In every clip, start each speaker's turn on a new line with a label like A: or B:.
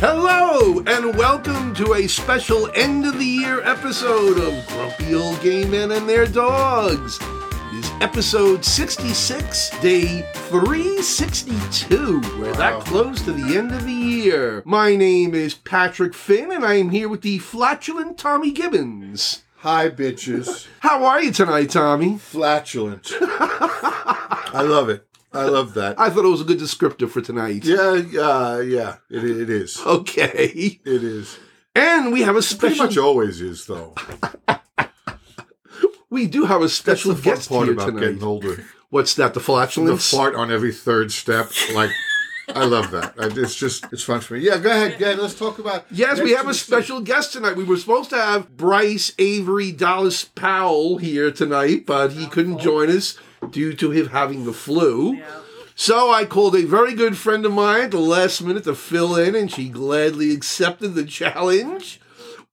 A: Hello, and welcome to a special end of the year episode of Grumpy Old Gay Men and Their Dogs. It is episode 66, day 362. We're that close to the end of the year. My name is Patrick Finn, and I am here with the flatulent Tommy Gibbons.
B: Hi, bitches.
A: How are you tonight, Tommy?
B: Flatulent. I love it. I love that.
A: I thought it was a good descriptor for tonight.
B: Yeah, yeah, yeah. It, it is.
A: Okay.
B: It is.
A: And we have a
B: Pretty
A: special.
B: much always is, though.
A: We do have a
B: That's
A: special
B: the fun
A: guest
B: part
A: here
B: about
A: tonight.
B: getting older.
A: What's that? The
B: The
A: flatulence?
B: fart on every third step. Like, I love that. I, it's just, it's fun for me. Yeah, go ahead. Yeah, let's talk about.
A: Yes, we
B: next
A: have a
B: week's-
A: special guest tonight. We were supposed to have Bryce Avery Dallas Powell here tonight, but he
B: Oh.
A: couldn't join us due to him having the flu. So I called a very good friend of mine at the last minute to fill in, and she gladly accepted the challenge.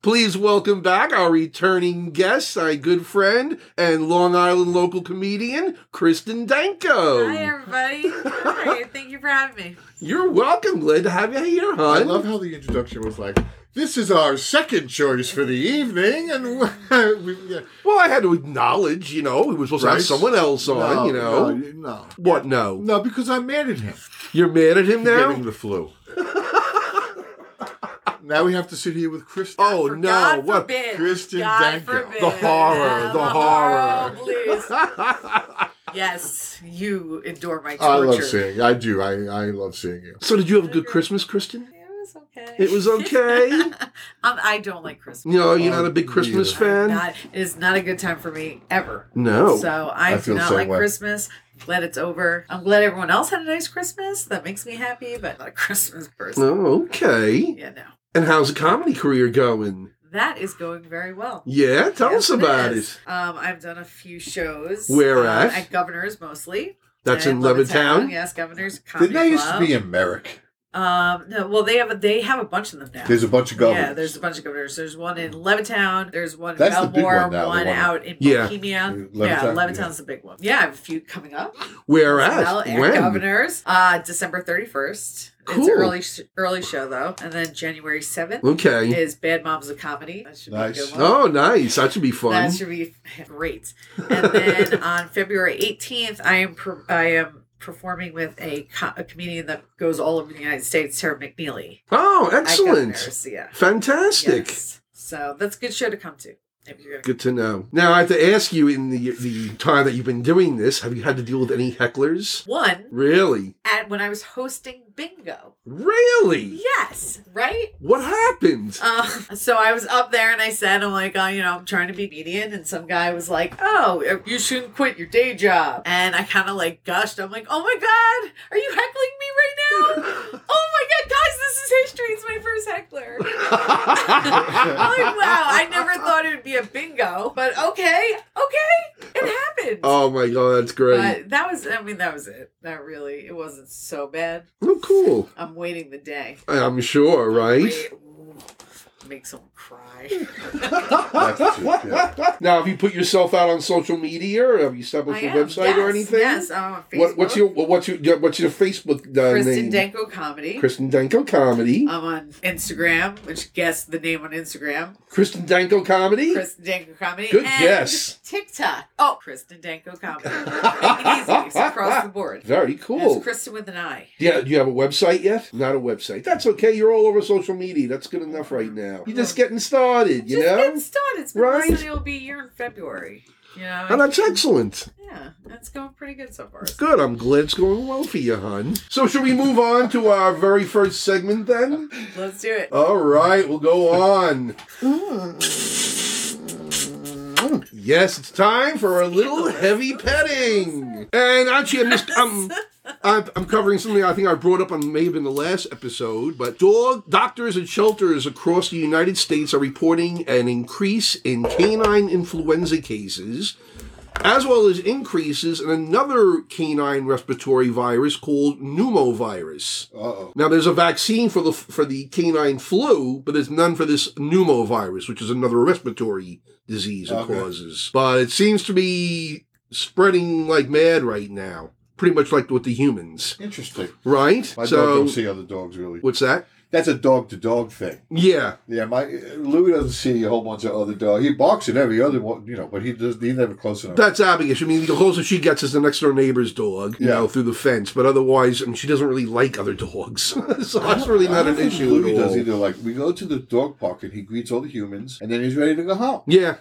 A: Please welcome back our returning guest, my good friend and Long Island local comedian, Kristen Danko.
C: Hi, everybody. Hi, thank you for having me.
A: You're welcome. Glad to have you here, hon.
B: I love how the introduction was like, this is our second choice for the evening. And we, yeah.
A: Well, I had to acknowledge, you know, we were supposed to have
B: Right.
A: someone else on,
B: No,
A: you know.
B: No, no.
A: What no?
B: No, because I'm mad at him.
A: You're mad at him now?
B: getting the flu. now we have to sit here with Chris.
A: oh
C: For
A: no!
C: God
A: what?
C: forbid.
B: Kristen
C: God
B: Danko.
C: forbid.
A: The horror,
C: Yeah,
A: the horror.
C: please. yes, you endure my torture.
B: I love seeing. I do. I, I love seeing you.
A: So did you have a good Christmas, Kristen?
C: It was okay.
A: It was okay.
C: um, I don't like Christmas.
A: You know, you're
B: Oh,
A: not a big
B: me
A: Christmas
B: neither.
C: I'm
A: fan. Oh,
C: Not, it is not a good time for me ever.
A: no.
C: So I,
B: I
C: do
B: feel the
C: not
B: same
C: like
B: way.
C: Christmas. Glad it's over. I'm glad everyone else had a nice Christmas. That makes me happy, but not a Christmas person.
A: oh, okay.
C: Yeah, no.
A: And how's the comedy career going?
C: That is going very well.
A: Yeah, tell us
C: Yes,
A: about
C: is.
A: it.
C: Um, I've done a few shows.
A: Where
C: uh,
A: at?
C: At Governor's mostly.
A: That's in
C: And
A: Levittown.
C: Yes, Governor's Comedy
B: Didn't I used to
C: Club.
B: be in Merrick?
C: Um, no, well, they have a, they have a bunch of them now.
B: There's a bunch of
C: yeah,
B: governors.
C: there's a bunch of governors. There's one in Levittown. There's one in
B: That's the big
C: Belmore.
B: one now, the
C: one
B: one-
C: out in
A: Yeah.
C: Bohemia.
B: Levittown,
C: yeah,
B: yeah.
C: Levittown's the big one. Yeah, I have a few coming up.
A: Where at?
C: Well, at
A: when?
C: Governor's, uh, December 31st. It's
A: Cool.
C: an early sh- early show though, and then January 7th
A: Okay.
C: is Bad Moms of Comedy. That should
B: Nice.
C: be a good one.
A: oh, nice. That should be fun.
C: That should be great. And then on February 18th, I am per- I am performing with a, co- a comedian that goes all over the United States, Tara McNeely.
A: oh,
C: at
A: excellent.
C: Governor's, Yeah.
A: Fantastic.
C: Yes. So that's a good show to come to. If you're gonna-
A: Good to know. Now I have to ask you: in the the time that you've been doing this, have you had to deal with any hecklers?
C: One,
A: Really?
C: at when I was hosting bingo.
A: Really?
C: Yes, right?
A: What happened?
C: Uh, so I was up there and I said, I'm like, oh, you know, I'm trying to be median. And some guy was like, oh, you shouldn't quit your day job. And I kind of like gushed. I'm like, oh my God, are you heckling me right now? oh my God, guys, this is history. It's my first heckler. I'm like, wow, I never thought it would be a bingo, but okay, okay, it happened.
A: oh my god, that's great.
C: But that was, I mean, that was it. That really, it wasn't so bad.
A: oh, cool.
C: I'm waiting the day.
A: I'm sure, right?
C: Wait, ooh, make someone cry.
B: That's it, yeah.
A: Now, have you put yourself out on social media, or have you established
C: I
A: a
C: am,
A: website or
C: yes,
A: anything?
C: Yes, I'm on Facebook.
A: What, what's your what's your what's your Facebook uh,
C: Kristen Um,
A: name?
C: Denko comedy?
A: Kristen Danko comedy.
C: I'm on Instagram, which guess the name on Instagram.
A: Kristen Danko comedy.
C: Kristen Danko comedy.
A: Good
C: and
A: guess.
C: TikTok. Oh, Kristen Danko comedy. Make it easy. It's across the board.
A: Very
C: And
A: cool.
C: It's Kristen with an I.
A: Yeah, do you have a website yet? Not a website. That's okay. You're all over social media. That's good enough right now. You're just getting started, you
C: Just
A: know?
C: getting started. It's been
A: Right?
C: right. It'll be a year in February. You know.
A: And that's excellent.
C: yeah, that's going pretty good so far.
A: Good. I'm glad it's going well for you, hun. So, should we move on to our very first segment then?
C: Let's do it.
A: All right, we'll go on. Yes, it's time for a little heavy petting. And actually, I'm just I'm, I'm I'm covering something I think I brought up on may have been the last episode, but dog doctors and shelters across the United States are reporting an increase in canine influenza cases, as well as increases in another canine respiratory virus called pneumovirus.
B: Uh-oh.
A: Now, there's a vaccine for the for the canine flu, but there's none for this pneumovirus, which is another respiratory disease it
B: Okay.
A: causes. But it seems to be spreading like mad right now, pretty much like with the humans,
B: Interesting.
A: right?
B: My dog
A: so,
B: don't see other dogs, really.
A: what's that?
D: that's a dog to dog thing.
A: Yeah.
D: Yeah, my Louis doesn't see a whole bunch of other dogs. He barks at every other one, you know, but he does. He's never close enough.
A: That's Abigail. I mean, the closest she gets is the next door neighbor's dog, you
D: Yeah.
A: know, through the fence. But otherwise, I mean, she doesn't really like other dogs, so that's really
D: I
A: not
D: don't
A: an
D: think
A: issue
D: Louis
A: at all.
D: does either. Like we go to the dog park and he greets all the humans, and then he's ready to go home.
A: Yeah,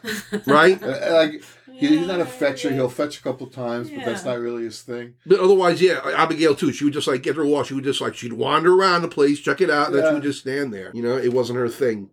A: right.
D: Uh, uh, Like he, he's not a fetcher. He'll fetch a couple times, but that's
C: Yeah.
D: not really his thing.
A: But otherwise, yeah, Abigail too. She would just like get her walk. She would just like she'd wander around the place, check it out, and then
D: Yeah.
A: she would just stand there. You know, it wasn't her thing.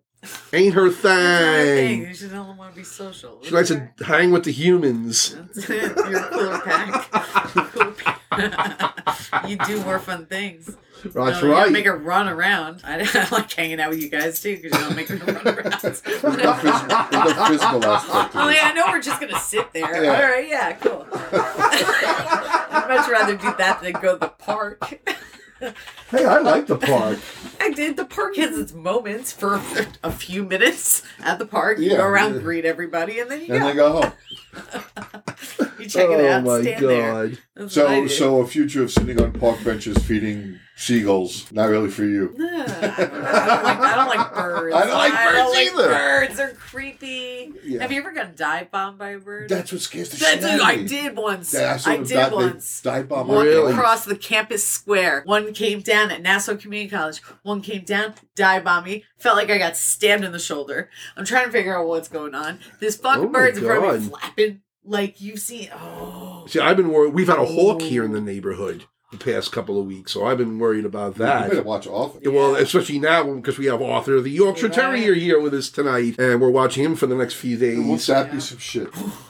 A: Ain't her thing.
C: Dang. She doesn't want to be social.
A: She likes to hang with the humans.
C: That's it. You're a cooler pack. Cooler pack. you do more fun things.
A: That's
C: No, you don't
A: right.
C: Oh, Make her run around. I, I like hanging out with you guys too because you don't make me run
D: There's no,
C: around.
D: phys- there's no physical aspect. To
C: Oh
D: it.
C: yeah, I know we're just gonna sit there.
D: Yeah.
C: All right, yeah, cool. I'd much rather do that than go to the park.
D: Hey, I like the park.
C: I did. The park has its moments for a few minutes at the park. You
D: Yeah.
C: go around, greet everybody, and then you
D: And
C: go.
D: they go home.
C: You check it
A: Oh,
C: out. stand There. That's what I
D: So,
C: do.
D: so a future of sitting on park benches feeding seagulls, not really for you.
C: Ugh, I don't, like, I don't like birds.
D: I don't like birds either.
C: birds. They're creepy.
D: Yeah.
C: Have you ever got dive bombed by a bird?
D: That's what scares the
C: That's-
D: shit out of
C: I
D: me.
C: did once.
D: Yeah, I, sort
C: I
D: of
C: did
D: got- they
C: once.
D: Dive bomb
A: One
D: my
A: Really?
D: house.
C: across the campus square. One came down at Nassau Community College. One came down, dive bomb me. Felt like I got stabbed in the shoulder. I'm trying to figure out what's going on. This fucking
A: Oh my
C: bird's in front of me
A: God.
C: flapping like you've seen. Oh,
A: See, I've been worried. We've had a hawk here in the neighborhood the past couple of weeks, so I've been worried about
D: You
A: that.
D: better watch Arthur.
A: Yeah, Well, especially now because we have Arthur the Yorkshire
C: Right.
A: Terrier here with us tonight, and we're watching him for the next few
D: Won't
A: days.
D: that
C: Yeah.
D: be some shit?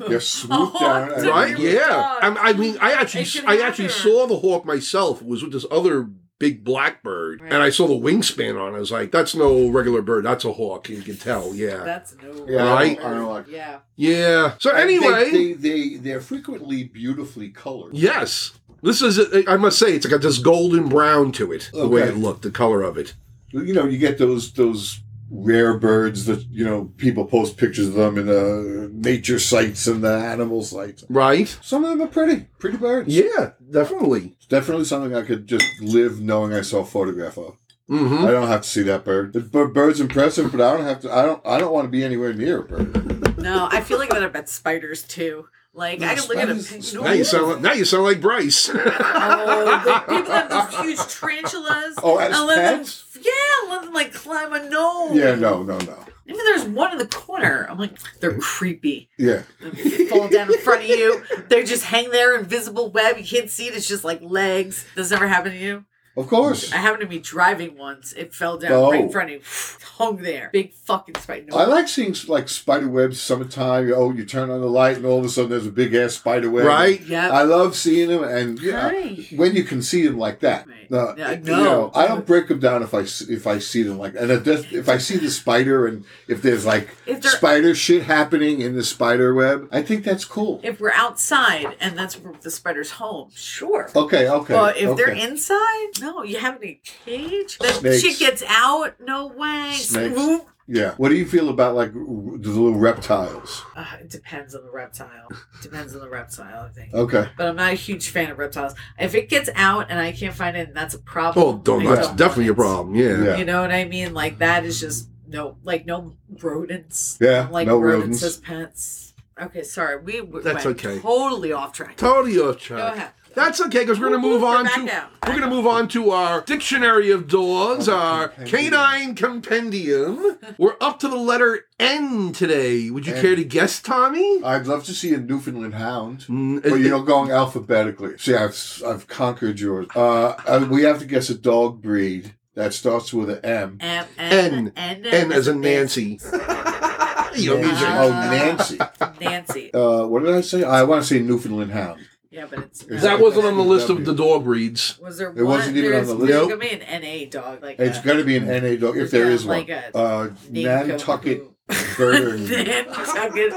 D: You swoop
C: Oh,
D: down.
C: it's
D: and-
C: a
A: Right?
C: Really?
A: Yeah. I'm, I mean, I actually,
C: It can
A: I actually
C: happen.
A: saw the hawk myself. It was with this other big blackbird,
C: Right.
A: and I saw the wingspan on. it. I was like, "That's no regular bird. That's a hawk." You can tell. Oh, Yeah.
C: that's no.
D: Yeah,
A: I don't-
D: I don't like-
C: Yeah.
A: yeah. So anyway,
D: they, they, they they're frequently beautifully colored.
A: yes. This is, a- I must say, it's got this golden brown to it, the way
D: Okay.
A: it looked, the color of it.
D: You know, you get those those rare birds that you know people post pictures of them in the nature sites and the animal sites.
A: Right?
D: Some of them are pretty, pretty birds.
A: Yeah, definitely.
D: It's definitely something I could just live knowing I saw a photograph of.
A: Mm-hmm.
D: I don't have to see that bird. The bir- bird's impressive, but I don't have to. I don't. I don't want to be anywhere near a bird.
C: No, I feel like that about spiders too. Like I
D: No,
C: can look at a
D: spiders-
C: picture.
A: Now you sound like, now you sound like Bryce.
C: Oh, the people that have those huge tarantulas.
D: Oh, as
C: and let
D: pets?
C: them, yeah, let them like climb a nose.
D: Yeah, no, no, no.
C: And then there's one in the corner. I'm like, they're creepy.
D: Yeah,
C: They fall down in front of you. They just hang there, invisible web. You can't see it. It's just like legs. Does that ever happen to you?
D: of course.
C: I happened to be driving once. It fell down
D: No.
C: right in front of you. Hung there. Big fucking spider. No.
D: Oh. I like seeing like spider webs summertime. Oh, you turn on the light and all of a sudden there's a big ass spider web.
A: Right?
C: Yep.
D: I love seeing them, and yeah,
C: Hi.
D: when you can see them like that.
C: Right.
D: No,
C: Yeah,
D: you
C: no.
D: know, I don't break them down if I s- if I see them like, and if, this- if I see the spider and if there's like
C: If they're-
D: spider shit happening in the spider web, I think that's cool.
C: If we're outside and that's where the spider's home, sure.
D: Okay, okay.
C: But if they're
D: okay.
C: inside, no, you have any cage. That
D: Snakes.
C: shit gets out. No way.
D: Snakes.
C: Swoop.
D: Yeah. What do you feel about like r- the little reptiles?
C: Uh, it depends on the reptile. depends on the reptile, I think.
D: Okay.
C: But I'm not a huge fan of reptiles. If it gets out and I can't find it, that's a problem.
A: Oh, don't,
C: I
A: that's
C: want
A: definitely
C: it.
A: a problem. Yeah.
D: Yeah.
C: You know what I mean? Like that is just no, like no rodents.
D: Yeah.
C: Like
D: no
C: rodents,
D: rodents.
C: as pets. Okay, sorry, we w-
A: That's
C: went
A: okay.
C: totally off track.
A: Totally off track.
C: Go ahead.
A: That's okay because we're gonna move
C: We're
A: on
C: back
A: to
C: out.
A: we're gonna move on to our dictionary of dogs, our
D: compendium.
A: canine compendium. we're up to the letter N today. Would you
D: N. Uh,
A: care to guess, Tommy?
D: I'd love to see a Newfoundland hound.
A: Mm,
D: But
A: it-
D: you know, going alphabetically. See, I've I've conquered yours. Uh, uh, we have to guess a dog breed that starts with an M.
C: M
A: N.
C: N,
A: N as in Nancy. you know,
D: Nancy.
A: music.
D: Oh, Nancy.
C: Nancy.
D: Uh, what did I say? I want to say Newfoundland hound.
C: Yeah, but it's
D: Is
A: that
C: was
A: wasn't on the list of the dog breeds.
C: was there.
D: It
C: one,
D: wasn't even on the
C: there's-
D: list.
C: There's gonna be an NA dog like
D: It's
C: a-
D: got to be an NA dog if there
C: yeah,
D: is one.
C: Like a
D: Uh,
C: Native
D: Nantucket
C: Cockapoo.
D: Burn.
C: Nantucket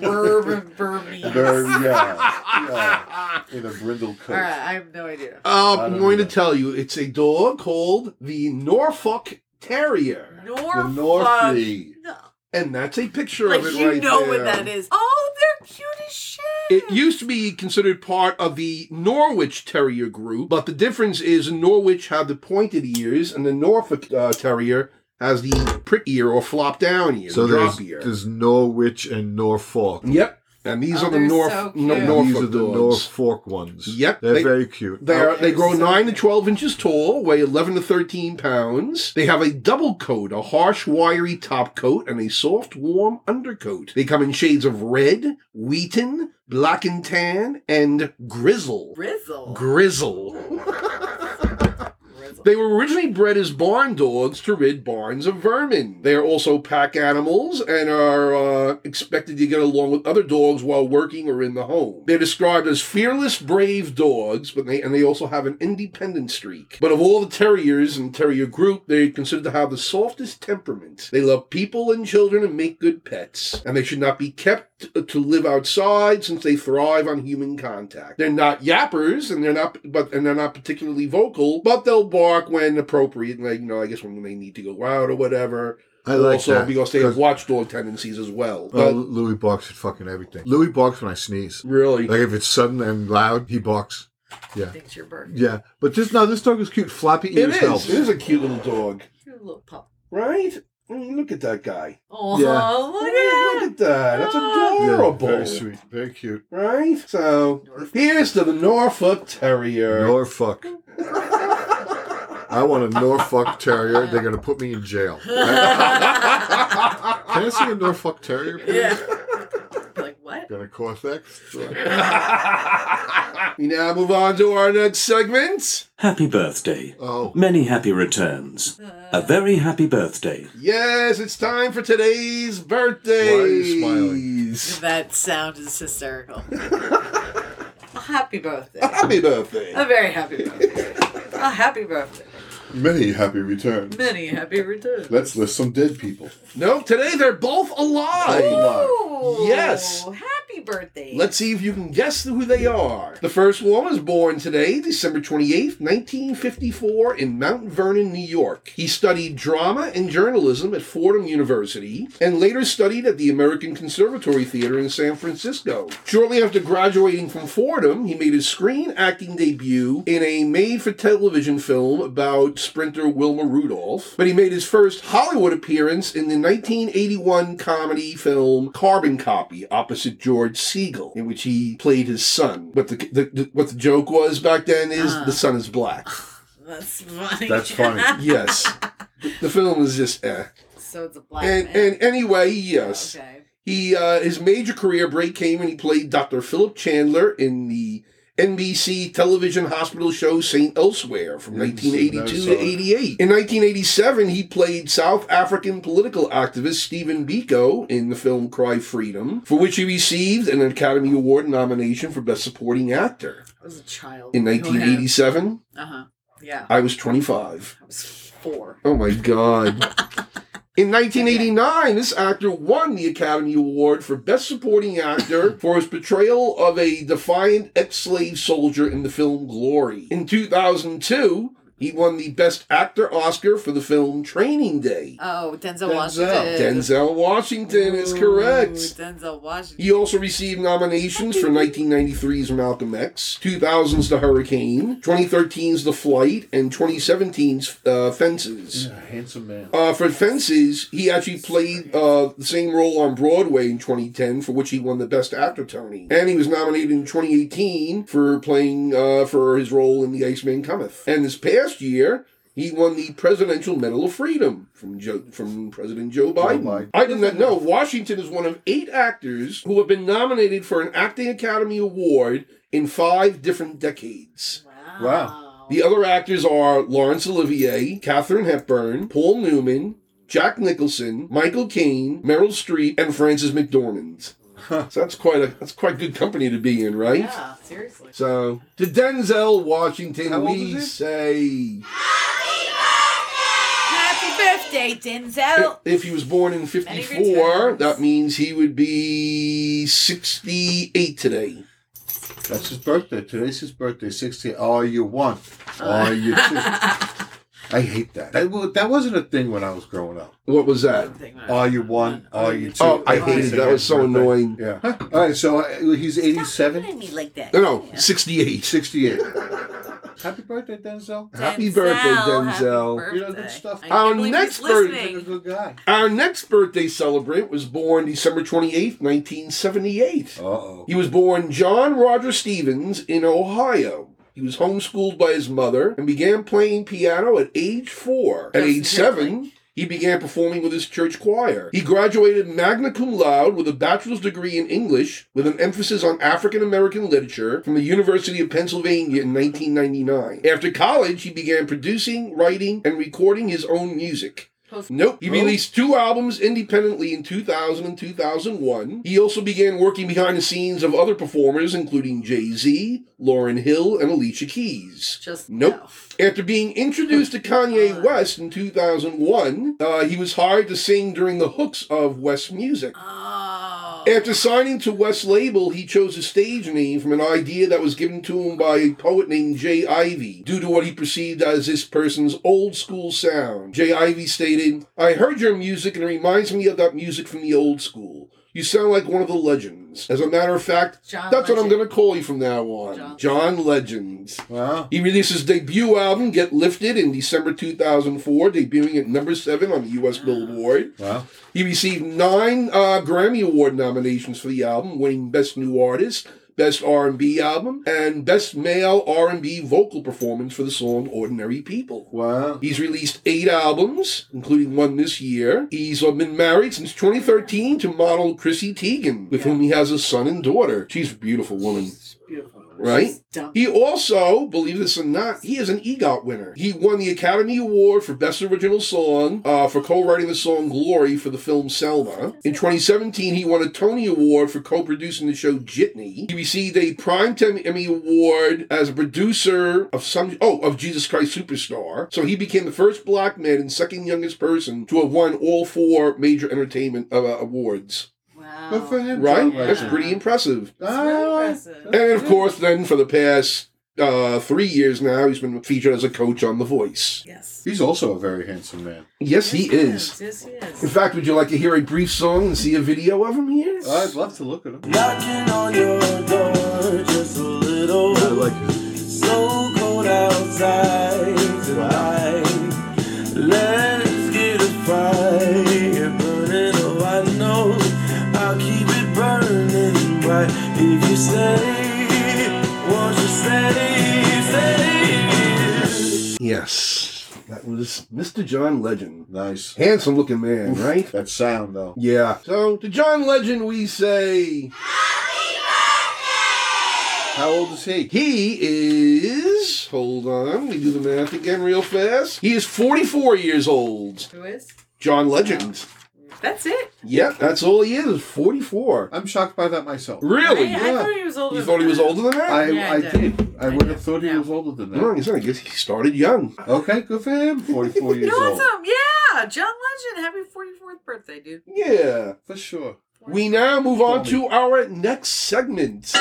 C: Burm Burmese.
D: Burn, yeah. yeah. In a brindle coat.
C: All right, I have no idea.
A: Uh,
D: I
A: I'm
D: don't
A: going
D: know.
A: to tell you, it's a dog called the Norfolk Terrier,
D: The
C: Norfolk.
D: Norfie.
C: No.
A: and that's a picture
C: Like
A: of it
C: you
A: right
C: know
A: there.
C: what that is. Oh, they're cute as shit.
A: It used to be considered part of the Norwich Terrier group, but the difference is Norwich had the pointed ears, and the Norfolk uh, Terrier has the prick ear or flop down ear,
D: So
A: drop
D: there's,
A: ear.
D: there's Norwich and Norfolk.
A: Yep, and these
C: Oh,
A: are the
C: they're
A: North
C: so
A: no,
C: cute.
A: Norfolk
D: These are the
A: dogs.
D: Norfolk ones.
A: Yep,
D: They're
A: they-
D: very cute.
A: They are, they
C: Okay,
A: grow
C: so-
A: 9 to 12 inches tall, weigh 11 to 13 pounds. They have a double coat, a harsh, wiry top coat, and a soft, warm undercoat. They come in shades of red, wheaten, black and tan, and grizzle.
C: Grizzle.
A: Grizzle.
C: Grizzle.
A: They were originally bred as barn dogs to rid barns of vermin. They are also pack animals and are uh, expected to get along with other dogs while working or in the home. They're described as fearless, brave dogs, but they and they also have an independent streak. But of all the terriers in the terrier group, they're considered to have the softest temperament. They love people and children and make good pets. And they should not be kept to live outside since they thrive on human contact. They're not yappers and they're not but and they're not particularly vocal, but they'll bark when appropriate, like you know, I guess when they need to go out or whatever.
D: I like
A: also
D: that.
A: because they have
D: 'cause-
A: watchdog tendencies as well.
D: Oh,
A: But
D: Louis barks at fucking everything. Louis barks when I sneeze.
A: really
D: Like if it's sudden and loud, he barks.
C: Thinks you're burning.
D: Yeah, but this no, this dog is cute. Flappy
A: it
D: ears
A: is.
D: helps.
A: It is a cute little dog.
C: You're a little pup.
A: Right? I mean, look at that guy.
C: Oh,
D: Yeah.
C: look at
A: Look at that. That's
D: Yeah,
A: adorable.
D: very sweet, very cute.
A: Right? So here's to the Norfolk Terrier.
D: Norfolk. I want a Norfolk Terrier. They're gonna put me in jail. Can I see a Norfolk Terrier? Please?
C: yeah. like what?
D: Gonna cost X.
A: we now move on to our next segment.
E: Happy birthday.
D: Oh,
E: Many happy returns. A very happy birthday.
A: Yes, it's time for today's birthdays.
D: Why are you
C: That sound is hysterical. a happy birthday.
A: Happy birthday.
C: A very happy birthday. A happy birthday.
B: Many happy returns.
C: Many happy returns.
B: Let's list some dead people.
A: No, today they're both alive.
C: Oh. Ooh,
A: Yes.
C: Happy birthday.
A: Let's see if you can guess who they are. The first one was born today, December 28th, 1954, in Mount Vernon, New York. He studied drama and journalism at Fordham University and later studied at the American Conservatory Theater in San Francisco. Shortly after graduating from Fordham, he made his screen acting debut in a made for television film about sprinter Wilma Rudolph, but he made his first Hollywood appearance in the 1981 comedy film Carbon Copy opposite George Siegel, in which he played his son. But the, the, the- what the joke was back then is
C: Ah.
A: the son is black.
C: That's funny.
B: That's funny.
A: Yes. The- The film is just eh.
C: so it's a black
A: And,
C: man.
A: and anyway, yes.
C: okay.
A: He uh, his major career break came when he played Dr. Philip Chandler in the NBC television hospital show St. Elsewhere from
B: Yeah,
A: 1982
B: that
A: to
B: was
A: 88. In 1987, he played South African political activist Stephen Biko in the film Cry Freedom, for which he received an Academy Award nomination for Best Supporting Actor.
C: I was a child.
A: In 1987,
C: Uh huh. Yeah.
A: I was 25.
C: I was four.
A: Oh my God. In 1989, this actor won the Academy Award for Best Supporting Actor for his portrayal of a defiant ex slave soldier in the film Glory. In 2002, he won the Best Actor Oscar for the film Training Day.
C: Oh, Denzel,
B: Denzel.
C: Washington.
A: Denzel Washington is correct.
C: Ooh, Denzel Washington.
A: He also received nominations for 1993's Malcolm X, 2000's The Hurricane, 2013's The Flight, and 2017's uh, Fences.
B: handsome man.
A: Uh, for Fences, he actually played uh, the same role on Broadway in 2010, for which he won the Best Actor Tony. And he was nominated in 2018 for playing uh, for his role in The Iceman Cometh. And this past year, he won the Presidential Medal of Freedom from Joe, from President Joe Biden.
B: my.
A: I did not know Washington is one of eight actors who have been nominated for an Acting Academy Award in five different decades.
C: Wow.
B: Wow.
A: The other actors are Laurence Olivier, Katharine Hepburn, Paul Newman, Jack Nicholson, Michael Caine, Meryl Streep, and Frances McDormand. So that's quite a that's quite good company to be in, right?
C: Yeah, seriously.
A: So to Denzel Washington,
B: How old
A: we
B: is he?
A: say
C: Happy birthday,
A: if,
C: Denzel.
A: if he was born in
C: Many
A: '54,
C: returns.
A: that means he would be 68 today.
D: Oh,
B: That's his birthday. Today's his birthday. 60. Are you one? Are you two?
D: I hate that. That, wa- that wasn't a thing when I was growing up.
A: What was that?
D: All you one, all you two.
A: Oh, I
D: everything
A: hated that. It was so
D: against birthday.
A: annoying.
D: Yeah. Huh. All right, so uh, he's 87,
C: me like that.
A: No, no, 68.
D: 68. Happy birthday, Denzel.
A: Happy birthday, Denzel.
D: You know, good stuff.
A: Our
C: believe
A: next
C: he's
A: birthday-
D: He's a
C: listening.
D: good guy.
A: Our next birthday celebrant was born December 28th, 1978.
D: Uh-oh.
A: He was born John Roger Stevens in Ohio. He was homeschooled by his mother and began playing piano at age four. At
C: Justin
A: age seven, he began performing with his church choir. He graduated magna cum laude with a bachelor's degree in English with an emphasis on African American literature from the University of Pennsylvania in 1999. After college, he began producing, writing, and recording his own music. Nope. He released two albums independently in 2000 and 2001. He also began working behind the scenes of other performers, including Jay Z, Lauren Hill, and Alicia Keys.
C: Just
A: Nope. After being introduced to Kanye West in 2001, uh, he was hired to sing during the hooks of West music.
C: Oh.
A: After signing to West Label, he chose a stage name from an idea that was given to him by a poet named Jay Ivy, due to what he perceived as this person's old school sound. Jay Ivy stated, I heard your music and it reminds me of that music from the old school. You sound like one of the legends. As a matter of fact,
C: John
A: that's what I'm
C: Legend.
A: going to call you from now on.
C: John.
A: John Legends.
D: Wow.
A: He released his debut album, Get Lifted, in December 2004, debuting at number seven on the U.S. Billboard.
D: Wow.
A: He received nine uh, Grammy Award nominations for the album, winning Best New Artist, Best R&B Album, and Best Male R&B Vocal Performance for the song "Ordinary People."
D: Wow.
A: He's released eight albums, including one this year. He's uh, been married since 2013 to model Chrissy Teigen, with whom he has a son and daughter. She's a beautiful woman.
C: Beautiful.
A: Right?
C: She's dumb.
A: He also, believe this or not, he is an EGOT winner. He won the Academy Award for Best Original Song uh, for co-writing the song "Glory" for the film Selma. In 2017, he won a Tony Award for co-producing the show Jitney. He received a Primetime Emmy Award as a producer of some oh of Jesus Christ Superstar. So he became the first black man and second youngest person to have won all four major entertainment uh, awards.
C: Wow.
D: Good for him.
A: Right?
D: John
A: That's
D: Legend.
A: pretty impressive.
C: That's
D: Ah,
C: really impressive.
A: And of course, then for the past uh, three years now, he's been featured as a coach on The Voice.
C: Yes.
D: He's also a very handsome man.
A: Yes, he is.
C: Yes, he
A: In
C: is.
A: fact, would you like to hear a brief song and see a video of him here?
D: I'd love to look at him.
F: Knocking on your door just a little.
G: I like his
F: So cold outside tonight. Let's get a fire burning. Oh, I know I'll keep it burning bright if you stay. Won't you stay? Stay.
A: Yes. That was Mr. John Legend.
D: Nice.
A: Handsome looking man, right?
D: That sound, though.
A: Yeah. So, to John Legend, we say
D: How old is he?
A: he is. Hold on, we do the math again real fast. He is 44 years old.
C: Who is?
A: John Legend.
C: That's it.
A: Yep, that's all he is, 44.
D: I'm shocked by that myself.
A: Really?
C: I, I thought he was older.
A: You thought he
C: than
A: was
C: that.
A: older than that?
D: I,
C: Yeah, I
D: I
C: did.
D: did. I
C: I
D: would
C: did.
D: have thought he
C: Yeah.
D: was older than
A: No,
D: that.
A: he's not. I guess he started young.
D: Okay, good for him. 44 years
C: You
D: old.
C: awesome. Yeah. John Legend. Happy 44th birthday, dude.
A: Yeah.
D: For sure.
A: We now move on to our next segment.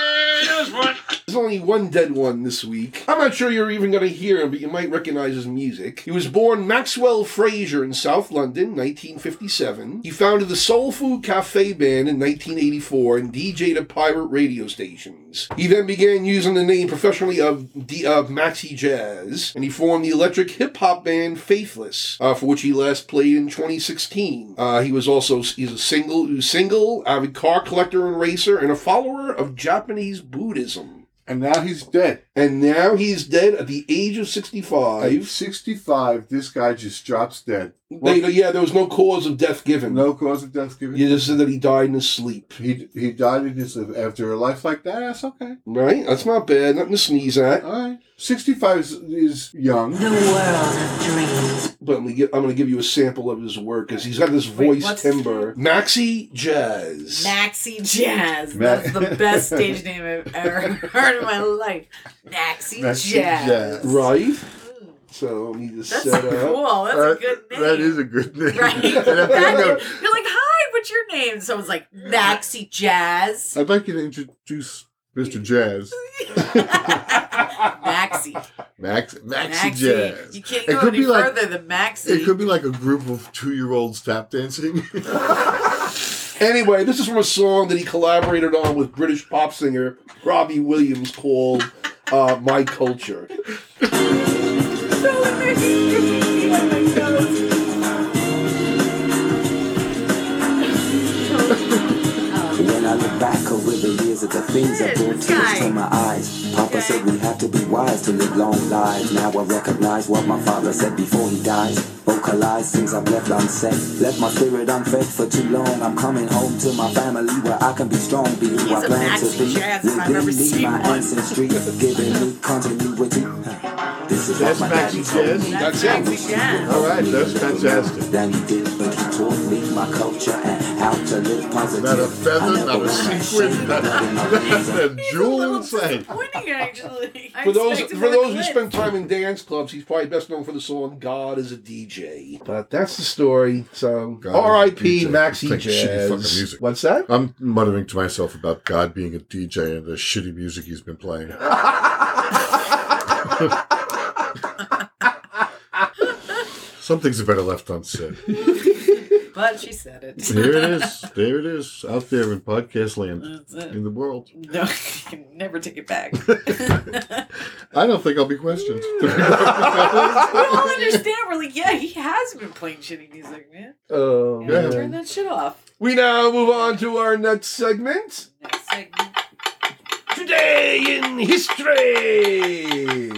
A: There's only one dead one this week. I'm not sure you're even going to hear him, but you might recognize his music. He was born Maxwell Fraser in South London, 1957. He founded the Soul Food Cafe band in 1984 and DJ'd at pirate radio stations. He then began using the name professionally of, D- of Maxi Jazz, and he formed the electric hip hop band Faithless, uh, for which he last played in 2016. Uh, he was also he's a single, he was single, avid car collector and racer, and a follower of Japanese Buddhism.
D: And now he's dead.
A: And now he's dead at the age of 65.
D: At 65, this guy just drops dead.
A: They- yeah, there was no cause of death given.
D: No cause of death given.
A: You just said that he died in his sleep.
D: He, he died in his after a life like that. That's okay.
A: Right? That's not bad. Nothing to sneeze at.
D: All right. 65 is, is young.
A: But I'm gonna, gi- I'm gonna give you a sample of his work because he's got this voice
C: what's-
A: timbre. Maxi Jazz.
C: Maxi Jazz.
D: Ma-
C: That's the best stage name I've ever heard in my life. Maxi,
D: Maxi
C: Jazz.
D: Jazz.
A: right? So let me just
C: That's
A: set up.
C: cool. That's a
G: That-
C: good name.
G: That is a good name.
C: Right?
G: And I think I'm
C: That
G: gonna-
C: is- you're like, hi, what's your name? Someone's like, Maxi Jazz.
G: I'd like you to introduce
D: Mr. Jazz.
C: Maxi.
D: Max, Maxi,
C: Maxi.
D: Jazz.
C: You can't
D: It
C: go
D: could
C: any
D: be like-
C: further than Maxi.
D: It could be like a group of two year olds tap dancing.
A: Anyway, this is from a song that he collaborated on with British pop singer Robbie Williams called uh, My Culture.
F: When I look back over the years at the things that brought tears to my eyes, Papa said we have to be wise to live long lives. Now I recognize what my father said before he dies. Vocalize things I've left unsaid. Left my spirit unfed for too long. I'm coming home to my family where I can be strong, be who
C: He's
F: I
C: a
F: plan to
C: maxi
F: be.
C: jazz if I've
F: Within
C: ever
F: me,
C: seen
F: my
C: one.
F: ancestry, giving me continuity. This is
D: That's
F: what my daddy
D: Maxi
F: told
D: Jazz.
F: me.
C: That's
A: That's
C: Maxi Jazz.
D: All right, that's fantastic.
F: Than he did, but he taught me my culture and how to live positive.
D: Not a
F: I
D: feather,
F: never
D: not a
F: was
D: sequin,
F: ashamed,
D: not
F: not
D: a,
F: another
D: not a jewel in
C: It's a little
D: sight.
C: disappointing, actually. I
A: For those
C: expected
A: for
C: more
A: those who
C: clips.
A: spend time in dance clubs, he's probably best known for the song "God Is a DJ." But that's the story. So
D: God is a
A: R.I.P.
D: DJ.
A: Maxi
D: Like shitty fucking
A: Jazz.
D: music.
A: What's that?
D: I'm muttering to myself about God being a DJ and the shitty music he's been playing. Some things are better left unsaid.
C: But she said it.
D: There it is. There it is. Out there in podcast land,
C: That's it.
D: in the world.
C: No, you can never take it back.
D: I don't think I'll be questioned.
C: we all understand. We're like, yeah, he has been playing shitty music, man.
A: Oh,
D: Yeah.
A: man.
C: Turn that shit off.
A: We now move on to our next segment.
C: Next segment.
A: Today in history.
C: Is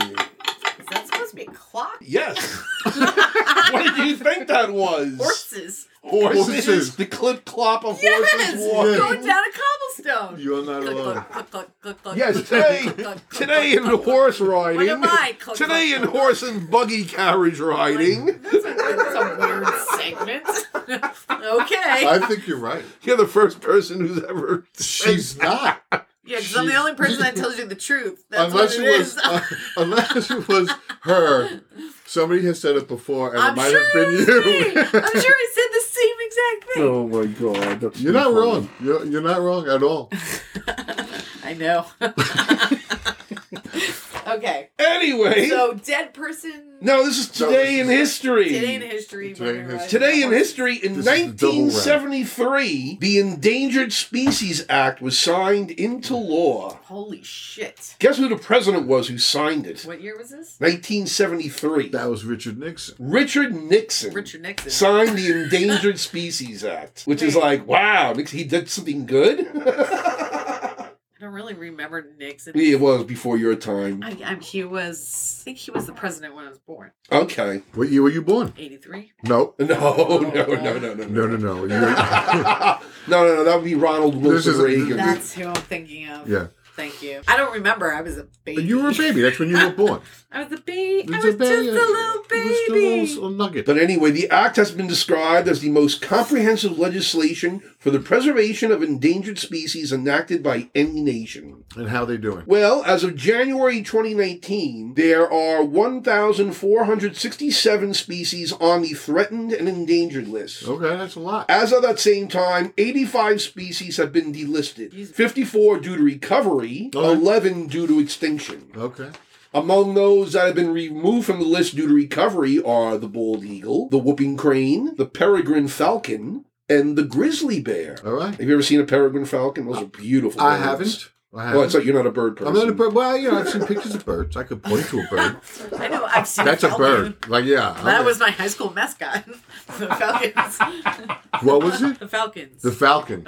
C: that supposed to be a clock?
A: Yes. what did you think that was?
C: Horses.
A: Horses.
D: Horses.
A: The clip clop of
C: Yes!
A: horses walking.
C: Going down a cobblestone.
D: You're not alone.
C: Click, click, click, click, click,
A: Yes,
C: click,
A: today,
C: click, click, click,
A: today in
C: click, click,
A: horse
C: click.
A: riding.
C: What am I? Click,
A: Today
C: click,
A: in
C: click.
A: horse and buggy carriage riding.
C: That's a, that's a weird segment. okay.
D: I think you're right.
A: You're the first person who's ever.
D: She's not.
C: yeah, because I'm the
D: Jeez.
C: only person that tells you the truth. That's
D: Unless
C: what
D: it
C: it
D: was,
C: is.
D: uh, unless it was her. Somebody has said it before, and
C: I'm
D: it might
C: sure
D: have been
C: it was me.
D: you.
C: I'm sure I said the same exact thing.
A: Oh my god! that's
D: You're not
A: funny.
D: wrong. You're, you're not wrong at all.
C: I know. okay.
A: Anyway,
C: So dead person
A: no, this is today in history.
C: today in history.
D: Today in
C: when we were-
A: Today in history, in
D: This is the double round.
A: 1973, the Endangered Species Act was signed into law.
C: Holy shit.
A: Guess who the president was who signed it?
C: What year was this?
A: 1973.
D: That was Richard Nixon.
A: Richard Nixon.
C: Richard Nixon.
A: Signed the Endangered Species Act, which is
C: Wait.
A: like, wow, Nixon, he did something good.
C: I don't really remember Nixon.
A: it was before your time.
C: I, I'm, he was, I think he was the president when I was born.
A: Okay.
D: What year were you born?
C: 83?
D: No,
A: No, no, no, no, no, no,
D: no, no, no. You-
A: no, no, no. That would be Ronald
D: This
A: Wilson
D: is-
A: Reagan.
C: That's who I'm thinking of.
D: yeah,
C: Thank you. I don't remember. I was a baby.
D: you were a baby. That's when you were born.
C: I was a baby. I
D: It's
C: was
D: ba-
C: just a little
D: it was still a
C: baby.
D: little- little nugget.
A: But anyway, the act has been described as the most comprehensive legislation for the preservation of endangered species enacted by any nation.
D: And how they doing?
A: Well, as of January 2019, there are 1,467 species on the threatened and endangered list.
D: Okay, that's a lot.
A: As of that same time, 85 species have been delisted, 54 due to recovery,
D: Okay.
A: 11 due to extinction.
D: Okay.
A: Among those that have been removed from the list due to recovery are the bald eagle, the whooping crane, the peregrine falcon, and the grizzly bear.
D: All right.
A: Have you ever seen a peregrine falcon? Those are beautiful.
D: Oh. I
A: birds.
D: haven't. I haven't.
A: Well, it's like you're not a bird person.
D: I'm not a bird. Well, you know, I've seen pictures of birds. I could point to a bird.
C: I know. I've seen
D: That's a
C: Falcon.
D: bird. Like, yeah.
C: That
D: okay.
C: was my high school mascot. the Falcons.
D: What was it?
C: The Falcons. Oh.
D: The falcon.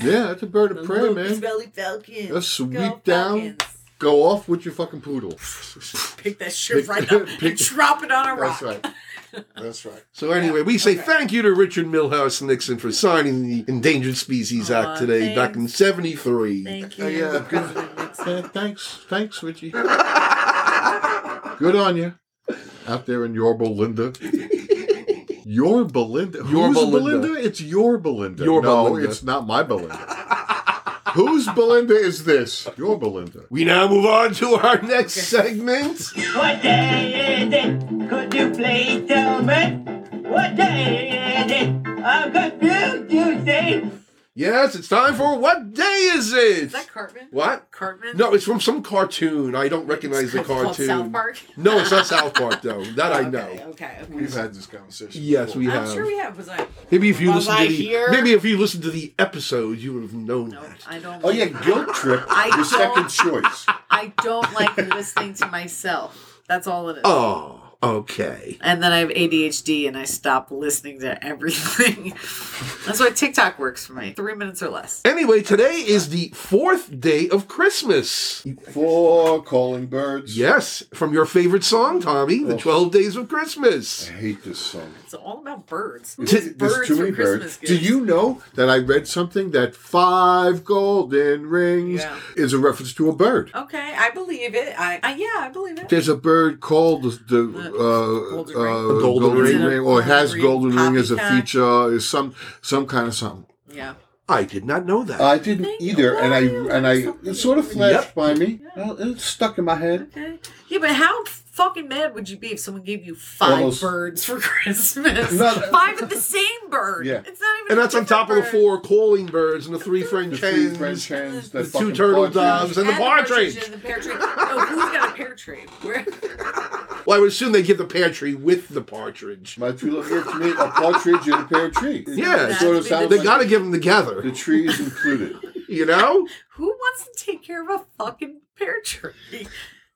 D: Yeah, that's a bird of prey,
C: Lucas
D: man.
C: Valley Falcons.
D: Let's sweep
C: Go
D: down.
C: Falcons.
D: Go off with your fucking poodle.
C: Pick that shit
D: Pick-
C: right up and
D: pick-
C: drop it on a rock.
D: That's right. That's right.
A: So anyway, we say thank you to Richard Milhouse Nixon for signing the Endangered Species
C: Aw,
A: Act today back in
C: thanks.
A: '73.
C: Thank you.
D: Uh, yeah.
C: President Nixon.
D: Th- Thanks. Thanks, Richie. Good on you. Out there in your Belinda. Your Belinda.
A: Your
D: Who's
A: Belinda.
D: Belinda? It's your Belinda.
A: Your
D: no,
A: Belinda.
D: it's not my Belinda. Whose Belinda is this? Your Belinda.
A: We now move on to our next segment.
H: What day is it? Could you please tell me? What day is it? I'm confused, you see.
A: Yes, it's time for What Day Is It?
C: Is that Cartman?
A: what?
C: Cartman?
A: No, it's from some cartoon. I don't recognize the
C: It's called-
A: cartoon.
C: Called South Park.
A: No, it's not South Park, though. That I
C: Okay,
A: know.
C: Okay. okay.
B: We've had this conversation.
A: Yes, we
C: I'm
A: have.
C: sure we have. Was I?
A: Maybe if you
C: Was
A: listen to
C: I
A: the
C: here?
A: maybe if you listen to the episode, you would have known
C: No,
A: that.
C: I don't.
B: Oh yeah,
C: like-
B: guilt trip.
C: I
B: your second
C: don't-
B: choice.
C: I don't like listening to myself. That's all it is.
A: Oh, okay.
C: And then I have ADHD and I stop listening to everything. That's why TikTok works for me. Three minutes or less.
A: Anyway, today is the fourth day of Christmas.
B: Four calling birds.
A: Yes, from your favorite song, Tommy, the Twelve Days of Christmas.
B: I hate this song.
C: It's all about birds.
B: There's
C: birds
B: too
C: for
B: many
C: Christmas
B: birds.
C: gifts.
D: Do you know that I read something that five golden rings
C: Yeah. Oh.
D: is a reference to a bird?
C: Okay, I believe it. I, I yeah, I believe it.
D: There's a bird called the, the uh,
C: Golden ring.
D: uh,
A: The golden
D: golden,
A: ring.
D: ring,
A: Is it a
D: or has
C: golden
D: golden
C: ring
D: ring as a
C: poppycock?
D: feature, is some some kind of something.
C: Yeah.
A: I did not know that.
B: I didn't
C: Thank
B: either, and I
C: you.
B: and I it sort of flashed
A: Yep.
B: by me. Well, It stuck in my head.
C: Okay. Yeah, but how fucking mad would you be if someone gave you five
B: Almost-
C: birds for Christmas?
B: Not-
C: five of the same bird.
B: Yeah.
C: It's not even.
A: and
C: a
A: that's on
C: different
A: top of the
C: bird.
A: four calling birds and the three
B: The
A: French
B: three
A: hens.
B: French hens,
A: The
B: the
A: two
B: fucking
A: turtle
B: partridge.
A: doves. and the partridge.
C: and the pear tree. No, who's got a pear tree? Where?
A: Well, I would assume they give the pantry with the partridge.
B: My two little kids made a partridge and a pear tree. It
A: Yeah,
B: sort of
C: That's
B: sounds
A: They
B: like
A: got to give them
B: the
A: together,
B: tree is included.
A: you know?
C: Who wants to take care of a fucking pear tree?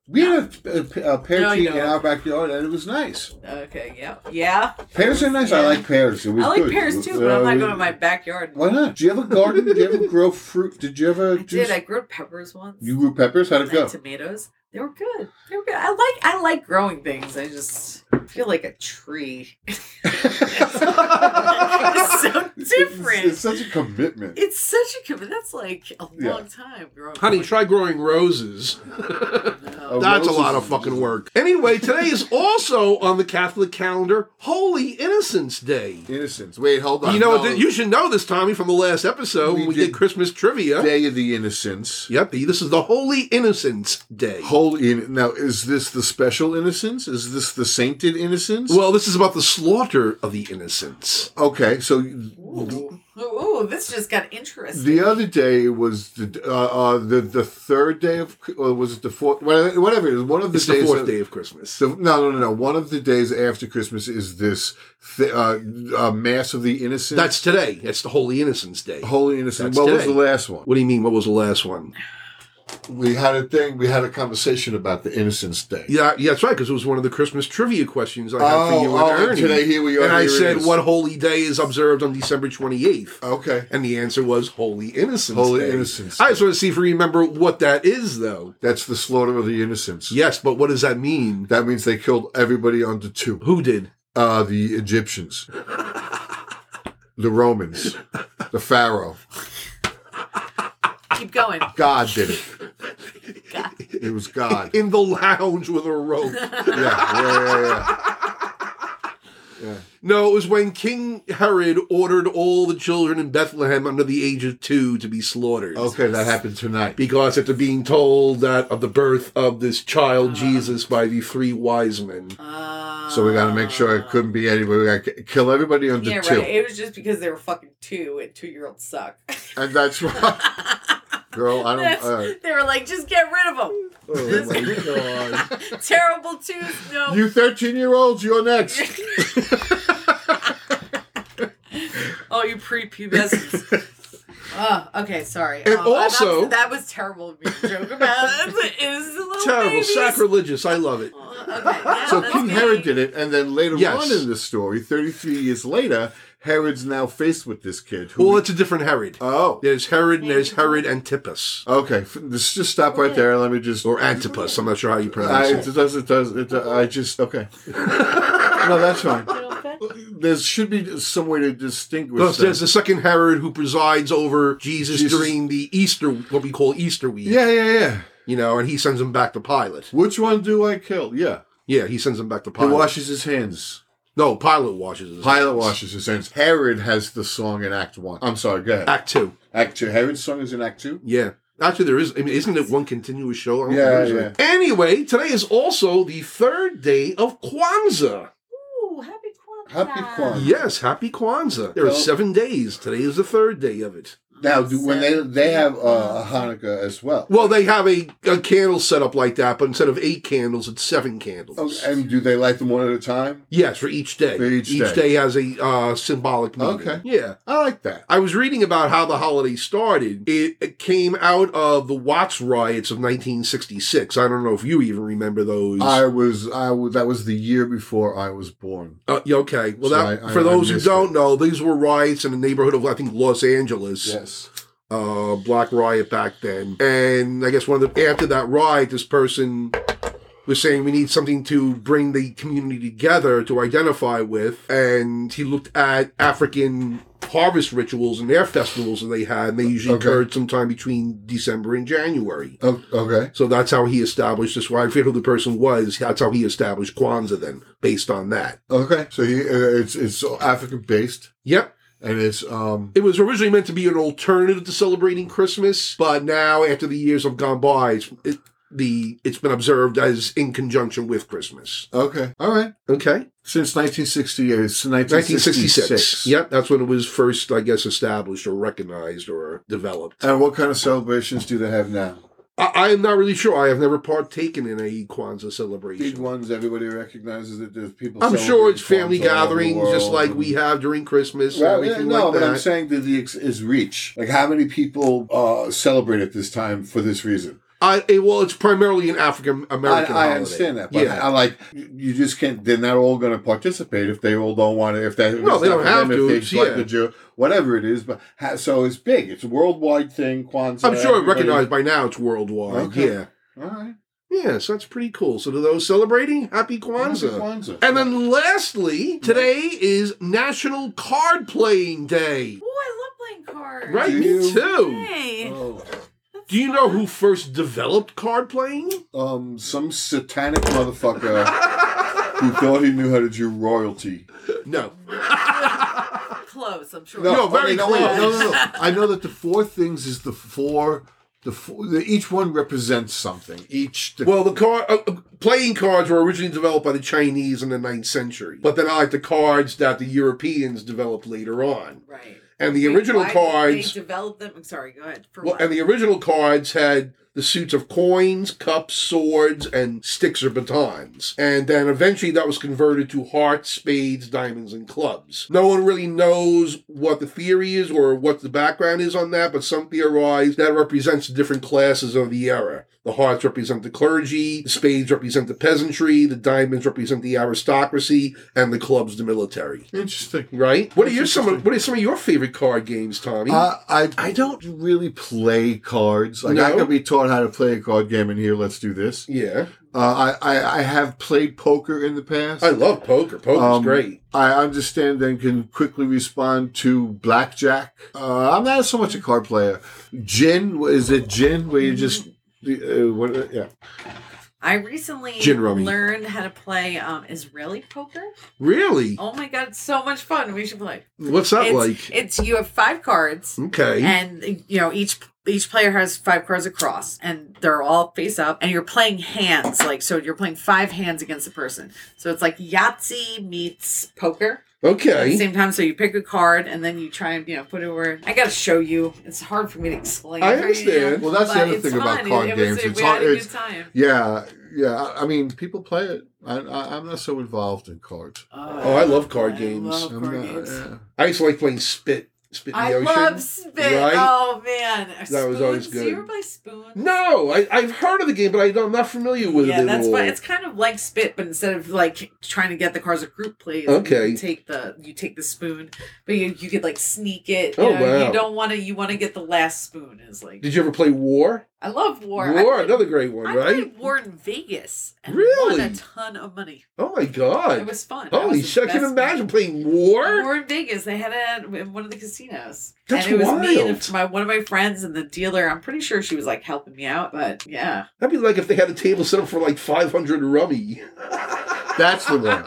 B: We had a, a, a pear
C: No, I
B: tree
C: know.
B: in our backyard, and it was nice.
C: Okay, yeah, yeah.
B: Pears are nice. I
C: Yeah.
B: like pears. It was
C: I like
B: good.
C: pears too, but I'm
B: Uh,
C: not going to my backyard.
B: Why not? Do you have a garden? Do you ever grow fruit? Did you ever?
C: I did. I grew peppers once.
B: you grew peppers. How'd it
C: and
B: go?
C: tomatoes. They were good. They were good. I like I like growing things. I just feel like a tree. it's so different.
B: It's, it's such a commitment.
C: It's such a commitment. That's like a
B: Yeah.
C: long time growing.
A: Honey, try growing roses.
C: No.
A: That's a
B: roses
A: lot of
B: is-
A: fucking work. Anyway, today is also on the Catholic calendar Holy Innocents Day.
D: Innocence. Wait, hold on.
A: You know,
D: No.
A: th- you should know this, Tommy, from the last episode
D: We
A: when we did,
D: did-
A: Christmas trivia.
D: Day of the Innocence.
A: Yep, the- this is the Holy Innocents Day.
D: Holy in- now is this the special innocence? Is this the sainted innocence?
A: well, this is about the slaughter of the innocents.
D: okay. So
C: Ooh. Ooh, this just got interesting.
D: the other day was the uh, uh, the the third day of or was it the fourth? Whatever, whatever it is, one of the
A: It's
D: days.
A: the fourth
D: of-
A: day of Christmas.
D: So, no, no, no, no. One of the days after Christmas is this th- uh, uh, Mass of the Innocents.
A: That's today. That's the Holy Innocents Day.
D: Holy Innocents.
A: That's
D: What was
A: today.
D: the last one?
A: What do you mean? What was the last one?
D: We had a thing. We had a conversation about the Innocence Day.
A: Yeah, yeah, that's right, because it was one of the Christmas trivia questions I had
D: Oh,
A: for you and
D: oh, and
A: Ernie.
D: today here we are,
A: And I
D: here it
A: said,
D: is.
A: what holy day is observed on December 28th?
D: Okay.
A: And the answer was Holy Innocence
D: Holy
A: Day.
D: Innocence
A: I just want to see if you remember what that is, though.
D: That's the slaughter of the innocents.
A: Yes, but what does that mean?
D: That means they killed everybody under two.
A: Who did?
D: Uh, the Egyptians, the Romans, the Pharaoh.
C: Keep going.
D: God did it. It was God. Yeah,
A: In the lounge with a rope.
D: yeah, yeah, yeah.
A: no, it was when King Herod ordered all the children in Bethlehem under the age of two to be slaughtered.
D: Okay, that happened tonight.
A: Because after being told that of the birth of this child
D: Ah.
A: Jesus by the three wise men.
D: So we got to make sure it couldn't be anybody. We got to kill everybody under
C: Yeah,
D: two,
C: right. It was just because they were fucking two and two year olds suck.
D: and that's why. Girl, I don't.
C: That's-
D: Uh,
C: they were like, just get rid of them.
D: oh my God.
C: Terrible twos. No.
D: You thirteen-year-olds, you're next.
C: Oh, you prepubescent. oh, okay, sorry.
A: And
C: Um, that's-
A: also-
C: that was terrible of me to joke about. it is a
D: Oh,
C: little
A: Terrible,
C: babies.
A: sacrilegious. I love it.
C: Okay, yeah,
D: So
C: that's
D: King
C: me.
D: Herod did it, and then later
A: Yes.
D: on in the story, 33 years later, Herod's now faced with this kid. Who
A: Well, it's a different Herod.
D: oh,
A: There's Herod and there's Herod Antipas.
D: okay. f- Let's just stop right there. Let me just.
A: Or Antipas. I'm not sure how you
D: I,
A: pronounce
D: it
A: it.
D: does. It does. It. does- I just. Okay. no, that's fine. There should be some way to distinguish.
A: Plus,
D: them.
A: there's the second Herod who presides over Jesus,
D: Jesus.
A: during the Easter, what we call Easter week.
D: yeah, yeah, yeah.
A: You know, and he sends him back to Pilate.
D: Which one do I kill? Yeah.
A: Yeah, he sends him back to
D: He
A: Pilate.
D: washes his hands.
A: no, Pilate washes his
D: Pilate
A: hands.
D: washes his hands. Herod has the song in Act One. I'm sorry. Go ahead.
A: Act 2.
D: Act Two. Herod's song is in Act Two.
A: Yeah. Actually, there is. I mean, isn't it one continuous show? I don't
D: Yeah,
A: remember, is it? Anyway, today is also the third day of Kwanzaa.
C: Ooh, happy Kwanzaa.
B: Happy Kwanzaa.
A: Yes, happy Kwanzaa. There are
B: Well-
A: seven days. Today is the third day of it.
B: Now, do, when they they have uh, a Hanukkah as well,
A: Well, they have a, a candle set up like that, but instead of eight candles, it's seven candles.
B: Oh, and do they light them one at a time?
A: Yes, for each day.
D: For each day.
A: has a uh, symbolic meaning.
B: Okay.
A: Yeah.
B: I like that.
A: I was reading about how the holiday started. It, it came out of the Watts riots of 1966. I don't know if you even remember those.
D: I was I w- that was the year before I was born.
A: Uh, yeah, okay. Well,
D: So
A: that,
D: I- I-
A: for
D: I
A: those who
D: missed
A: don't
D: it.
A: know, these were riots in the neighborhood of, I think, Los Angeles.
D: Yes.
A: uh, black riot back then. And I guess one of the after that riot, this person was saying we need something to bring the community together to identify with. And he looked at African harvest rituals and their festivals that they had, and they usually
D: Okay.
A: occurred sometime between December and January.
D: Oh, okay.
A: So that's how he established this. Why I forget who the person was. That's how he established Kwanzaa then, based on that.
D: Okay. So he, uh, it's it's African based
A: Yep.
D: and it's um
A: It was originally meant to be an alternative to celebrating Christmas, but now after the years have gone by, it's, it, the it's been observed as in conjunction with Christmas.
D: okay. All right.
A: Okay,
D: Since 1968, it's
A: 1966.
D: 1966.
A: Yep, that's when it was first, I guess, established or recognized or developed.
D: And what kind of cell?
B: Celebrations do they have now?
A: I, I am not really sure. I have never partaken in a Kwanzaa
B: Big
A: celebration.
B: ones everybody recognizes that there's people.
A: I'm sure it's family
B: celebrating Kwanzaa all over the
A: gatherings, just
B: world
A: like
B: and-
A: we have during Christmas. and
B: Well, yeah,
A: everything
B: no,
A: like
B: but
A: that.
B: I'm saying that the ex- is reach. Like, how many people uh, celebrate at this time for this reason?
A: I, it- well, it's primarily an African
B: I,
A: American.
B: I
A: holiday.
B: understand that, but
A: yeah.
B: I like you you just can't. They're not all going to participate if they all don't want to. If that, if
A: No,
B: it's
A: they
B: not
A: don't
B: for
A: have
B: them,
A: to,
B: If
A: it's-
B: they like
A: yeah.
B: the Jew, whatever it is, but ha- so it's big. It's a worldwide thing. Kwanzaa.
A: I'm sure it
B: everybody-
A: recognized by now it's worldwide.
B: Okay.
A: Yeah.
B: All right,
A: Yeah, so that's pretty cool. So to those celebrating, happy Kwanzaa.
B: Kwanzaa.
A: And then lastly, today is National Card Playing Day.
C: Oh, I love playing cards.
A: Right,
B: Do
A: me
B: you?
A: too.
C: Hey.
B: Oh,
A: Do you know who first developed card playing?
B: um, some satanic motherfucker who thought he knew how to do royalty.
A: No.
C: Close, I'm sure.
A: No, very
D: okay, no,
A: close.
D: wait, No, no, no. I know that the four things is the four. The four, the, each one represents something. Each the,
A: Well, the card uh, uh, playing cards were originally developed by the Chinese in the 9th century, but then I like the cards that the Europeans developed later on.
C: Right.
A: And the
C: Wait,
A: original
C: why did
A: cards
C: They developed them. I'm sorry, go ahead. For
A: Well,
C: what?
A: and the original cards had the suits of coins, cups, swords, and sticks or batons. And then eventually that was converted to hearts, spades, diamonds, and clubs. No one really knows what the theory is or what the background is on that, but some theorize that represents different classes of the era. The hearts represent the clergy, the spades represent the peasantry, the diamonds represent the aristocracy, and the clubs the military.
D: interesting.
A: Right? What are your some of, what are some of your favorite card games, Tommy?
D: Uh, I I don't really play cards. Like I
A: No?
D: could be taught how to play a card game in here. Let's do this.
A: yeah.
D: Uh, I, I I have played poker in the past.
A: I love poker. Poker's
D: Um,
A: great.
D: I understand and can quickly respond to blackjack. Uh, I'm not so much a card player. Gin is it gin where you just uh, what, yeah
C: I recently
A: Gin rummy.
C: learned how to play um, Israeli poker.
A: Really?
C: Oh my god, it's so much fun. We should play.
A: What's that
C: it's,
A: like?
C: it's you have five cards,
A: okay.
C: and you know each each player has five cards across, and they're all face up, and you're playing hands. Like so, you're playing five hands against a person. So it's like Yahtzee meets poker. At the
A: okay.
C: same time, so you pick a card and then you try and you know put it where I gotta show you. It's hard for me to explain.
A: I
C: for you,
A: understand.
C: you know,
D: Well, that's the
C: but
D: other
C: it's
D: thing about
C: fun.
D: card
C: It- it
D: games.
C: Was,
D: It's
C: we
D: hard-
C: had a
D: it's-
C: good time.
D: yeah yeah. I I mean, people play it. I, I I'm not so involved in cards.
A: Oh, I love card
C: I
A: games.
C: love
D: I'm
C: Oh, card
D: not-
C: games.
D: yeah.
A: I used to like playing spit. Spit in the
C: I
A: ocean.
C: love spit.
A: Right?
C: Oh man, that
A: That was always
C: Do
A: good.
C: you ever play spoons?
A: no, I, I've heard of the game, but I don't, I'm not familiar with
C: Yeah,
A: it.
C: that's
A: at
C: why
A: all.
C: it's kind of like spit, but instead of like trying to get the cards a group plays,
A: Okay.
C: you take the you take the spoon, but you you could like sneak it. You
A: Oh,
C: know,
A: wow.
C: You don't want to. You want to get the last spoon. Is like
A: Did you ever play War?
C: I love war. I
A: War,
C: played-
A: another great one,
C: I
A: right?
C: played war in Vegas and
A: Really?
C: won a ton of money.
A: Oh my
C: It
A: god.
C: was fun. That
A: Holy
C: was the
A: shit, I can
C: best
A: imagine
C: one.
A: playing War?
C: We're in Vegas. They had it at- in one of the casinos.
A: That's
C: and it was me and
A: wild.
C: a- my one of my friends and the dealer. I'm pretty sure she was like helping me out, but yeah.
A: That'd be like if they had a table set up for like 500 rummy.
D: That's the one.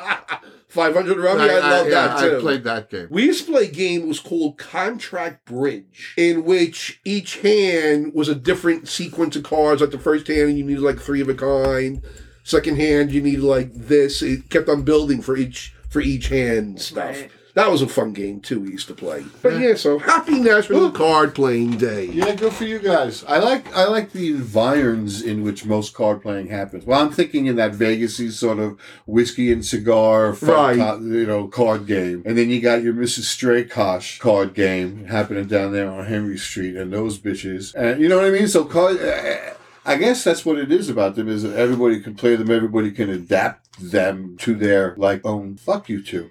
A: 500 rummy, Oh, I, love
D: yeah,
A: that too.
D: I played that game.
A: We used to play a game was called Contract Bridge, in which each hand was a different sequence of cards. Like the first hand, you needed like three of a kind. Second hand, you needed like this. It kept on building for each for each hand and stuff.
C: Right.
A: That was a fun game too. We used to play. But yeah, so happy National Card Playing Day.
D: Yeah, good for you guys. I like I like the environs in which most card playing happens. Well, I'm thinking in that Vegasy sort of whiskey and cigar, fun
A: Right.
D: co- you know, card game, and then you got your Mrs. Straykosh card game happening down there on Henry Street, and those bitches, and you know what I mean. So card. Uh, I guess that's what it is about them is that everybody can play them, everybody can adapt them to their like own fuck you two.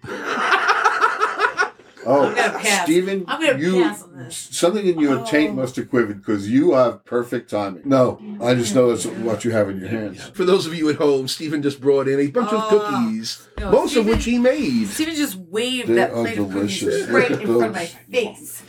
D: Oh,
C: I'm gonna pass.
D: Steven,
C: I'm gonna
D: you
C: pass on this. Oh.
D: something in your taint must have quivered because you have perfect timing. No, I just know that's what you have in your hands.
A: For those of you at home, Stephen just brought in a bunch of cookies,
C: Oh, no,
A: most
C: Stephen-
A: of which he made.
C: Steven just waved
D: They
C: that
D: are
C: plate of cookies
D: delicious.
C: right in
D: Look at
C: front of my
D: those.
C: face.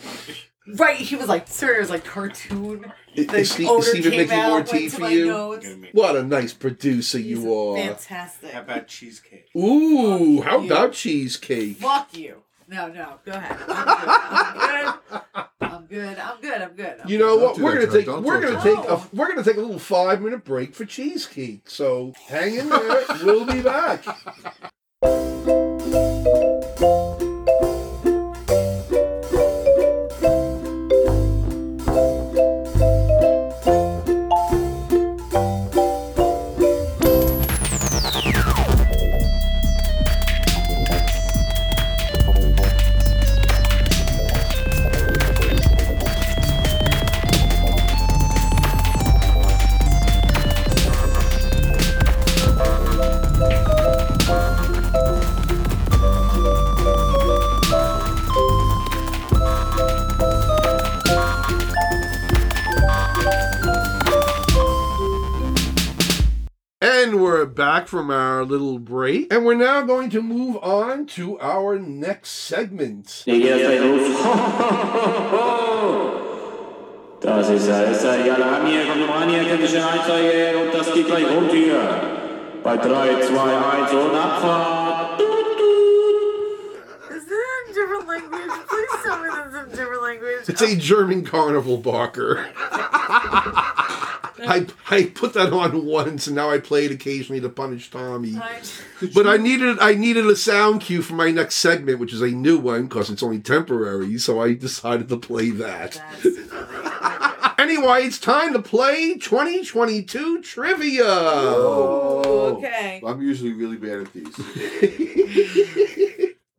C: Right, he was like, sir, it was like cartoon.
A: Is-
C: The
A: is Ste- is
C: odor
A: Steven
C: came
A: making
C: out,
A: more
C: went
A: tea
C: to
A: for
C: my
A: you?
C: nose.
A: What a nice producer
C: He's
A: you are.
C: Fantastic.
I: How about cheesecake?
A: Ooh, how
C: you.
A: about cheesecake?
C: Fuck you. No, no, go ahead. I'm good. I'm good. I'm good. I'm good. I'm
A: You know
J: Don't
A: what?
J: do that,
A: We're gonna
J: Tony.
A: take
J: Don't
A: we're
J: do
A: gonna
J: that.
A: take a
C: No.
A: we're gonna take a little five minute break for cheesecake. So hang in there. we'll be back. And we're back from our little break, and we're now going to move on to our next segment.
F: Das ist ja, ist ja, ja, da haben hier, kommt nochmal an, hier, technische Einzeige, und das geht gleich rund hier. Bei 3, 2, 1 und Abfahrt.
C: good. Is that a different language? Please tell me that's a different language.
A: It's a German carnival barker. I, I put that on once, and now I play it occasionally to punish Tommy.
C: I-
A: But I needed I needed a sound cue for my next segment, which is a new one because it's only temporary. So I decided to play that.
C: That's-
A: Anyway, it's time to play 2022 trivia. Oh.
C: okay.
D: I'm usually really bad at these.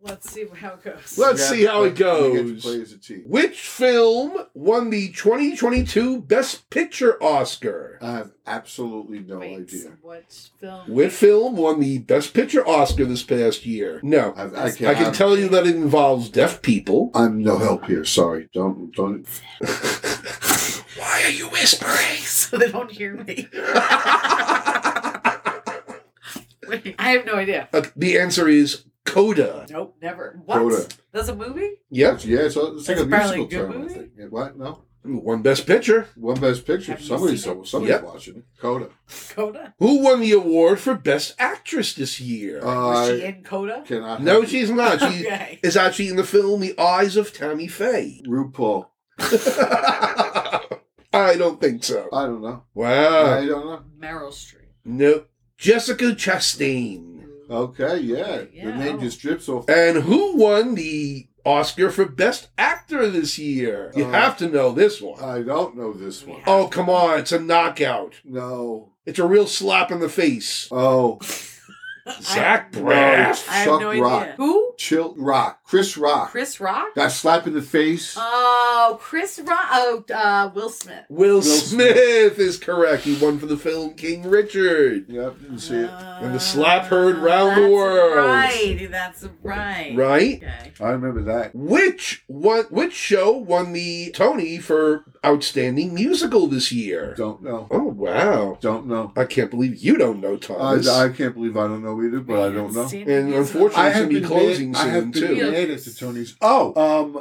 C: Let's see how it goes.
A: Let's see how it
D: You get to play
A: goes.
D: as a team.
A: Which film won the 2022 Best Picture Oscar?
D: I have absolutely no
C: Wait,
D: idea.
C: what film?
A: Which film won the Best Picture Oscar this past year? No,
D: I've,
A: I
D: I
A: can,
D: can't. I'm,
A: tell you that it involves deaf people.
D: I'm no help here. Sorry. Don't don't.
A: Why are you whispering?
C: so they don't hear me. Wait, I have no idea.
A: Uh, the answer is Coda.
C: Nope, never. What?
D: Coda.
C: That's a movie?
A: Yep,
D: Yeah, it's, a, it's like
C: It's
D: a
C: apparently
D: musical
C: a good
D: term. I
C: movie?
D: think. Yeah, what? No.
A: one Best Picture.
D: One best picture.
C: Have you
D: Somebody's
C: seen
D: somebody's
A: Yep.
D: watching it. Coda.
C: Coda?
A: Who won the award for Best Actress this year?
D: Uh,
A: Uh,
C: Was she
D: I
C: in Coda?
D: cannot.
A: no,
D: help you.
A: she's not. She
C: Okay.
A: is actually in the film The Eyes of Tammy Faye.
D: RuPaul.
A: I don't think so.
D: I don't know. I
A: Wow.
D: don't know.
C: Meryl Streep.
A: Nope. Jessica Chastain.
D: Okay, yeah. The
C: Yeah.
D: name just drips off.
A: And who won the Oscar for Best Actor this year? You
D: Uh,
A: have to know this one.
D: I don't know this one.
A: oh, come on. It's a knockout.
D: No.
A: It's a real slap in the face.
D: Oh,
A: Zach
D: no,
A: Braff.
D: it's
C: I have
D: Chuck
C: no
D: Rock.
C: idea. Who?
D: Chill Rock. Chris Rock.
C: Chris Rock?
D: Got slapped in the face.
C: Oh, Chris Rock. Oh, uh, Will Smith.
A: Will,
D: Smith.
A: Smith is correct. He won for the film King Richard.
D: yep, didn't see it.
A: And the slap heard round the
C: Uh, That's
A: world.
C: Right, that's right.
A: Right?
C: Okay.
D: I remember that.
A: Which one? Which show won the Tony for Outstanding Musical this year?
D: Don't know.
A: Oh wow!
D: Don't know.
A: I can't believe you don't know
D: I,
A: Thomas.
D: I can't believe I don't know either, but I don't know.
C: Seen
A: And
C: the musical.
A: unfortunately-
D: I
A: It's gonna
D: have
A: be
D: been
A: closing
D: mad, I
A: soon,
D: have been
A: too.
D: mad at the Tonys. Oh, um,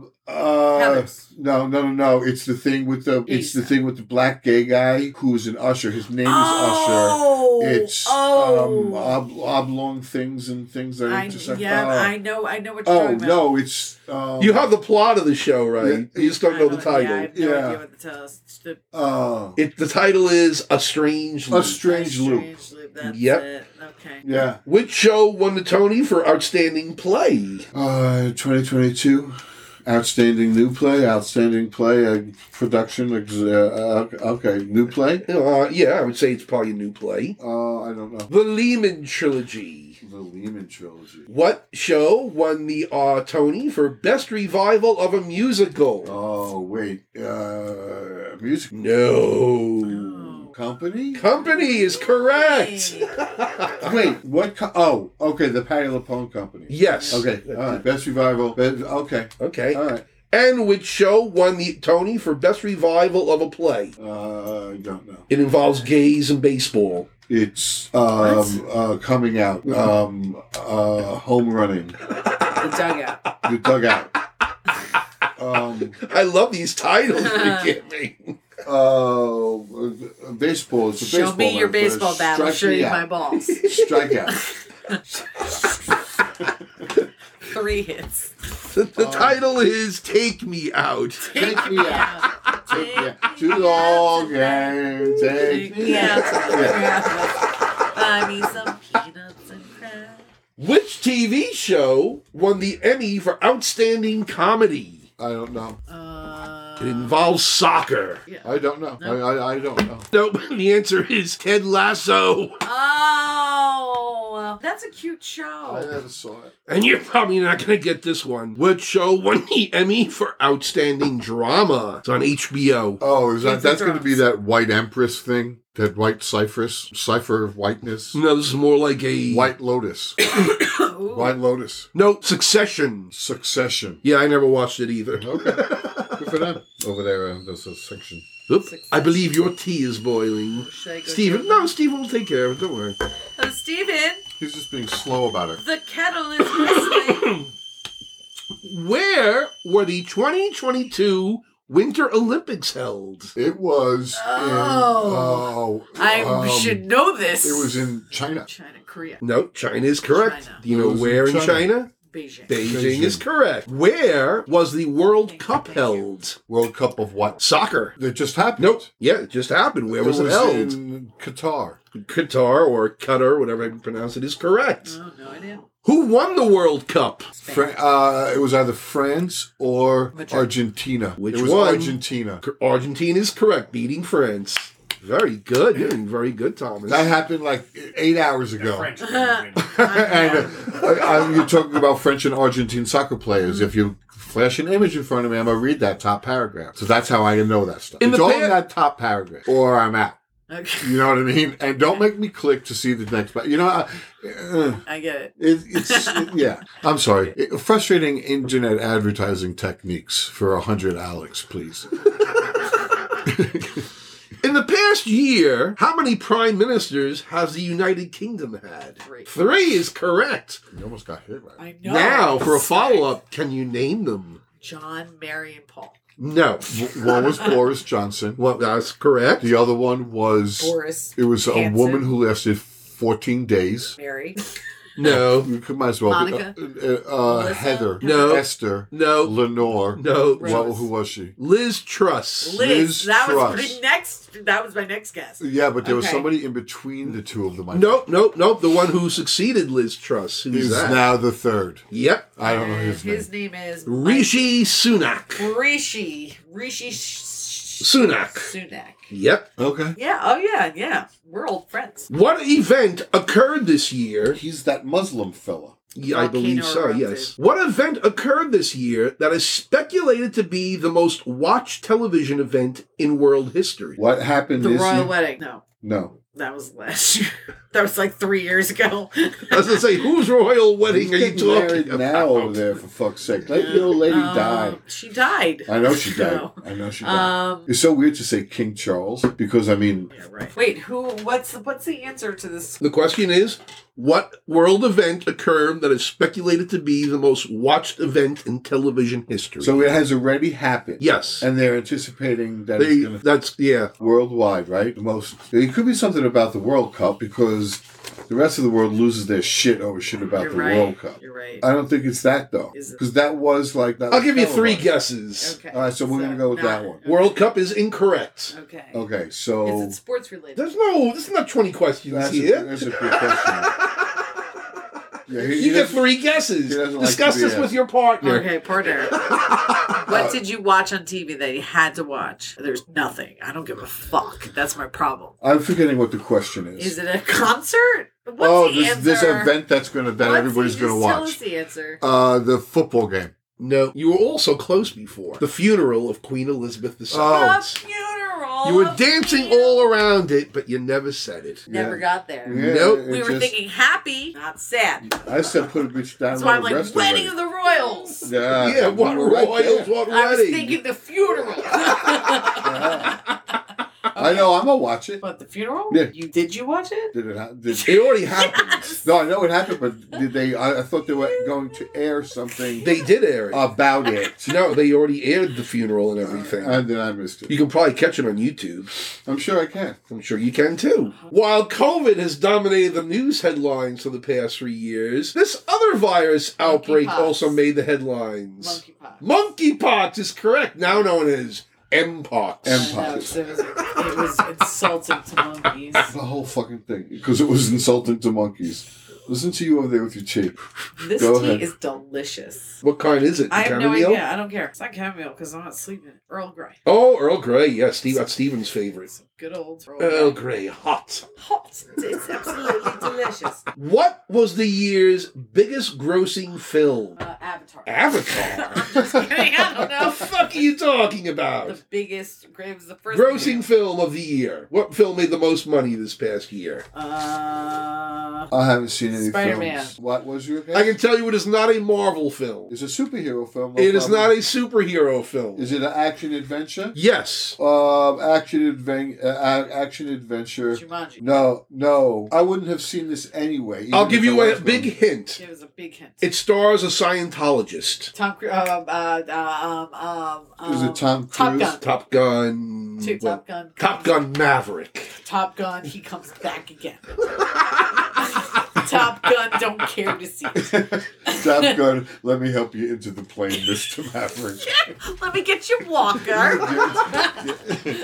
D: um,
B: Uh,
C: Heathers.
B: no, no, no, no. It's the thing with the it's the thing with the black gay guy who's an usher. His name
C: Oh,
B: is Usher. It's um,
C: oh.
B: ob- oblong things and things that
C: I,
B: intersect.
C: yeah,
B: Oh.
C: I know, I know what you're
B: oh
C: talking about.
B: no, it's um,
A: You have the plot of the show, right?
B: Yeah.
A: You just don't
C: I
A: know the
C: yeah, I
A: title.
C: have no
B: Yeah.
C: idea what the title is. The
B: uh,
A: It the title is A Strange
B: a
A: Loop.
B: strange loop.
C: Strange Loop, That's
A: Yep.
C: it. Okay.
B: Yeah,
A: Which show won the Tony for outstanding play?
B: uh, twenty twenty two. Outstanding new play, outstanding play, uh, production. ex- Uh, uh, okay, new play.
A: Uh, yeah, I would say it's probably a new play.
B: Uh, I don't know.
A: The Lehman trilogy.
B: The Lehman trilogy.
A: What show won the uh, Tony for best revival of a musical?
B: Oh wait, uh, music
A: No.
B: Oh. company. Uh,
A: Company is correct.
B: Wait, what? Co- oh, okay, the Patty LuPone company.
A: Yes.
B: Okay, uh, all right. Best revival. Best, okay,
A: Okay.
B: all right.
A: And which show won the Tony for best revival of a play?
B: Uh, I don't know.
A: It involves gays and baseball.
B: It's um, uh, coming out. Um, uh, home running.
C: The dugout.
B: The dugout. Um,
A: I love these titles you give me.
B: uh, baseball. It's a
C: Show
B: baseball.
C: me your
B: reference.
C: baseball bat. I'll
B: Strike
C: show
B: me
C: you
B: out.
C: my balls.
B: Strikeout.
C: Three hits.
A: The, the
B: Um,
A: title is Take Me Out.
B: Take me out. Take me out. Too long and take me
C: Yeah.
B: out. Yeah.
C: Buy me some peanuts and crab.
A: Which TV show won the Emmy for Outstanding Comedy?
B: I don't know.
A: It involves soccer.
B: I don't know. I, I, I don't know.
A: Nope, the answer is Ted Lasso.
C: Oh, that's a cute show.
B: I never saw it.
A: And you're probably not going to get this one. Which show won the Emmy for Outstanding Drama? It's on HBO.
D: Oh, is that
C: Kids and
D: that's going to
C: Girls.
D: be that white empress thing? That white cypress, cipher of whiteness,
A: No, this is more like a.
D: white lotus, white lotus,
A: No, Succession.
D: succession.
A: Yeah, I never watched it either.
D: Good for them over there. Uh, there's a section.
A: Oop, I believe your tea is boiling.
C: Should I go
A: Stephen,
C: get
A: no, Stephen will take care of it. Don't worry.
C: Oh, Steven,
D: He's just being slow about it.
C: the kettle is whistling.
A: Where were the 2022 Winter Olympics held?
D: It was.
C: Oh.
D: In, oh,
C: I
D: um,
C: should know this.
D: It was in China.
C: China, Korea,
A: No, China is correct.
C: China.
A: Do you know
D: It was
A: where in
D: in
A: China?
D: China.
C: Beijing.
A: Beijing is correct. Where was the World Cup held?
D: World Cup of what?
A: Soccer.
D: That just happened.
A: Nope. Yeah, it just happened. Where
D: It
A: was
D: was
A: it held?
D: in Qatar.
A: Qatar or Qatar, whatever I can pronounce it, is correct.
C: Oh, no idea.
A: Who won the World Cup?
D: Fra- uh, it was either France or
C: Madrid.
D: Argentina.
A: Which
D: it was
A: one?
D: Argentina.
A: C- Argentina is correct, beating France. Very good. You're doing very good, Thomas.
D: That happened like eight hours ago.
K: French. Canadian.
D: and uh, I, I, you're talking about French and Argentine soccer players. If you flash an image in front of me, I'm gonna read that top paragraph. So that's how I know that stuff.
A: In
D: it's
A: the
D: all
A: pa-
D: in that top paragraph, or I'm out.
C: Okay,
D: You know what I mean? And don't make me click to see the next. pa- You know, I,
C: I get it.
D: it, it's it- yeah. I'm sorry. It- frustrating internet advertising techniques for a hundred Alex, please.
A: In the past year, how many prime ministers has the United Kingdom had?
C: Three.
A: Three is correct.
D: You almost got hit right.
C: I know.
A: Now, for a follow up, can you name them?
C: John, Mary, and Paul.
A: No.
D: W- One was Boris Johnson.
A: Well, that's correct.
D: The other one was
C: Boris.
D: it was a
C: Hanson.
D: woman who lasted 14 days.
C: Mary.
A: No.
D: You could might as well.
C: Monica?
D: Uh, uh, uh,
C: Melissa?
D: Heather.
A: No.
D: Esther.
A: No.
D: Lenore.
A: No.
D: Well, who was she?
A: Liz Truss.
C: Liz.
D: Liz
C: that was
D: Truss.
C: my next. That was my next guess.
D: Yeah, but there was
C: Okay.
D: somebody in between the two of them. I
A: Nope, nope, nope. The one who succeeded Liz Truss.
D: think.
A: Who's
D: Is
A: that?
D: now the third.
A: Yep.
D: I don't know
C: And
D: his, name.
C: is
A: Rishi Sunak.
C: Mike Rishi. Rishi Sh-
A: Sunak.
C: Sunak.
A: Yep.
D: Okay.
C: Yeah. Oh yeah. Yeah. We're old friends.
A: What event occurred this year?
B: He's that Muslim fella.
A: Yeah, I
C: Volcano
A: believe so,
C: erupted.
A: yes. What event occurred this year that is speculated to be the most watched television event in world history?
B: What happened
C: The
B: this
C: royal
B: year?
C: wedding. No.
B: No.
C: That was last year. That was like three years ago.
A: I was gonna say, whose royal wedding are you
B: Getting married
A: talking
B: now
A: about?
B: over there for fuck's sake? Like the old lady
C: Um,
B: died.
C: She died.
B: I know she died.
C: No.
B: I know she died.
C: Um.
B: it's so weird to say King Charles because I mean,
C: Yeah, right. Wait, who? What's the, what's the answer to this?
A: The question is, what world event occurred that is speculated to be the most watched event in television history?
B: so it has already happened.
A: yes,
B: and they're anticipating that
A: they,
B: it's gonna
A: that's yeah.
B: worldwide, right? The most. It could be something about the World Cup because the rest of the world loses their shit over shit about
C: You're
B: the
C: right.
B: World Cup.
C: You're right.
B: I don't think it's that though,
C: Is it-
B: because that was like that.
A: I'll
B: was
A: give you three
B: televised.
A: guesses.
C: okay.
B: All right, so we're gonna go with
C: no.
B: that one.
A: World Cup is incorrect.
C: Okay.
B: Okay,
C: Is
B: so
C: it sports related?
A: There's no, this is not 20 questions
B: that's, a,
A: here.
B: that's a good question. Yeah, he- he
A: you get
B: doesn't-
A: three guesses.
B: he doesn't like
A: Discuss
B: to be
A: this with
B: asked.
A: your partner.
C: Okay, partner. what did you watch on TV that you had to watch? There's nothing. I don't give a fuck. That's my problem.
B: I'm forgetting what the question is.
C: Is it a concert? What's
B: oh,
C: the
B: this,
C: answer?
B: this event that's gonna that
C: What's the-
B: everybody's gonna
C: just Tell us
B: watch.
C: the answer.
B: Uh, the football game.
A: No, you were also close before the funeral of Queen Elizabeth II.
B: Oh.
C: The funeral.
A: You were
C: of
A: dancing
C: Queen-
A: all around it, but you never said it.
C: Never
B: Yeah.
C: got there.
B: Yeah,
A: Nope.
B: it
C: we were
B: just-
C: thinking happy, not sad.
B: I said put a bitch down.
C: That's why
B: on
C: I'm
B: the
C: like
B: rest
C: wedding
B: of
C: of
B: it.
C: the royals.
B: Yeah,
A: yeah, what
B: Uh, we were right
A: royals,
B: there.
A: what
C: I was
A: wedding?
C: thinking the funeral.
B: I know. I'm gonna watch it.
C: but the funeral?
B: Yeah.
C: You did you watch it?
B: Did it? Ha- did,
A: it already happened.
B: no, I know it happened, but did they? I, I thought they were going to air something
A: They did air it. Uh,
B: about it,
A: no, they already aired the funeral and everything.
C: Uh,
B: and then I missed
A: you
B: it.
A: can probably catch it on YouTube.
B: I'm sure I can.
A: I'm sure you can too.
C: Uh-huh.
A: While COVID has dominated the news headlines for the past three years, this other virus outbreak
C: Monkeypox.
A: also made the headlines.
C: Monkeypox.
A: Monkeypox is correct, now known as Mpox.
B: M-
C: I know, so It was, it was insulting to monkeys.
B: The whole fucking thing because it was insulting to monkeys. Listen to you over there with your cheap.
C: This
B: Go
C: tea
B: ahead.
C: is delicious.
A: what kind is it?
C: I have no
A: Chamomile?
C: idea. I don't care. It's not chamomile because I'm not sleeping. Earl Grey.
A: Oh, Earl Grey. Yeah, Steve, that's Steven's favorite. Oh,
C: Some good old Earl Grey.
A: Earl Grey, hot.
C: Hot. It's absolutely delicious.
A: What was the year's biggest grossing film?
C: Uh, Avatar.
A: Avatar.
C: I'm just kidding. I don't
A: the
C: know.
A: fuck are you talking about?
C: The biggest graves. The first.
A: Grossing film of the year. What film made the most money this past year?
C: Uh,
B: I haven't seen any
C: Spider-Man.
B: films. What was your guess?
A: I can tell you it is not a Marvel film.
B: It's a superhero film.
A: It is not a
B: problem.
A: superhero film.
B: Is it an action adventure?
A: Yes.
B: Um, action adventure. Uh, a- action adventure.
C: Jumanji.
B: No, no. I wouldn't have seen this anyway. even
A: I'll
B: if
A: give
B: I
A: you a
B: was
A: big
B: going-
A: hint.
C: It was a big hint.
A: It stars a Scientologist.
C: Tom Cruise. Um, uh, uh, um, um, um,
B: Is it Tom
C: Top
B: Cruise?
C: Gun.
A: Top Gun.
C: Two,
A: well,
C: Top Gun.
A: Top Gun Maverick.
C: Top Gun. He comes back again. Top Gun. Don't care to see. it.
B: Top Gun, let me help you into the plane, Mr. Maverick.
C: Let me get you Walker.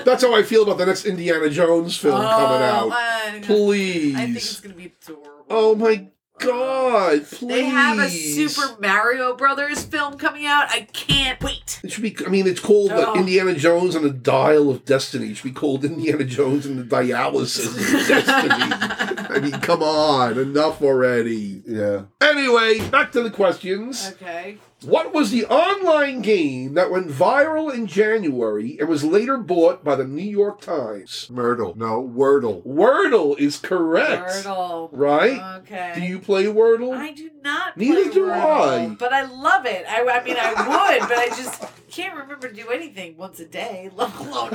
A: That's how I feel about the next Indiana Jones film coming out.
C: Oh, I,
A: Please.
C: I think it's gonna be adorable.
A: Oh my God, please.
C: They have a Super Mario Brothers film coming out. I can't wait.
A: It should be. I mean, it's called uh,
C: Oh.
A: Indiana Jones and the Dial of Destiny. It should be called Indiana Jones and the Dialysis of Destiny. I mean, come on, enough already.
B: yeah.
A: Anyway, back to the questions.
C: Okay.
A: What was the online game that went viral in January and was later bought by the New York Times?
D: Myrtle. No, Wordle.
A: Wordle is correct.
C: Wordle.
A: Right?
C: Okay.
A: Do you play Wordle?
C: I do not.
A: Oh, Neither
C: play
A: do
C: Wordle,
A: I.
C: But I love it. I, I mean, I would, but I just can't remember to do anything once a day, let alone.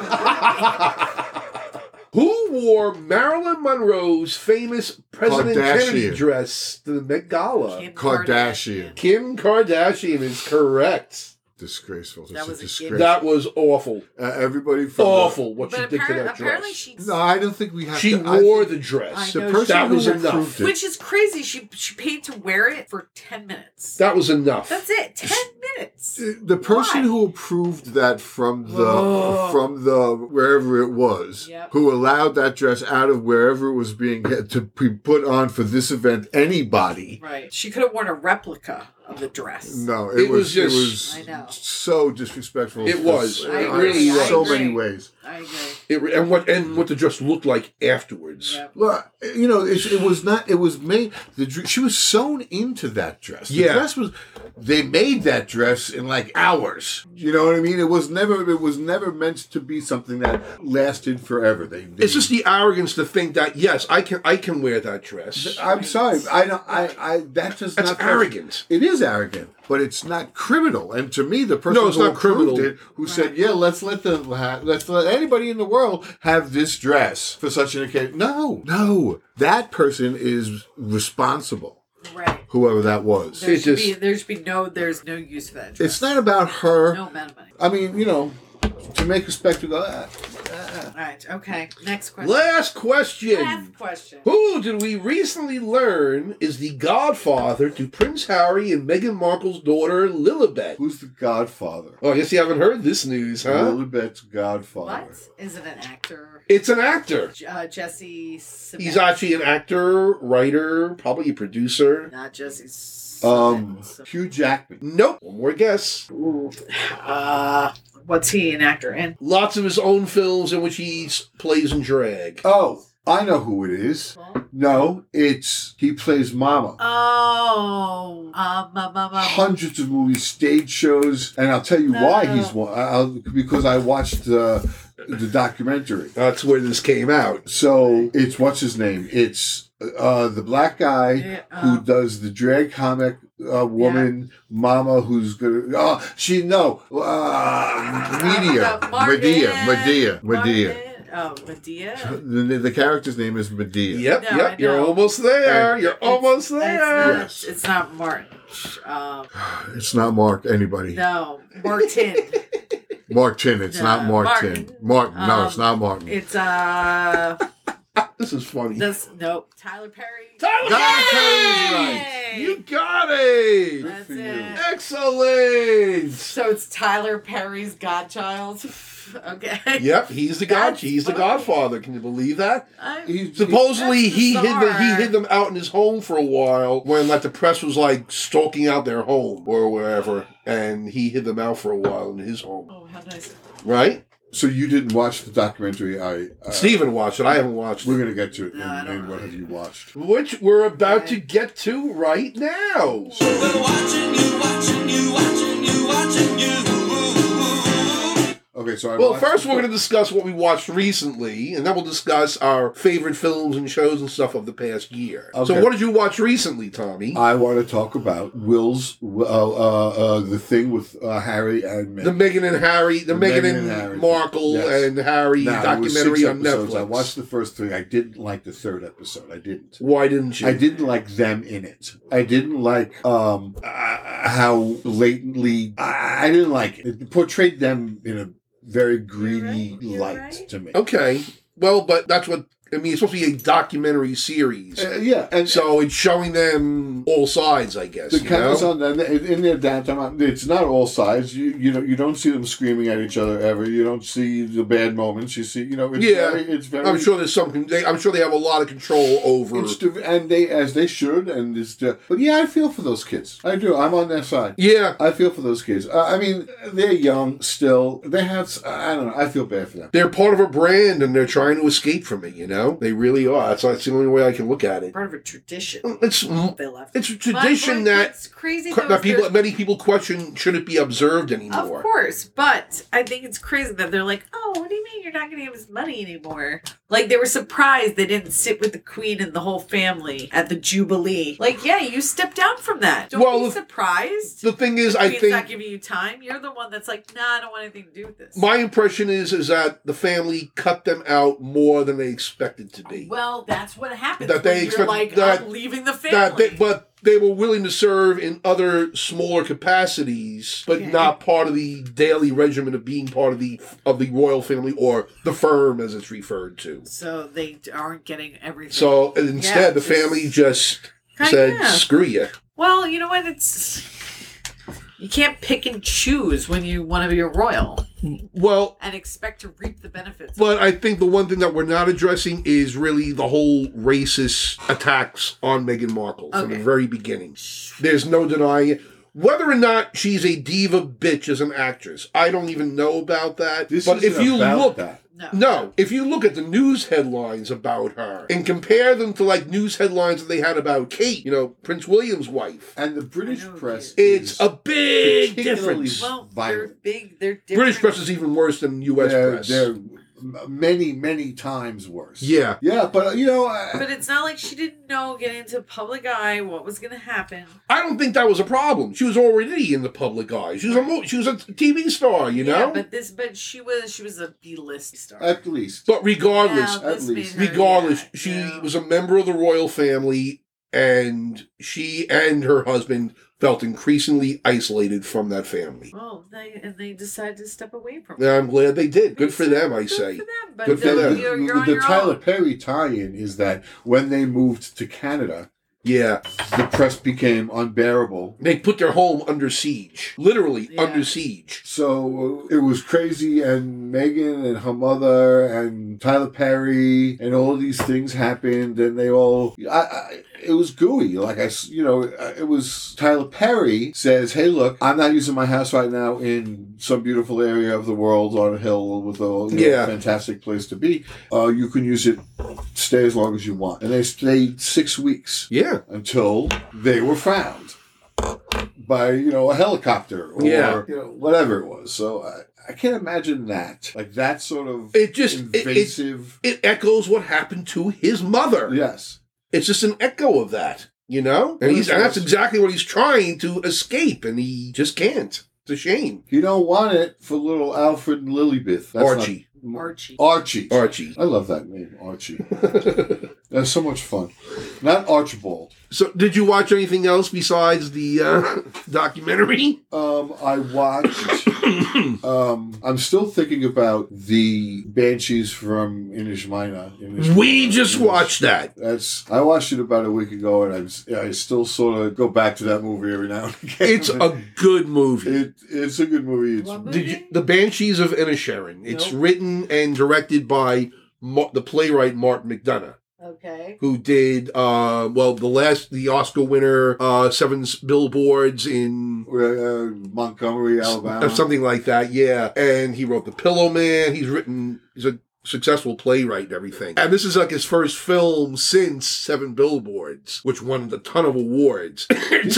A: Who wore Marilyn Monroe's famous President Kennedy
D: Kardashian.
A: dress to the Met Gala?
C: Kim
D: Kardashian.
A: Kim Kardashian is correct.
D: Disgraceful.
C: That
D: That's
C: was a
D: a
C: gift.
D: disgrace.
A: That was awful.
D: uh, everybody from
A: Awful what she
C: But
A: did to
C: apparently,
A: that
C: apparently
A: dress.
C: she,
D: The, no, I don't think we have.
A: She
D: to, I
A: wore
D: think
A: the dress.
C: I
D: the
C: know
D: person
A: That
D: who
A: was enough.
D: approved it-
C: which is crazy. She she paid to wear it for ten minutes.
A: That was enough.
C: That's it. Ten minutes.
D: the person
C: Why?
D: who approved that from the
C: Whoa.
D: from the wherever it was
C: Yep.
D: who allowed that dress out of wherever it was being to be put on for this event anybody
C: Right. She could have worn a replica. the dress.
D: No, it,
A: It was
D: was,
A: just-
D: it was
C: I know.
D: so disrespectful.
A: It was.
D: in
A: It
C: really was.
D: so
C: I agree.
D: many ways.
C: I
A: It,
C: agree.
A: and what and what the dress looked like afterwards.
C: Yep.
D: Well, Uh, you know, it, it was not. It was made. The dr- she was sewn into that dress. The
A: Yeah.
D: dress was. They made that dress in like hours. You know what I mean? It was never. It was never meant to be something that lasted forever. They. they
A: It's just the arrogance to think that yes, I can I can wear that dress.
D: I'm sorry. I don't. I. I. That does
A: That's
D: not.
A: arrogant.
D: It is arrogant, but it's not criminal. And to me, the person
A: No, it's
D: who
A: not
D: approved
A: criminal.
D: it, who said, "Yeah, let's let them ha- let's let anybody in the world have this dress for such an occasion." No, no, that person is responsible.
C: Right.
D: Whoever that was,
C: There
A: It's
C: should
A: just-
C: be there should be no there's no use for that dress.
D: it's not about her.
C: no amount of money.
D: I mean, you know, to make a spectacle. ah,
C: All right. Okay. Next question.
A: Last question.
C: Last question.
A: Who did we recently learn is the godfather to Prince Harry and Meghan Markle's daughter Lilibet?
B: Who's the Godfather?
A: Oh, I guess you haven't heard this news, huh?
B: Lilibet's Godfather.
C: What? Is it an actor?
A: It's an actor.
C: Uh, Jesse. Smet-
A: He's actually an actor, writer, probably a producer.
C: not Jesse. Smet-
B: Um, Hugh Jackman.
A: Nope. One more guess.
C: Ooh. Uh, what's he an actor in?
A: Lots of his own films in which he s- plays in drag.
B: Oh, I know who it is. No, it's he plays Mama.
C: Oh, um, um, um, um,
B: Hundreds of movies, stage shows, and I'll tell you why
C: No.
B: he's one. I'll, because I watched uh, the documentary.
A: That's where this came out.
B: So it's what's his name? It's uh, the black guy
C: Yeah,
B: who
C: um,
B: does the drag comic uh, woman, Mama, who's gonna. Oh, she no, uh,
D: Medea,
C: um, Martin-
D: Medea, Medea, Medea.
C: Martin- Oh, Medea.
D: The, the character's name is Medea.
A: Yep,
C: No, I
A: yep. You're
C: know.
A: almost there. You're almost
C: It's
A: there.
C: not- It's, not Martin. Um,
D: It's not Mark anybody.
C: no, Martin.
D: Martin. It's
C: No,
D: not Martin.
C: Martin.
D: Martin. no,
C: Um,
D: it's not Martin.
C: it's uh,
A: This is funny.
C: this nope. Tyler Perry.
A: Tyler
D: Tyler
A: Perry!
D: Perry's right.
A: You got it.
C: That's it.
A: Excellent.
C: So it's Tyler Perry's godchild. okay.
A: Yep, he's the god.
C: That's
A: He's the
C: funny.
A: godfather. Can you believe that?
C: I'm-
B: he's
A: Supposedly
C: That's
A: he hid the, he
C: bizarre.
A: hid them out in his home for a while when like the press was like stalking out their home or wherever, and he hid them out for a while in his home.
C: oh, how nice.
A: Right?
B: So you didn't watch the documentary? I. I
A: Steven watched it. I haven't watched
B: we're
A: it.
B: gonna get to it.
C: No,
B: in-
C: I don't
B: in what
C: know.
B: have you watched?
A: Which we're about to get to right now.
K: We're watching you, watching you, watching you, watching you.
B: Okay, so I
A: Well,
B: watched-
A: first we're going to discuss what we watched recently, and then we'll discuss our favorite films and shows and stuff of the past year. So,
B: Okay.
A: what did you watch recently, Tommy?
B: I want to talk about Will's uh, uh, uh, the thing with uh, Harry and Meg.
A: the Meghan and Harry, the, Meghan,
B: Meghan
A: and
B: and Harry.
A: Markle
B: Yes.
A: and Harry
B: Now, it was
A: documentary
B: six
A: on
B: episodes.
A: Netflix.
B: I watched the first three. I didn't like the third episode. I didn't.
A: Why didn't you?
B: I didn't like them in it. I didn't like um, uh, how latently. I, I didn't like it. It portrayed them in a very greedy
C: right, you're
B: light
C: right.
B: to me.
A: Okay, well, but that's what I mean. It's supposed to be a documentary series,
B: Uh, yeah, and
A: so it's showing them all sides, I guess.
B: the
A: you
B: cameras
A: know?
B: on them in in their downtime. It's not all sides. You you know you don't see them screaming at each other ever. You don't see the bad moments. You see you know it's
A: Yeah.
B: very it's very.
A: I'm sure there's some. They, I'm sure they have a lot of control over.
B: It's div- and they as they should and it's di- but yeah I feel for those kids I do I'm on their side
A: yeah,
B: I feel for those kids uh, I mean they're young still they have s- I don't know I feel bad for them
A: they're part of a brand and they're trying to escape from it. You know, they really are. That's, that's the only way I can look at it.
C: Part of a tradition.
A: It's
C: They left.
A: Mm. it's a
C: But
A: tradition
C: what-
A: that
C: what's crazy. though
A: that
C: is
A: people
C: there's-
A: many people question should it be observed
C: Of
A: anymore.
C: course, but I think it's crazy that they're like, "Oh, what do you mean you're not going to give us money anymore?" Like they were surprised they didn't sit with the queen and the whole family at the jubilee. Like, yeah, you stepped down from that. Don't
A: Well,
C: be
A: the-
C: surprised.
A: The thing is, I
C: queen's not
A: think
C: giving you time. You're the one that's like, "Nah, I don't want anything to do with this."
A: my impression is is that the family cut them out more than they expected to be.
C: well, that's what happens.
A: That they
C: when
A: expect-
C: you're like
A: that-
C: I'm leaving the family.
A: That they, but they were willing to serve in other smaller capacities, but
C: Okay.
A: not part of the daily regimen of being part of the of the royal family or the firm, as it's referred to.
C: so they aren't getting everything.
A: So and instead,
C: Yeah,
A: the
C: just-
A: family just
C: I
A: said,
C: guess.
A: "Screw you."
C: Well, you know what? It's you can't pick and choose when you want to be a royal
A: Well,
C: and expect to reap the benefits.
A: But I think the one thing that we're not addressing is really the whole racist attacks on Meghan Markle from the
C: Okay.
A: very beginning. There's no denying it. Whether or not she's a diva bitch as an actress, I don't even know about that.
B: This
A: but
B: isn't
A: if you
B: about
A: look,
B: that.
C: No.
A: no, if you look at the news headlines about her and compare them to like news headlines that they had about Kate, you know, Prince William's wife,
B: And the British press.
A: it's
B: is-
A: a big
B: particularly
A: difference.
C: Well, they're
B: Violent.
C: big. They're different.
A: British press is even worse than U.S.
B: they're,
A: press.
B: they're m- many, many times worse.
A: yeah.
B: Yeah, but uh, you know, I,
C: But it's not like she didn't know getting into public eye what was going to happen.
A: I don't think that was a problem. She was already in the public eye. She was a mo- she was a TV star, you know.
C: Yeah, but this, but she was, she was a B list star.
B: at least.
A: But regardless,
C: Now, this
B: at least.
C: made her,
A: regardless,
C: yeah,
A: she
C: yeah.
A: was a member of the royal family, and she and her husband felt increasingly isolated from that family.
C: Well, they and they decided to step away from.
A: And I'm glad they did. Good for them, I
C: Good
A: say.
C: for them, but
A: Good for
C: then
A: them.
C: You're,
B: the
C: you're on
B: the
C: your
B: Tyler
C: own.
B: Perry tie-in is that when they moved to Canada,
A: Yeah,
B: the press became unbearable.
A: they put their home under siege, literally
C: Yeah.
A: under siege.
B: So it was crazy, and Megan and her mother and Tyler Perry and all these things happened, and they all. I, I, it was gooey. Like I, s- you know, it was Tyler Perry says, "Hey, look, I'm not using my house right now in some beautiful area of the world on a hill with a you know,
A: Yeah.
B: fantastic place to be. Uh, you can use it, stay as long as you want." And they stayed six weeks
A: Yeah,
B: until they were found by you know a helicopter or
A: Yeah.
B: you know, whatever it was. So I, I can't imagine that like that sort of
A: It just- it- it-
B: invasive.
A: it echoes what happened to his mother.
B: yes,
A: It's just an echo of that, you know. And he's and that's exactly what he's trying to escape, and he just can't. It's a shame.
B: you don't want it for little Alfred and Lilybeth. That's not-
A: Archie,
C: Archie.
B: Archie.
A: Archie.
B: I love that name, Archie. That's so much fun. Not Archibald.
A: So, did you watch anything else besides the uh, documentary?
B: Um, I watched. um, I'm still thinking about the Banshees from Inishmina. Inishmina.
A: We just
B: Inish-
A: watched that.
B: That's I watched it about a week ago, and I'm s- I still sort of go back to that movie every now and again.
A: It's a good movie.
B: it it's a good movie. It's
C: What
A: Did you,
C: movie?
A: the Banshees of Inisherin. It's
C: Nope.
A: written and directed by Mar- the playwright Mark McDonough,
C: Okay.
A: who did uh, well the last the Oscar winner uh, Seven Billboards in
B: uh, Montgomery, Alabama.
A: or something like that. Yeah, and he wrote The Pillow Man. He's written. He's a successful playwright and everything. And this is like his first film since Seven Billboards, which won a ton of awards.
B: This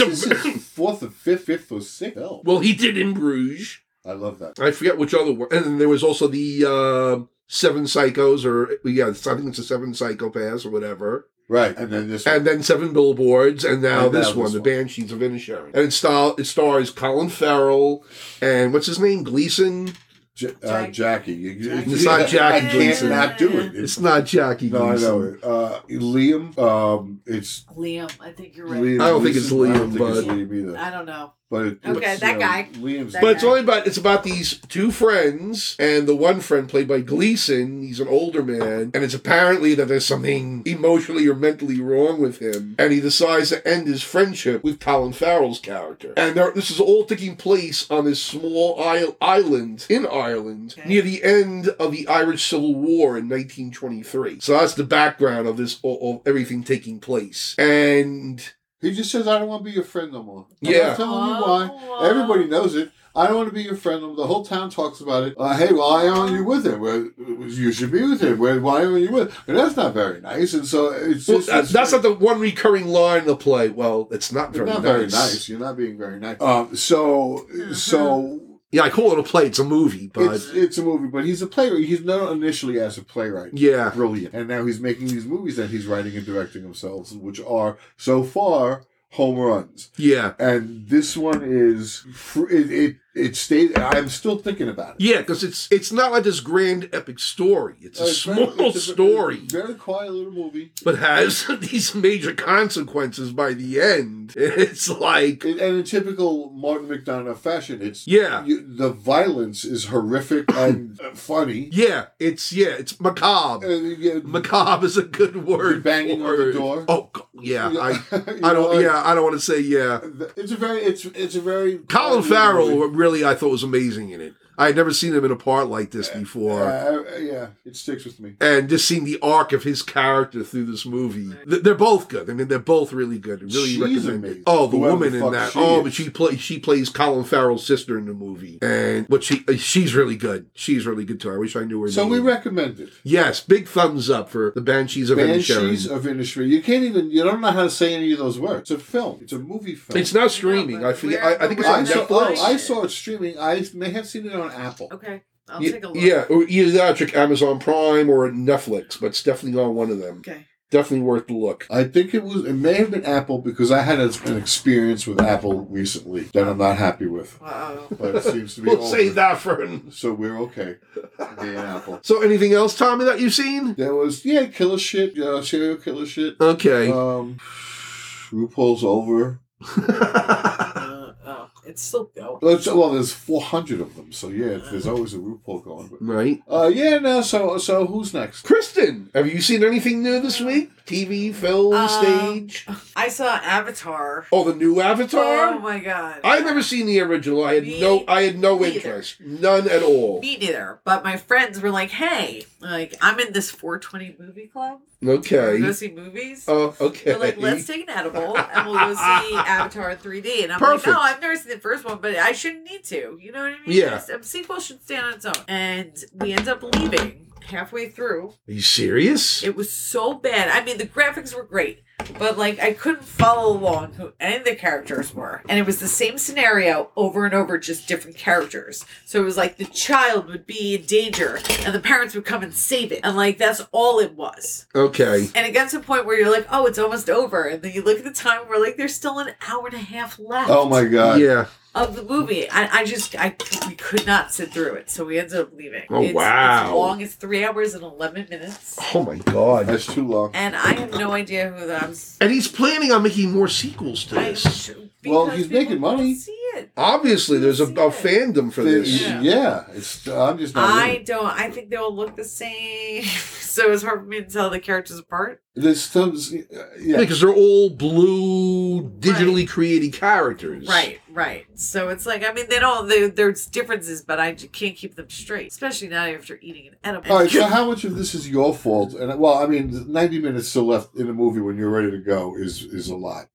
A: It's a-
B: is his fourth or fifth, fifth or sixth film.
A: well, he did in Bruges.
B: I love that.
A: I forget which other one. And then there was also the uh, Seven Psychos, or yeah, I think it's the Seven Psychopaths or whatever.
B: Right, and then this. one.
A: And then Seven Billboards, and now
B: And now
A: this
B: this
A: one, The
B: one.
A: Banshees of Inisherin. And it, star- it stars Colin Farrell and what's his name? Gleason.
B: J- uh, Jackie. You,
C: Jackie.
A: It's not
B: I
A: Jackie
B: can't
A: Gleason.
B: not do it.
A: It's not Jackie
B: No, I
A: Gleason.
B: know it. Uh, Liam. Um, it's
C: Liam, I think you're right.
B: Liam.
A: I don't think it's
B: Neeson.
A: Liam,
B: I don't think it's
A: but-
B: Liam either.
C: I don't know.
B: But it,
C: Uh, Okay,
B: it's,
C: that
B: uh,
C: guy.
B: Liam's
C: That
A: But it's
C: guy.
A: only about it's about these two friends, and the one friend played by Gleason. He's an older man, and it's apparently that there's something emotionally or mentally wrong with him, and he decides to end his friendship with Colin Farrell's character. And there, this is all taking place on this small isle, island in Ireland
C: Okay.
A: near the end of the Irish Civil War in 1923. So that's the background of this all, all- everything taking place, and
B: He just says, I don't want to be your friend no more. I'm
A: Yeah.
B: not telling you
C: Oh,
B: why.
C: wow.
B: Everybody knows it. I don't want to be your friend. no more." The whole town talks about it. Uh, hey, why aren't you with him? Well, you should be with him. Well, why aren't you with him? And that's not very nice. And so it's
A: Well,
B: just.
A: that-
B: it's
A: that's
B: very-
A: not the one recurring line in the play. Well, it's not
B: you're
A: very,
B: not
A: nice.
B: very nice. You're not being very nice. Um, so, so
A: Yeah, I call it a play. It's a movie, but
B: it's it's a movie, but he's a playwright. He's known initially as a playwright.
A: yeah,
B: brilliant. And now he's making these movies that he's writing and directing himself, which are so far home runs.
A: yeah,
B: and this one is fr- it it, it stayed. I'm still thinking about it.
A: yeah. Because it's it's not like this grand epic story. It's a
B: Uh,
A: small
B: very- it's a-
A: story,
B: very quiet little movie,
A: but has these major consequences by the end. It's like
B: It- and in typical Martin McDonough fashion, it's
A: yeah,
B: you, the violence is horrific and uh, funny.
A: yeah. It's yeah, it's macabre.
B: And, you know,
A: Macabre is a good word.
B: banging
A: for
B: on the
A: it.
B: door.
A: Oh God, yeah, I
B: you
A: I
B: know,
A: don't yeah I don't want to say yeah.
B: It's a very it's it's a very
A: Colin
B: quiet little
A: Farrell
B: movie.
A: really I thought was amazing in it. I had never seen him in a part like this before.
B: Uh, I- yeah, it sticks with me.
A: and just seeing the arc of his character through this movie. Th- They're both good. I mean, they're both really good. I Really
B: She's
A: recommend it.
B: amazing.
A: Oh, the
B: Whoever
A: woman
B: the
A: in
B: fuck
A: that.
B: she
A: Oh,
B: is.
A: but she plays she plays Colin Farrell's sister in the movie, and but she uh, she's really good. She's really good too. I wish I knew her
B: So
A: name.
B: we recommend it.
A: yes, big thumbs up for the Banshees of
B: Banshees
A: Inisherin.
B: of Innisfree. You can't even. You don't know how to say any of those words. It's a film. It's a movie film.
A: It's not streaming. I forget. I, I think it's
B: I
A: on
C: Where-
B: saw,
A: Netflix.
B: oh,
C: Netflix.
B: I saw it streaming. I may have seen it on Apple.
C: Okay, I'll
A: Ye-
C: take a look.
A: Yeah, or either that, or check Amazon Prime or Netflix, but it's definitely on one of them.
C: Okay.
A: Definitely worth the look.
B: I think it was. It may have been Apple because I had a, an experience with Apple recently that I'm not happy with.
C: Wow.
B: But it seems to be.
A: We'll
B: over.
A: save that for. an-
B: So we're okay. Being Apple.
A: So, anything else, Tommy, that you've seen?
B: There was yeah, killer shit. You know, serial killer shit.
A: Okay.
B: Um, RuPaul's over.
C: Uh, oh, it's still going.
B: Well, it's- Well, there's 400 of them, so yeah, there's always a RuPaul going. But,
A: right.
B: uh, yeah, no. So, so who's next?
A: Kristen, have you seen anything new this week? TV, film,
C: Um,
A: stage?
C: I saw Avatar.
A: Oh, the new Avatar?
C: Oh my god.
A: I've never seen the original. I had
C: Me
A: no I had no
C: neither.
A: interest. None at all.
C: Me neither. But my friends were like, "Hey, like I'm in this 420 movie club. We go
A: Okay.
C: see movies."
A: Oh, okay.
C: They're like, let's take an edible and we'll go see Avatar 3D. And I'm
A: Perfect.
C: like, no, I've never seen the first one, but I shouldn't need to. You know what I mean?
A: Yeah.
C: It's- A sequel should stand on its own. And we end up leaving halfway through.
A: Are you serious?
C: It was so bad. I mean, the graphics were great, but like I couldn't follow along who any of the characters were. And it was the same scenario over and over, just different characters. So it was like the child would be in danger and the parents would come and save it. And like that's all it was.
A: Okay.
C: And it got to a point where you're like, oh, it's almost over. And then you look at the time, we're like, there's still an hour and a half left
B: Oh my god.
A: yeah.
C: of the movie. I, I just, I we could not sit through it. So we ended up leaving.
A: Oh,
C: it's,
A: wow.
C: It's long. It's three hours and 11 minutes.
A: Oh my god.
B: That's too long.
C: And I have no idea who that I'm
A: And he's planning on making more sequels to
C: I-
A: this.
B: Well,
C: because
B: he's making
C: people don't
B: money.
C: See it.
A: Obviously, there's a,
C: See
A: a
C: it.
A: fandom for this.
B: Yeah. it's. I'm just not.
C: I
B: ready.
C: don't. I think they all look the same, so it's hard for me to tell the characters apart.
B: There's some. Yeah.
A: Because they're all blue, digitally created characters.
C: Right, right. So it's like I mean, they don't. They, there's differences, but I j- can't keep them straight, especially not after eating an edible.
B: All right. So how much of this is your fault? And well, I mean, 90 minutes still left in the movie when you're ready to go is is a lot.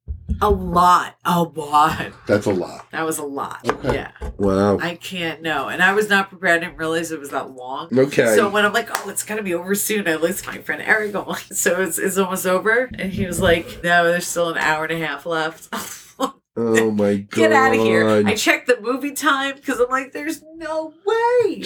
C: a lot, a lot.
B: That's a lot.
C: That was a lot.
B: Okay.
C: Yeah,
A: Wow.
C: I can't know, and I was not prepared. I didn't realize it was that long.
A: Okay.
C: So when I'm like, oh, it's gonna be over soon, I looked at my friend Eric. I'm like, so it's, it's almost over, and he was like, no, there's still an hour and a half left.
A: oh my god.
C: Get out of here! I checked the movie time because I'm like, there's no way.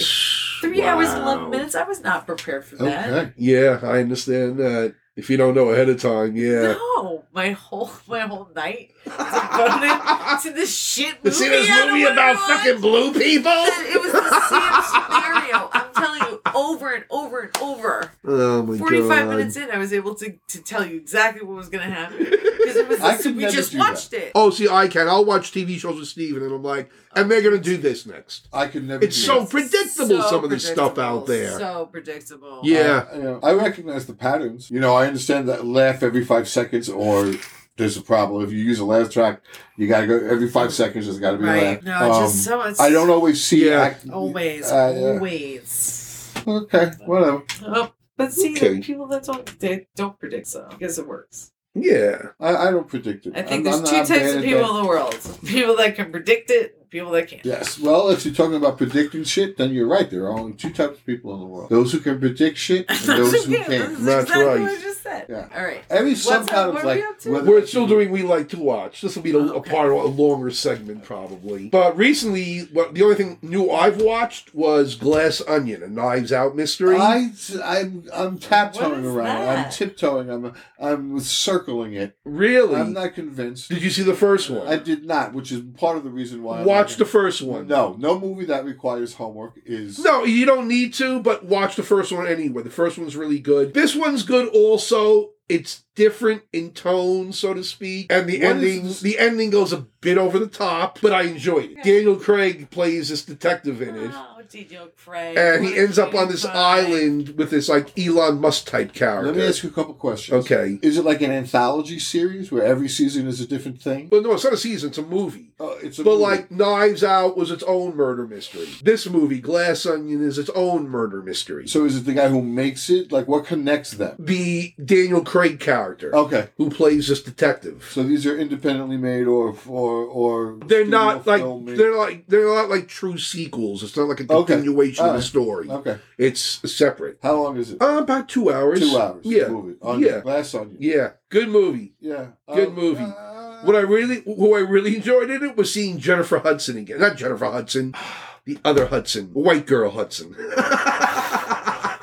C: Three hours and eleven
A: Wow.
C: minutes. I was not prepared for that.
B: Okay.
A: Yeah, I understand that. If you don't know ahead of time, yeah.
C: No, my whole my whole night devoted to this shit
A: You
C: movie.
A: see this
C: I don't
A: movie
C: wanna
A: about
C: watch.
A: fucking blue people?
C: It was the same scenario. I'm telling you, over and over and over.
A: Oh my
C: 45
A: god.
C: minutes in, I was able to, to tell you exactly what was going to happen. Because it was
B: I
C: this,
B: could
C: we
B: never
C: just
B: do
C: watched it.
A: Oh, see, I can. I'll watch TV shows with Steven, and I'm like, and they're gonna do this next.
B: I could never.
A: It's
B: do
A: so
B: that.
A: predictable.
C: So
A: some of this stuff
C: predictable,
A: out there.
C: So predictable.
A: yeah.
B: I, you know, I recognize the patterns. You know, I understand that laugh every five seconds or there's a problem. If you use a laugh track, you got to go every five seconds. There's got to be a
C: Right.
B: laugh.
C: No,
B: Um,
C: it's just Oh. so it's
B: I don't always see.
A: Yeah.
B: act-
C: Always.
B: uh, yeah.
C: always.
B: Okay, whatever.
C: Oh, but see,
A: Okay.
C: the people that don't they don't predict so because it works.
A: Yeah.
B: I, I don't predict it.
C: I
B: I'm-
C: think
B: I'm
C: there's
B: not
C: two types
B: bad
C: of
B: at
C: people
B: that.
C: in the world: people that can predict it, and people that can't.
B: Yes. Well, if you're talking about predicting shit, then you're right. There are only two types of people in the world: those who can predict shit and those who
C: Yeah, this is
B: can't.
A: That's
C: exactly what
A: right.
C: I just said.
B: Yeah.
C: All right.
B: Every some
C: What's-
B: kind
C: what
B: of
C: are we
B: like.
C: up to?
B: whether-
A: We're still doing We Like to Watch. This will be a, a
C: Okay.
A: part of a longer segment, probably. But recently, what, the only thing new I've watched was Glass Onion, a Knives Out mystery.
B: I I'm I'm
C: What
B: tiptoeing
C: is
B: around. I'm
C: that?
B: tiptoeing. I'm I'm circling it.
A: really?
B: I'm not convinced.
A: Did you see the first one?
B: I did not, which is part of the reason why. I'm
A: Watch
B: not-
A: the first one.
B: No, no movie that requires homework is.
A: No, you don't need to, but watch the first one anyway. The first one's really good. This one's good also. It's different in tone, so to speak, and the
B: What
A: ending
B: is-
A: the ending goes a bit over the top, but I enjoyed it. Daniel Craig plays this detective in it.
C: Oh, did you pray?
A: and he
C: What
A: ends up
C: did
A: on
C: you
A: this
C: pray?
A: island with this like Elon Musk type character.
B: Let me ask you a couple questions.
A: okay.
B: Is it like an anthology series where every season is a different thing?
A: Well, no, it's not a season; it's a movie.
B: Oh, it's a
A: But
B: movie.
A: like Knives Out was its own murder mystery. This movie, Glass Onion, is its own murder mystery.
B: so is it the guy who makes it? Like, what connects them?
A: the Daniel Craig character,
B: Okay,
A: who plays this detective,
B: Oh. so these are independently made, or or or
A: they're not
B: studio
A: like
B: film made.
A: they're like they're not like true sequels. It's not like a
B: Okay.
A: continuation of
B: All
A: the
B: right.
A: story.
B: okay.
A: It's separate.
B: How long is it?
A: Uh, about two hours.
B: Two hours. the
A: Yeah.
B: movie. On
A: Yeah.
B: Glass Onion.
A: Yeah. Good movie.
B: Yeah.
A: Good movie.
B: uh,
A: What I really, who I really enjoyed in it was seeing Jennifer Hudson again. Not Jennifer Hudson, the other Hudson, the white girl Hudson.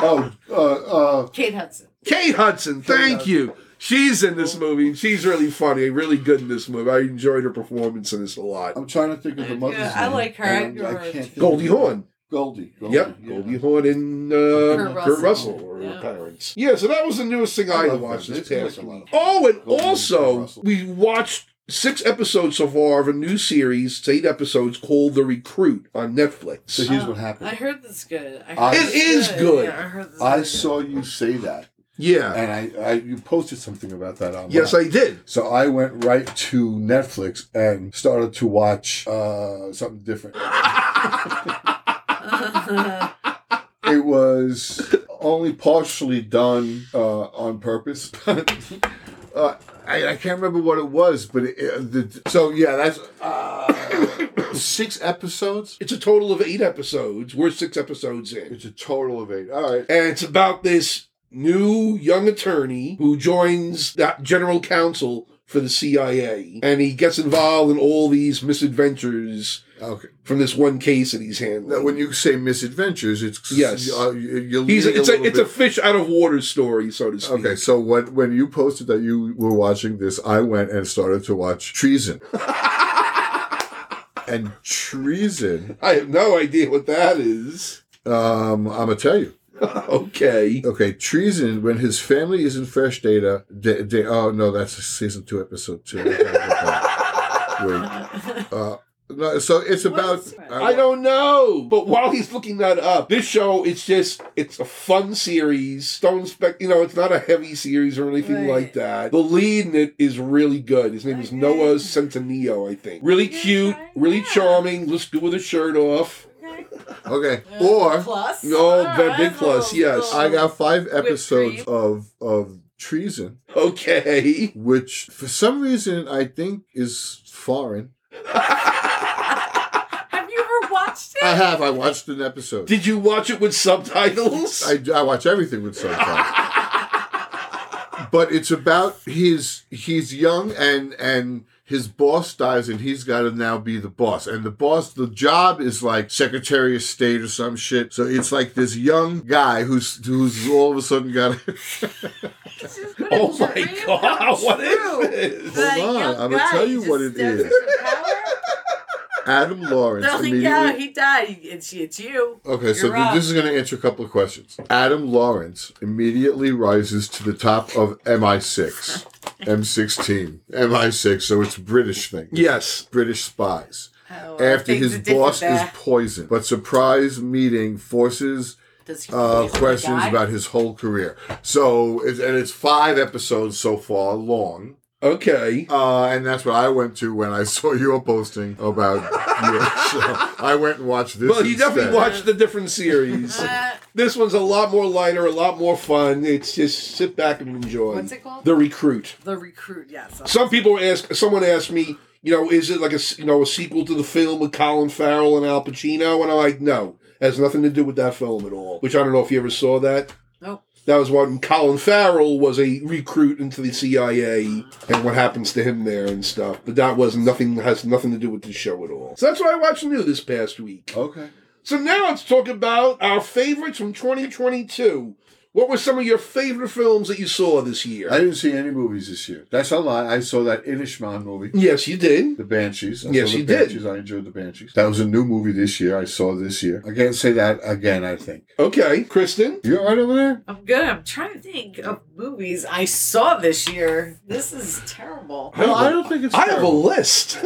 B: oh, uh, uh,
C: Kate Hudson.
A: Kate Hudson, thank you. She's in this movie. and She's really funny, really good in this movie. I enjoyed her performance in this a lot.
B: I'm trying to think of the mother's
C: Yeah, I
B: name,
C: like her.
B: and
C: I
B: I
C: grew
B: can't think
A: Goldie
B: of her.
A: Hawn.
B: Goldie. Goldie.
A: Yep,
B: yeah.
A: Goldie Hawn and uh, Kurt
C: Kurt
A: Russell,
C: Russell.
A: or her
C: Yeah.
A: parents. Yeah, so that was the newest thing I,
B: I love
A: watched
B: them.
A: this
B: They
A: past
B: look a lot
A: week.
B: of fun.
A: Oh, and
B: Golden Kurt
A: also,
B: Russell.
A: we watched six episodes so far of a new series, it's eight episodes, called The Recruit on Netflix.
B: So here's
C: Oh,
B: what happened.
C: I heard this good. I
B: I-
C: heard
B: It
C: this
A: is good.
C: Yeah, I, heard this
B: I
C: good.
B: saw you say that,
A: Yeah.
B: and I, I you posted something about that online.
A: Yes, I did.
B: So I went right to Netflix and started to watch uh, something different. it was only partially done uh, on purpose. uh, I, I can't remember what it was, but it, it- the, so yeah, that's uh, six episodes.
A: It's a total of eight episodes. We're six episodes in.
B: It's a total of eight. All right.
A: And it's about this new young attorney who joins that general counsel for the CIA. And he gets involved in all these misadventures
B: Okay.
A: from this one case that he's
B: Now,
A: handling.
B: when you say misadventures, it's
A: Yes.
B: Uh, you, you
A: He's
B: lean
A: it's a,
B: little
A: it's
B: bit-
A: a fish out of water story, so to speak.
B: Okay, so when when you posted that you were watching this, I went and started to watch Treason. and Treason,
A: I have no idea what that is.
B: um, I'm gonna tell you.
A: Okay.
B: Okay, Treason. When his family is in fresh data, they, they oh no, that's season two, episode two. Wait, uh, no, so it's about.
C: is-
A: I don't know. But while he's looking that up, this show it's just it's a fun series. Stone Spec, you know, it's not a heavy series or anything
C: Right.
A: like that. The lead in it is really good. His name is
C: Okay.
A: Noah Centineo, I think. Really
C: Yeah,
A: cute,
C: right.
A: really
C: Yeah.
A: charming. Looks good with a shirt off.
C: Okay.
B: Okay, or
C: plus.
A: No,
C: All
A: but big
C: that's a
A: plus,
C: little-
A: yes.
B: I got five episodes
C: cream.
B: of of Treason,
A: Okay.
B: which for some reason I think is foreign.
C: Have you ever watched it?
B: I have. I watched an episode.
A: Did you watch it with subtitles?
B: I, I watch everything with subtitles. but it's about his he's young and and his boss dies and he's got to now be the boss and the boss the job is like secretary of state or some shit so it's like this young guy who's who's all of a sudden got
C: It's just what a
A: oh my
C: dream come
A: god, what
C: true.
A: is this?
C: That
B: Hold on,
C: young
B: I'ma
C: guy
B: tell you
C: just
B: what it
C: steps
B: is.
C: into power.
B: Adam Lawrence
C: They're like,
B: immediately
C: yeah, he died. It's, it's you.
B: Okay, so
C: You're
B: th-
C: up.
B: this is going to answer a couple of questions. Adam Lawrence immediately rises to the top of MI6, M16, MI6. So it's a British thing.
A: Yes.
B: British spies.
C: Oh,
B: After
C: things
B: his
C: are different
B: boss is
C: there.
B: poisoned, but surprise meeting forces
C: Does he
B: uh,
C: really
B: questions
C: die?
B: about his whole career. So, it's, and it's five episodes so far long.
A: Okay.
B: Uh, and that's what I went to when I saw your posting about your show. I went and watched this.
A: Well, you definitely
B: instead.
A: watched the different series.
C: Uh,
A: This one's a lot more lighter, a lot more fun. It's just sit back and enjoy.
C: What's it called?
A: The Recruit.
C: the recruit, yes.
A: Some people ask. Someone asked me, you know, is it like a s- you know a sequel to the film with Colin Farrell and Al Pacino? And I'm like, no, has nothing to do with that film at all. Which I don't know if you ever saw that.
C: Nope.
A: That was when Colin Farrell was a recruit into the CIA and what happens to him there and stuff. But that was nothing has nothing to do with the show at all. So that's what I watched new this past week.
B: Okay.
A: So now let's talk about our favorites from 2022. What were some of your favorite films that you saw this year?
B: I didn't see any movies this year. That's a lie. I saw that Inishman movie,
A: yes, you did.
B: The Banshees. I
A: Yes,
B: saw the
A: you did.
B: Banshees. I enjoyed The Banshees. That was a new movie this year. I saw this year. I can't say that again, I think.
A: Okay, Kristen.
B: You all right over there?
C: I'm good. I'm trying to think of movies I saw this year. This is terrible.
B: No, I don't think it's
A: I have a
B: terrible.
A: list.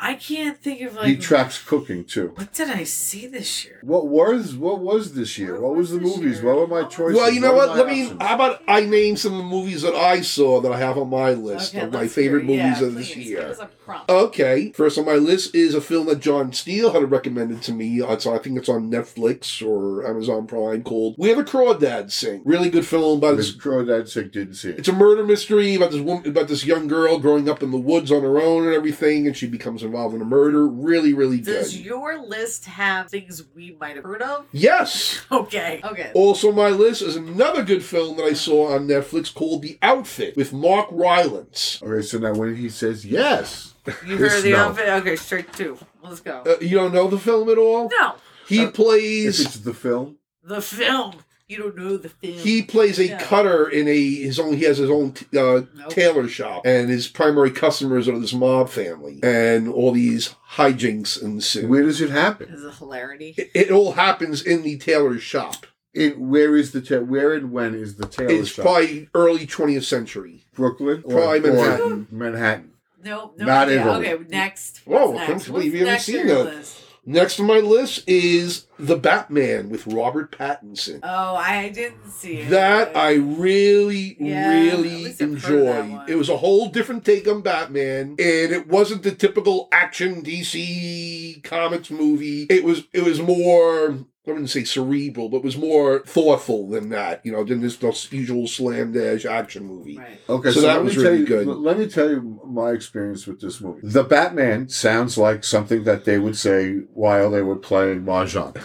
C: I can't think of like
B: He tracks cooking too.
C: what did I see this year?
B: What was what was this year? What was the movies? What were my choices?
A: Well, you know
B: were
A: what?
B: my
A: Let me.
B: options?
A: How about I name some movies that I saw that I have on my list
C: Okay,
A: of my
C: let's
A: favorite
C: hear- yeah,
A: movies of this
C: please,
A: year. Oh,
C: give us a prompt.
A: Okay, first on my list is a film that John Steele had recommended to me. It's, I think it's on Netflix or Amazon Prime called "Where the Crawdads Sing." Really good film about this.
B: Miss Crawdad Sick didn't see it.
A: It's a murder mystery about this woman, about this young girl growing up in the woods on her own and everything, and she becomes involved in a murder. Really, really
C: Does
A: good.
C: your list have things we might have heard of?
A: Yes.
C: Okay. Okay.
A: Also, on my list is another good film that I saw on Netflix called "The Outfit" with Mark Rylance.
B: Okay, so now when he says yes,
C: You
B: This
C: heard the
B: no.
C: outfit? Okay, straight two. Let's go.
A: Oh, Uh, you don't know the film at all?
C: no.
A: He
B: if
A: plays.
B: Uh, it's the film,
C: The film. You don't know the film.
A: He plays a
C: No.
A: cutter in a his own. He has his own uh, tailor shop, and his primary customers are this mob family, and all these hijinks ensue.
B: where does it happen?
C: Is a hilarity.
A: it, it all happens in the tailor shop.
B: It where is the ta- where and when is the tailor
A: It's
B: shop?
A: probably early 20th century.
B: Brooklyn, or,
A: probably
B: or
A: Manhattan.
B: Manhattan.
C: No, no.
B: Not
C: idea.
B: Italy.
C: Okay, next.
A: Whoa,
C: What's
A: I
C: next?
A: can't believe
C: What's
A: you haven't
C: next
A: seen
C: on your
A: that.
C: list?
A: Next on my list is The Batman with Robert Pattinson.
C: Oh, I didn't see it.
A: That I really,
C: Yeah, at
A: really
C: least I've heard of that
A: enjoyed.
C: one.
A: It was a whole different take on Batman, and it wasn't the typical action DC comics movie. It was it was more I wouldn't say cerebral, but it was more thoughtful than that. You know, than this, this usual slam dash action movie.
C: Right.
B: Okay,
A: So
B: so,
A: that
B: let me
A: was
B: tell
A: really
B: you,
A: good.
B: Let me tell you my experience with this movie. The Batman sounds like something that they would say while they were playing mahjong.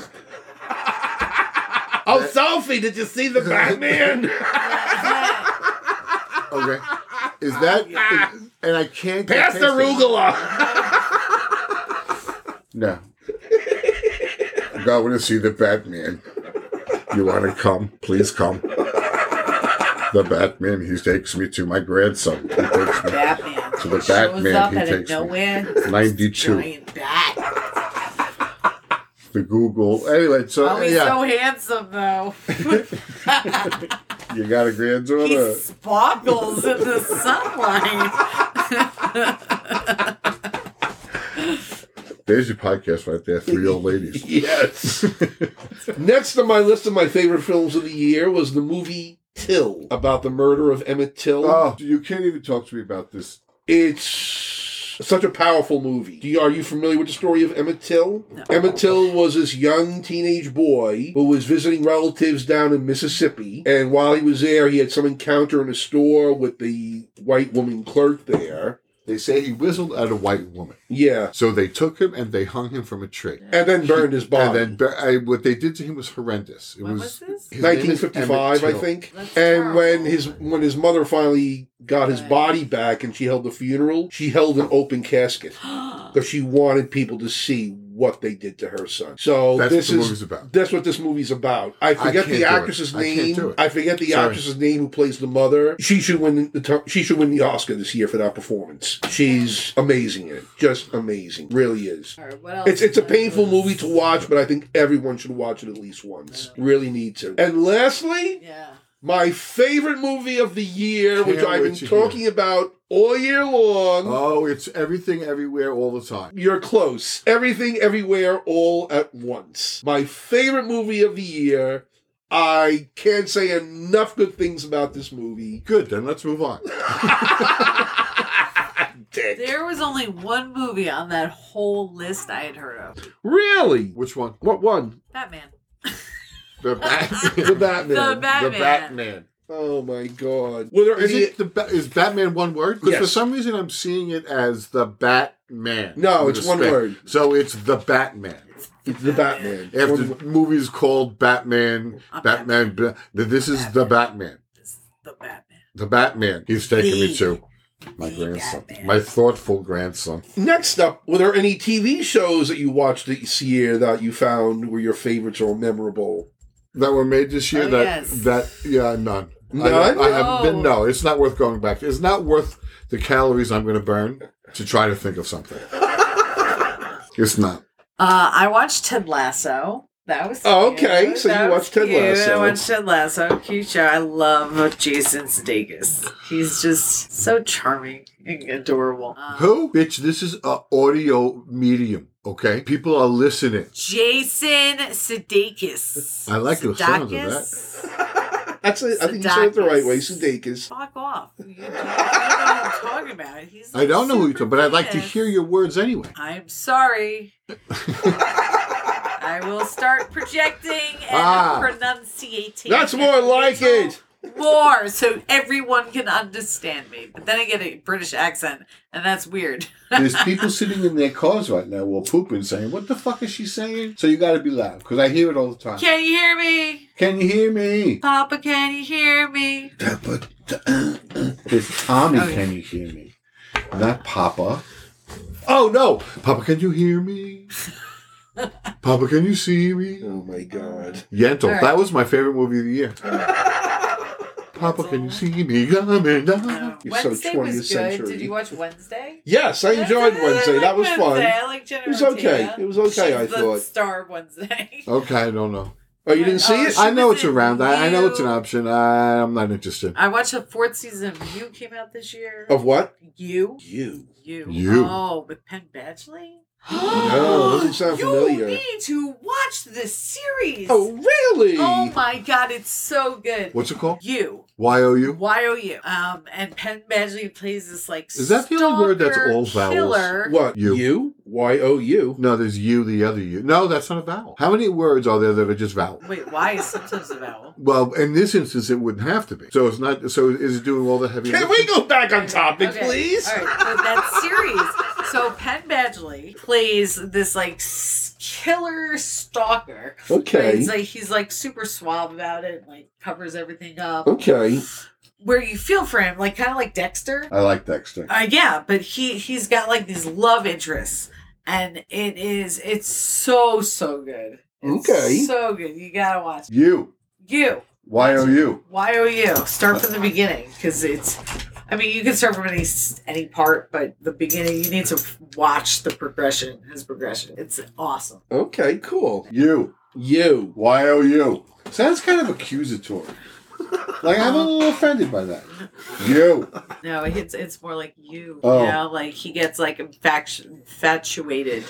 A: Oh, Sophie, did you see the Batman?
B: Okay, is that? is- and I can't get
A: Pass the
B: past it.
A: arugula.
B: No. I want to see the Batman. You want to come? Please come. The Batman, he takes me to my grandson. He takes me
C: Batman.
B: to the
C: Shows up
B: Batman, he
C: out of
B: takes me.
C: nowhere.
B: 92.
C: Giant bat.
B: The Google. Anyway, so
C: Oh, he's
B: yeah,
C: so handsome though.
B: you got a
C: He
B: granddaughter.
C: sparkles in the sunlight.
B: There's your podcast right there. Three old ladies.
A: yes. Next on my list of my favorite films of the year was the movie Till, about the murder of Emmett Till.
B: Oh, you can't even talk to me about this.
A: It's such a powerful movie. Do you, are you familiar with the story of Emmett Till? Emmett Till was this young teenage boy who was visiting relatives down in Mississippi, and while he was there, he had some encounter in a store with the white woman clerk there.
D: They say he whistled at a white woman.
A: Yeah,
D: So they took him and they hung him from a tree.
A: and then burned his body.
D: And then ba- I, what they did to him was horrendous. It
C: When was
D: was,
C: this?
D: his name is Emmett
A: 1955, I
D: Till.
A: think.
C: That's
A: and when
C: terrible.
A: his when his mother finally got his
C: Right.
A: body back and she held the funeral, she held an open casket because she wanted people to see what they did to her son. So
D: That's
A: this
D: what the
A: is
D: movie's about.
A: that's what this movie's about. I forget
D: can't
A: the
D: do it.
A: actress's
D: I can't do
A: name.
D: it.
A: I, forget the
D: Sorry.
A: actress's name who plays the mother. She should win the t- she should win the Oscar this year for that performance. She's amazing in it. Just amazing. Really is.
C: All right, what else
A: It's it's a
C: is on your
A: painful
C: list?
A: movie to watch, but I think everyone should watch it at least once. Really need to. And lastly,
C: Yeah.
A: my favorite movie of the year,
D: Can't
A: which I've
D: wait
A: been
D: to
A: talking about all year long.
D: Oh, it's everything, everywhere, all the time.
A: You're close. Everything, everywhere, all at once. My favorite movie of the year. I can't say enough good things about this movie.
D: Good, then let's move on.
A: Dick.
C: There was only one movie on that whole list I had heard of.
A: Really?
D: Which one?
A: What one?
C: Batman.
D: The Batman.
A: The Batman.
C: The Batman.
D: The Batman.
A: oh my god. Were there
D: Is
A: any
D: it the ba- is Batman one word? Because for
A: Yes.
D: some reason I'm seeing it as the Batman.
A: No,
D: With
A: it's
D: a
A: one word.
D: So it's the Batman.
A: It's the Batman.
D: After
A: One-
D: movies called Batman, Batman. Ba- this is the Batman.
C: The Batman.
D: The Batman. He's taking me
C: The-
D: to my grandson, my thoughtful grandson.
A: Next up, were there any TV shows that you watched this year that you found were your favorites or memorable?
D: that were made this year
C: Oh,
D: that
C: yes.
D: that yeah none I-
A: None?
D: I, haven't been
C: No.
D: no it's not worth going back to. it's not worth the calories i'm going to burn to try to think of something it's not
C: Uh, I watched Ted Lasso. That was
A: Oh, okay. So you
C: That was
A: watched Ted
C: cute.
A: Lasso.
C: I watched Ted Lasso. Cute show. I love Jason Sudeikis. He's just so charming and adorable. Um,
D: Who? Bitch, this is a audio medium, okay? People are listening.
C: Jason Sudeikis.
D: I like the sound of that.
A: That's it. I think you said it the right way. Sudeikis.
C: Fuck off. You don't know what I'm talking about. He's
D: I don't know who you
C: super
D: talk, but I'd like to
C: famous.
D: hear your words anyway.
C: I'm sorry. I will start projecting and
D: Ah.
C: pronunciating.
A: That's
C: and
A: more like
C: little
A: it.
C: More so everyone can understand me. But then I get a British accent, and that's weird.
B: There's people sitting in their cars right now while pooping saying, What the fuck is she saying? So you gotta be loud, because I hear it all the time.
C: Can you hear me?
B: Can you hear me?
C: Papa, can you hear me?
B: It's Tommy, can you hear me? Not Papa.
D: Oh no! Papa, can you hear me? Papa, can you see me?
A: Oh my god.
D: Yentl.
C: Alright.
D: That was my favorite movie of the year. Papa, can you see me coming down?
A: You're so
C: Wednesday
A: 20th
C: was good.
A: century.
C: Did you watch Wednesday?
A: Yes, I enjoyed Wednesday. That was
C: Wednesday.
A: fun.
C: I like Jenna
A: It was okay.
C: Ortega.
A: It was okay,
C: She's
A: I
C: the
A: thought.
C: star of Wednesday.
D: Okay, I don't know.
A: Oh, you didn't see
C: Oh,
A: it?
D: I know
C: was
D: it's
C: in
D: around. I, I know it's an
C: you.
D: option. I, I'm not interested.
C: I watched the fourth season of You came out this year.
A: Of what?
C: You.
A: Oh. You.
C: You.
D: You.
C: Oh, with Penn Badgley?
A: No, doesn't sound familiar.
C: You need to watch this series.
A: Oh, really?
C: Oh my god, it's so good.
D: What's it called?
C: You.
D: Y O U.
C: Y O U. Um, and Penn Badgley plays this like
D: Is that the only word that's
C: stalker
D: all vowels?
C: Killer.
A: What?
D: You.
A: You? Y O U.
D: No, there's you, the other you. No, that's not a vowel. How many words are there that are just vowel?
C: Wait, why is sometimes a vowel?
D: Well, in this instance, it wouldn't have to be. So it's not. So is it doing all the heavy?
A: Can we
D: lifting?
A: go back on topic,
C: Okay,
A: please?
C: All right, but that series. So Penn Badgley plays this like s- killer stalker.
A: Okay.
C: He's like he's like super suave about it, like covers everything up.
A: Okay.
C: Where you feel for him, like kind of like Dexter.
B: I like Dexter.
C: Uh, yeah, but he he's got like these love interests, and it is it's so so good. It's
A: Okay.
C: so good. You gotta watch
D: You.
C: you.
D: Y O U.
C: Why are you start from the beginning? Because it's, I mean, you can start from any s- any part, but the beginning you need to watch the progression, his progression. It's awesome.
A: Okay, cool.
D: You.
A: You.
D: Y O U.
B: Sounds kind of accusatory. Like I'm a little offended by that. You.
C: No, it's it's more like you,
B: Oh.
C: you know, like he gets like infatu- infatuated,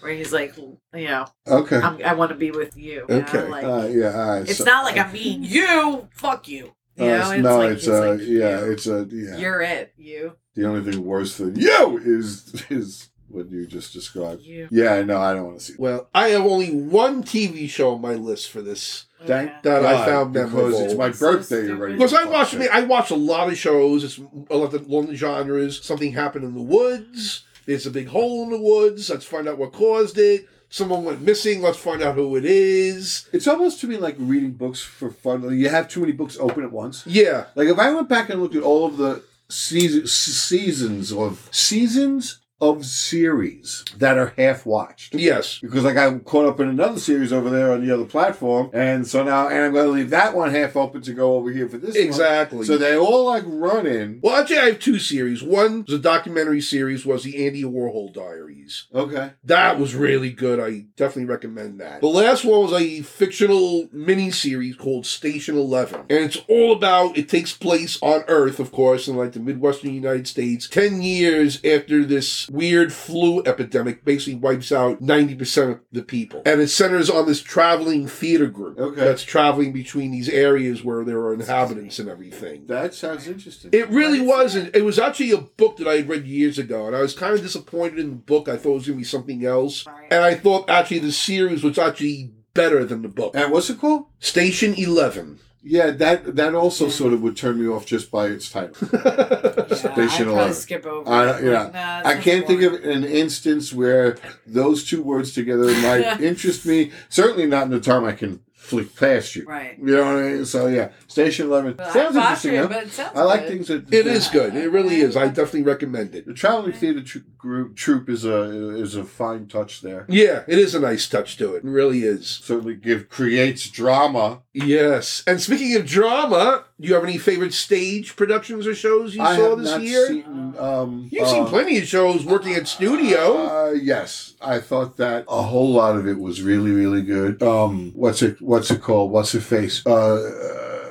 C: where he's like, you know,
B: Okay.
C: I'm, I want to be with you. you know,
A: Okay.
C: like,
B: Uh, yeah. All right.
C: it's
B: so-
C: not like I mean you, fuck you. You
B: uh,
C: know, it's
B: no,
C: like
B: it's
C: he's
B: uh,
C: like,
B: yeah,
C: you,
B: it's a yeah.
C: you're it, you,
B: The only thing worse than you is is what you just described.
C: you.
B: Yeah, no, I don't want to see.
A: Well, I have only one TV show on my list for this
B: Thank
C: Okay.
A: that I
B: God,
A: found
B: because
A: memorable.
B: it's my
C: So
B: birthday
C: stupid.
B: already.
A: Because I
B: Fuck
A: watch,
B: sake.
A: me, I watch a lot of shows. It's a lot of long genres. Something happened in the woods. There's a big hole in the woods. Let's find out what caused it. Someone went missing. Let's find out who it is.
B: It's almost to me like reading books for fun. Like, you have too many books open at once.
A: Yeah.
B: Like if I went back and looked at all of the season, seasons of seasons of series that are half watched.
A: Yes.
B: Because like I'm caught up in another series over there on the other platform, and so now and I'm going to leave that one half open to go over here for this one.
A: Exactly.
B: So they all like run in.
A: Well, actually, I have two series. One was a documentary series was the Andy Warhol Diaries.
B: Okay.
A: That was really good. I definitely recommend that. The last one was a fictional miniseries called Station Eleven, and it's all about. It takes place on Earth, of course, in like the Midwestern United States, ten years after this weird flu epidemic basically wipes out ninety percent of the people, and it centers on this traveling theater group
B: Okay.
A: that's traveling between these areas where there are inhabitants and everything.
B: That sounds interesting.
A: It really wasn't. It was actually a book that I had read years ago, and I was kind of disappointed in the book. I thought it was going to be something else, and I thought actually the series was actually better than the book.
B: and what's it called?
A: Station Eleven.
B: Yeah, that that also sort of would turn me off just by its title.
C: Yeah, I'd
B: Station
C: probably
B: Eleven.
C: skip over.
B: I
C: it.
B: don't- Uh, yeah.
C: Like, nah, this
B: I
C: is
B: can't think
C: boring.
B: of an instance where those two words together might interest me. Certainly not in the time I can flick past you.
C: Right.
B: You know what I mean? So yeah, Station Eleven
C: But I
B: sounds
C: thought
B: interesting.
C: you,
B: huh?
C: but it sounds
B: I like
C: good.
B: things that
A: It is good. It really is. I definitely recommend it.
B: The traveling theater tr- group troupe is a is a fine touch there.
A: Yeah, it is a nice touch to it. It really is.
B: Certainly give creates drama.
A: Yes. And speaking of drama, Do you have any favorite stage productions or shows you
B: I
A: saw
B: have
A: this
B: not
A: year?
B: seen. Um,
A: You've seen
B: uh,
A: plenty of shows working at studio.
B: Uh, yes, I thought that a whole lot of it was really, really good. Um, what's it? What's it called? What's her face? Uh, uh,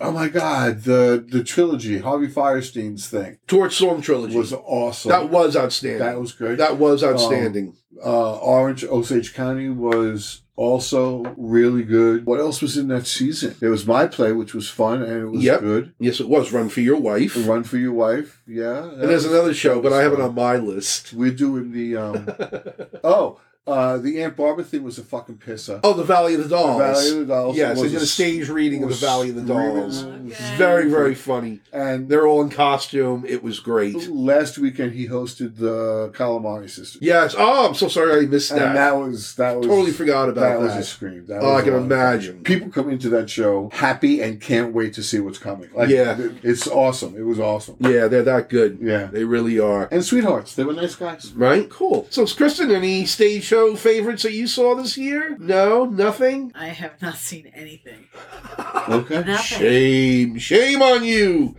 B: oh my God, the the trilogy, Harvey Firestein's thing
A: Torch Song Trilogy.
B: was awesome.
A: that was outstanding.
B: that was great.
A: That was outstanding.
B: uh, Orange Osage County was also really good. What else was in that season? There was my play, which was fun and it was
A: Yep.
B: good.
A: yes, it was Run for Your Wife.
B: Run for Your Wife, yeah. that
A: and there's
B: was-
A: another
B: that
A: show, but
B: was
A: I have it
B: fun.
A: on my list.
B: We're doing the um, oh, uh, the Aunt Barbara thing was a fucking pisser.
A: Oh, The Valley of the Dolls.
B: Valley of the Dolls
A: Yes, they
B: was
A: did
B: a
A: a stage reading of The
B: was
A: Valley of the Dolls.
B: screaming.
A: It's very, very funny.
B: And there,
A: They're all in costume. It was great.
B: last weekend he hosted the Calamari Sisters,
A: Yes. Oh, I'm so sorry I missed
B: and
A: that.
B: that was that was
A: totally forgot
B: that,
A: about
B: was
A: that.
B: a scream. That
A: Oh,
B: was
A: I can
B: a lot of fun.
A: imagine.
B: People come into that show happy and can't wait to see what's coming. Like,
A: Yeah.
B: it- it's awesome. It was awesome.
A: yeah, they're that good.
B: Yeah.
A: They really are.
B: And sweethearts, they were nice guys.
A: Right? Cool. So, Kristen, any stage show favorites that you saw this year? No? Nothing?
C: I have not seen anything.
B: Okay.
C: Nothing.
A: Shame. Shame on you.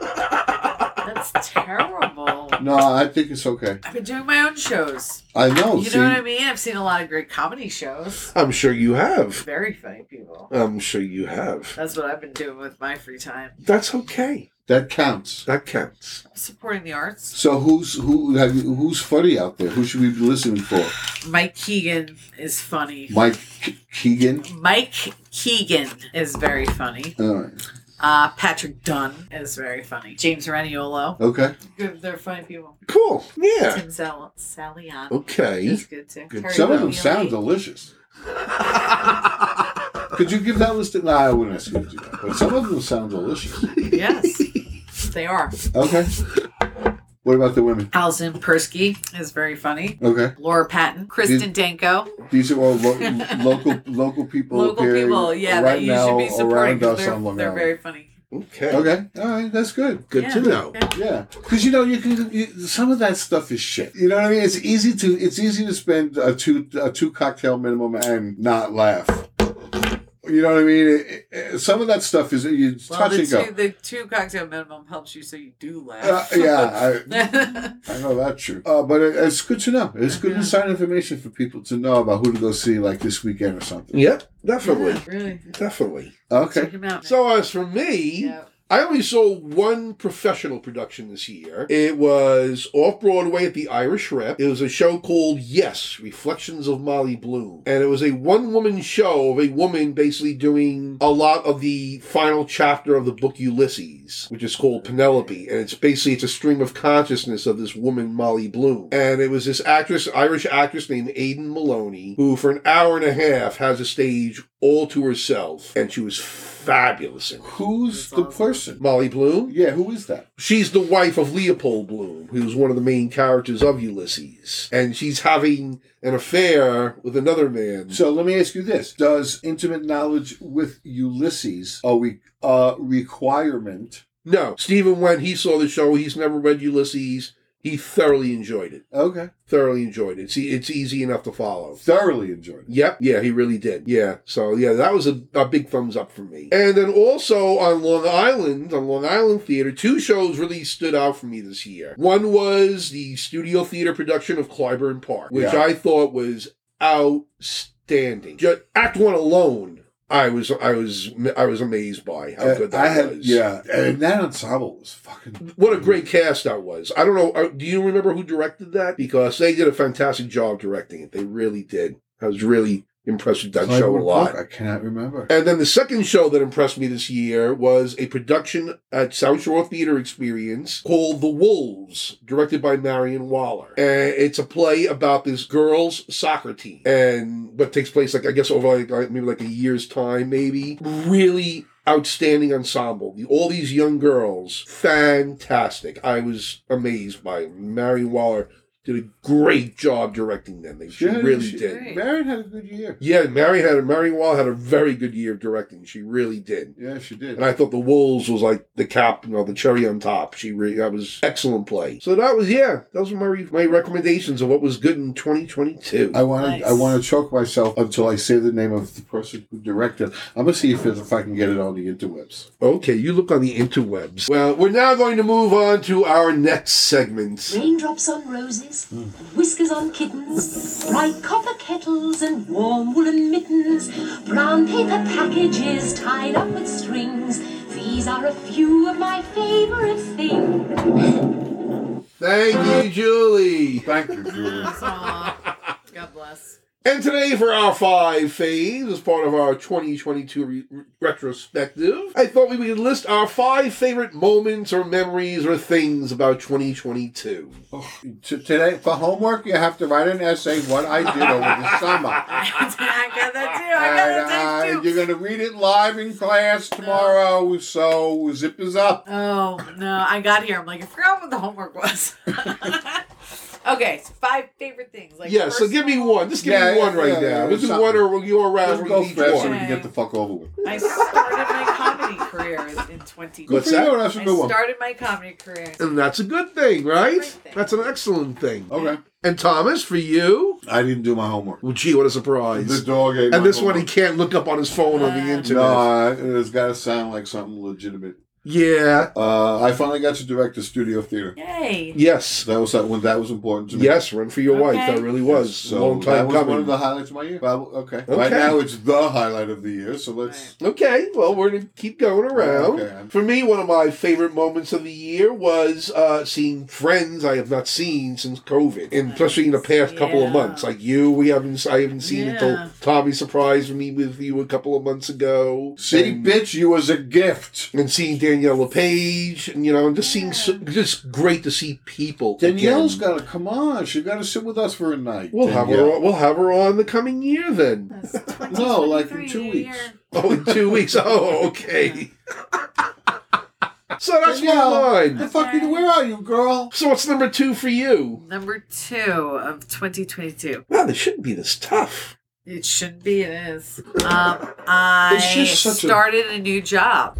C: That's terrible.
B: No, I think it's okay.
C: I've been doing my own shows.
B: I know.
C: you
B: see,
C: know what I mean? I've seen a lot of great comedy shows.
A: I'm sure you have.
C: Very funny people.
A: I'm sure you have.
C: That's what I've been doing with my free time.
A: That's okay.
B: that counts.
A: That counts.
C: I'm supporting the arts.
B: So who's who? Have you, who's funny out there? Who should we be listening for?
C: Mike Keegan is funny.
B: Mike Ke- Keegan.
C: Mike Keegan is very funny.
B: All right.
C: Uh, Patrick Dunn is very funny. James Raniolo.
B: Okay.
C: Good, they're funny people.
A: Cool. Yeah.
C: Tim Sal- Salian
A: Okay.
C: is good too.
A: Good.
C: Terry
B: Some of them
C: Bollea.
B: sound delicious. Could you give that list? No, I wouldn't ask you to do that. But some of them sound delicious.
C: Yes, they are.
B: Okay. What about the women?
C: Alison Persky is very funny.
B: Okay.
C: Laura Patton, Kristen Danko,
B: These are all lo- local local people.
C: local
B: appearing
C: people. Yeah, that you should be supporting.
B: around
C: 'cause
B: us
C: They're,
B: on Long
C: they're
B: Island.
C: very funny.
A: Okay.
B: Okay, all right, that's good.
A: Good to
C: Yeah.
A: know.
B: Yeah, because you know you can. You, some of that stuff is shit. You know what I mean? It's easy to it's easy to spend a two a two cocktail minimum and not laugh. You know what I mean? It- it- some of that stuff is you
C: Well,
B: touch
C: the
B: and go.
C: two, the two cocktail minimum helps you so you do
B: Uh,
C: laugh.
B: yeah, I, I know that's true. Uh, but it, it's good to know. It's good inside information for people to know about who to go see, like this weekend or something.
A: Yep. Definitely.
C: really.
A: Definitely.
B: Okay.
C: Check him out.
A: So, as for me,
C: Yeah.
A: I only saw one professional production this year. It was off Broadway at the Irish Rep. It was a show called Yes, Reflections of Molly Bloom. And it was a one woman show of a woman basically doing a lot of the final chapter of the book Ulysses, which is called Penelope. And it's basically it's a stream of consciousness of this woman, Molly Bloom. And it was this actress, Irish actress named Aidan Maloney, who for an hour and a half has a stage all to herself. And she was fabulous in it.
B: Who's the person?
A: Molly Bloom?
B: Yeah, who is that?
A: She's the wife of Leopold Bloom, who's one of the main characters of Ulysses. And she's having an affair with another man.
B: So let me ask you this: Does intimate knowledge with Ulysses a we a requirement?
A: no, Stephen, when he saw the show, he's never read Ulysses. He thoroughly enjoyed it.
B: Okay,
A: Thoroughly enjoyed it. See, it's easy enough to follow.
B: thoroughly enjoyed. it.
A: Yep. Yeah, he really did. Yeah. So yeah, that was a, a big thumbs up for me. And then also on Long Island, on Long Island Theater, two shows really stood out for me this year. One was the studio theater production of Clyburn Park, which
B: Yeah.
A: I thought was outstanding. Just act one alone, I was I was I was amazed by how
B: Uh,
A: good that
B: I had
A: was.
B: yeah, and that ensemble was fucking.
A: What a great cast that was. I don't know. uh, Do you remember who directed that? Because they did a fantastic job directing it. They really did. I was really impressed with that
B: Clyburn
A: show a lot.
B: Park, I cannot remember.
A: And then the second show that impressed me this year was a production at South Shore Theater Experience called The Wolves, directed by Marion Waller. And it's a play about this girls' soccer team and what takes place, like, I guess, over like, like maybe like a year's time, maybe. Really outstanding ensemble. The, all these young girls, fantastic. I was amazed by Marion Waller did a great job directing them. They she
B: She had-
A: really
B: she-
A: did.
C: Great.
B: Marion had a good year.
A: Yeah, Marion had Marion Wall had a very good year of directing. She really did.
B: Yeah, she did.
A: And I thought the Wolves was like the cap, you know, the cherry on top. She re- that was excellent play. So that was yeah, those were my re- my recommendations of what was good in 2022.
B: I want to.
C: Nice.
B: I want to choke myself until I say the name of the person who directed. I'm gonna see if, if I can get it on the interwebs.
A: Okay, you look on the interwebs. Well, we're now going to move on to our next segment.
L: Raindrops on roses, and whiskers on kittens, bright copper kettles and warm woolen mittens, brown paper packages tied up with strings. These are a few of my favorite things.
A: Thank you, Julie.
B: Thank you, Julie.
C: Aw. God bless.
A: And today for our five faves, as part of our 2022 re- re- retrospective, I thought we would list our five favorite moments or memories or things about 2022.
B: T- today for homework, you have to write an essay what I did over the summer.
C: I got that too. I got that
B: And, uh,
C: thing too.
B: you're gonna read it live in class tomorrow. So zip is up.
C: Oh no, I got here. I'm like, I forgot what the homework was. okay, so five favorite things. Like
A: Yeah, so
C: first
A: give me
C: of all,
A: one. Just give
B: Yeah,
A: me one
B: yeah,
A: right
B: yeah,
A: now.
B: yeah,
A: we'll do
B: something.
A: one or we'll go around.
B: Let's
A: We'll
B: go
A: each
B: fast so we
A: one.
B: can get the fuck over with.
C: I started my comedy career in 20.
A: What's
B: Pretty
A: that?
B: good, That's a
C: I
B: good one.
C: started my comedy career.
A: And that's a good thing, right?
C: Great thing.
A: That's an excellent thing.
B: Okay.
A: And Thomas, for you?
B: I didn't do my homework.
A: Well, gee, what a
B: The
A: surprise.
B: dog ate my
A: And this one he
B: homework.
A: can't look up on his phone on the internet.
B: No, I- it's got to sound like something legitimate.
A: Yeah.
B: Uh, I finally got to direct a studio theater.
C: Yay!
A: Yes.
B: That was that one. That was important to me.
A: Yes, run for your wife.
C: Okay.
A: That really was.
B: So
A: Long
B: that
A: time
B: was one
A: coming.
B: of the highlights of my year. Well, okay.
A: Okay.
B: Right now it's the highlight of the year. So let's.
A: Okay, well, we're going to keep going around.
B: Okay.
A: For me, one of my favorite moments of the year was uh, seeing friends I have not seen since COVID, and especially in the past couple of
C: Yeah.
A: months. Like you, we haven't, I haven't seen
C: Yeah.
A: until Tommy surprised me with you a couple of months ago.
B: See,
A: and,
B: bitch, you was a gift.
A: and seeing Danielle LePage, and you know, and just seeing, so, just great to see people.
B: Danielle's
A: again.
B: got to come on. She got to sit with us for a night.
A: We'll have her.
B: Danielle.
A: On, we'll have her on the coming year then.
B: No, like in two weeks.
A: Oh, in two weeks. Oh, okay. so that's
B: Danielle,
A: my line.
B: Fucking, where are you, girl?
A: So what's number two for you?
C: Number two of 2022.
A: Wow, this shouldn't be this tough.
C: It should be. It is. Um, I
B: It's just such a-
C: started a new job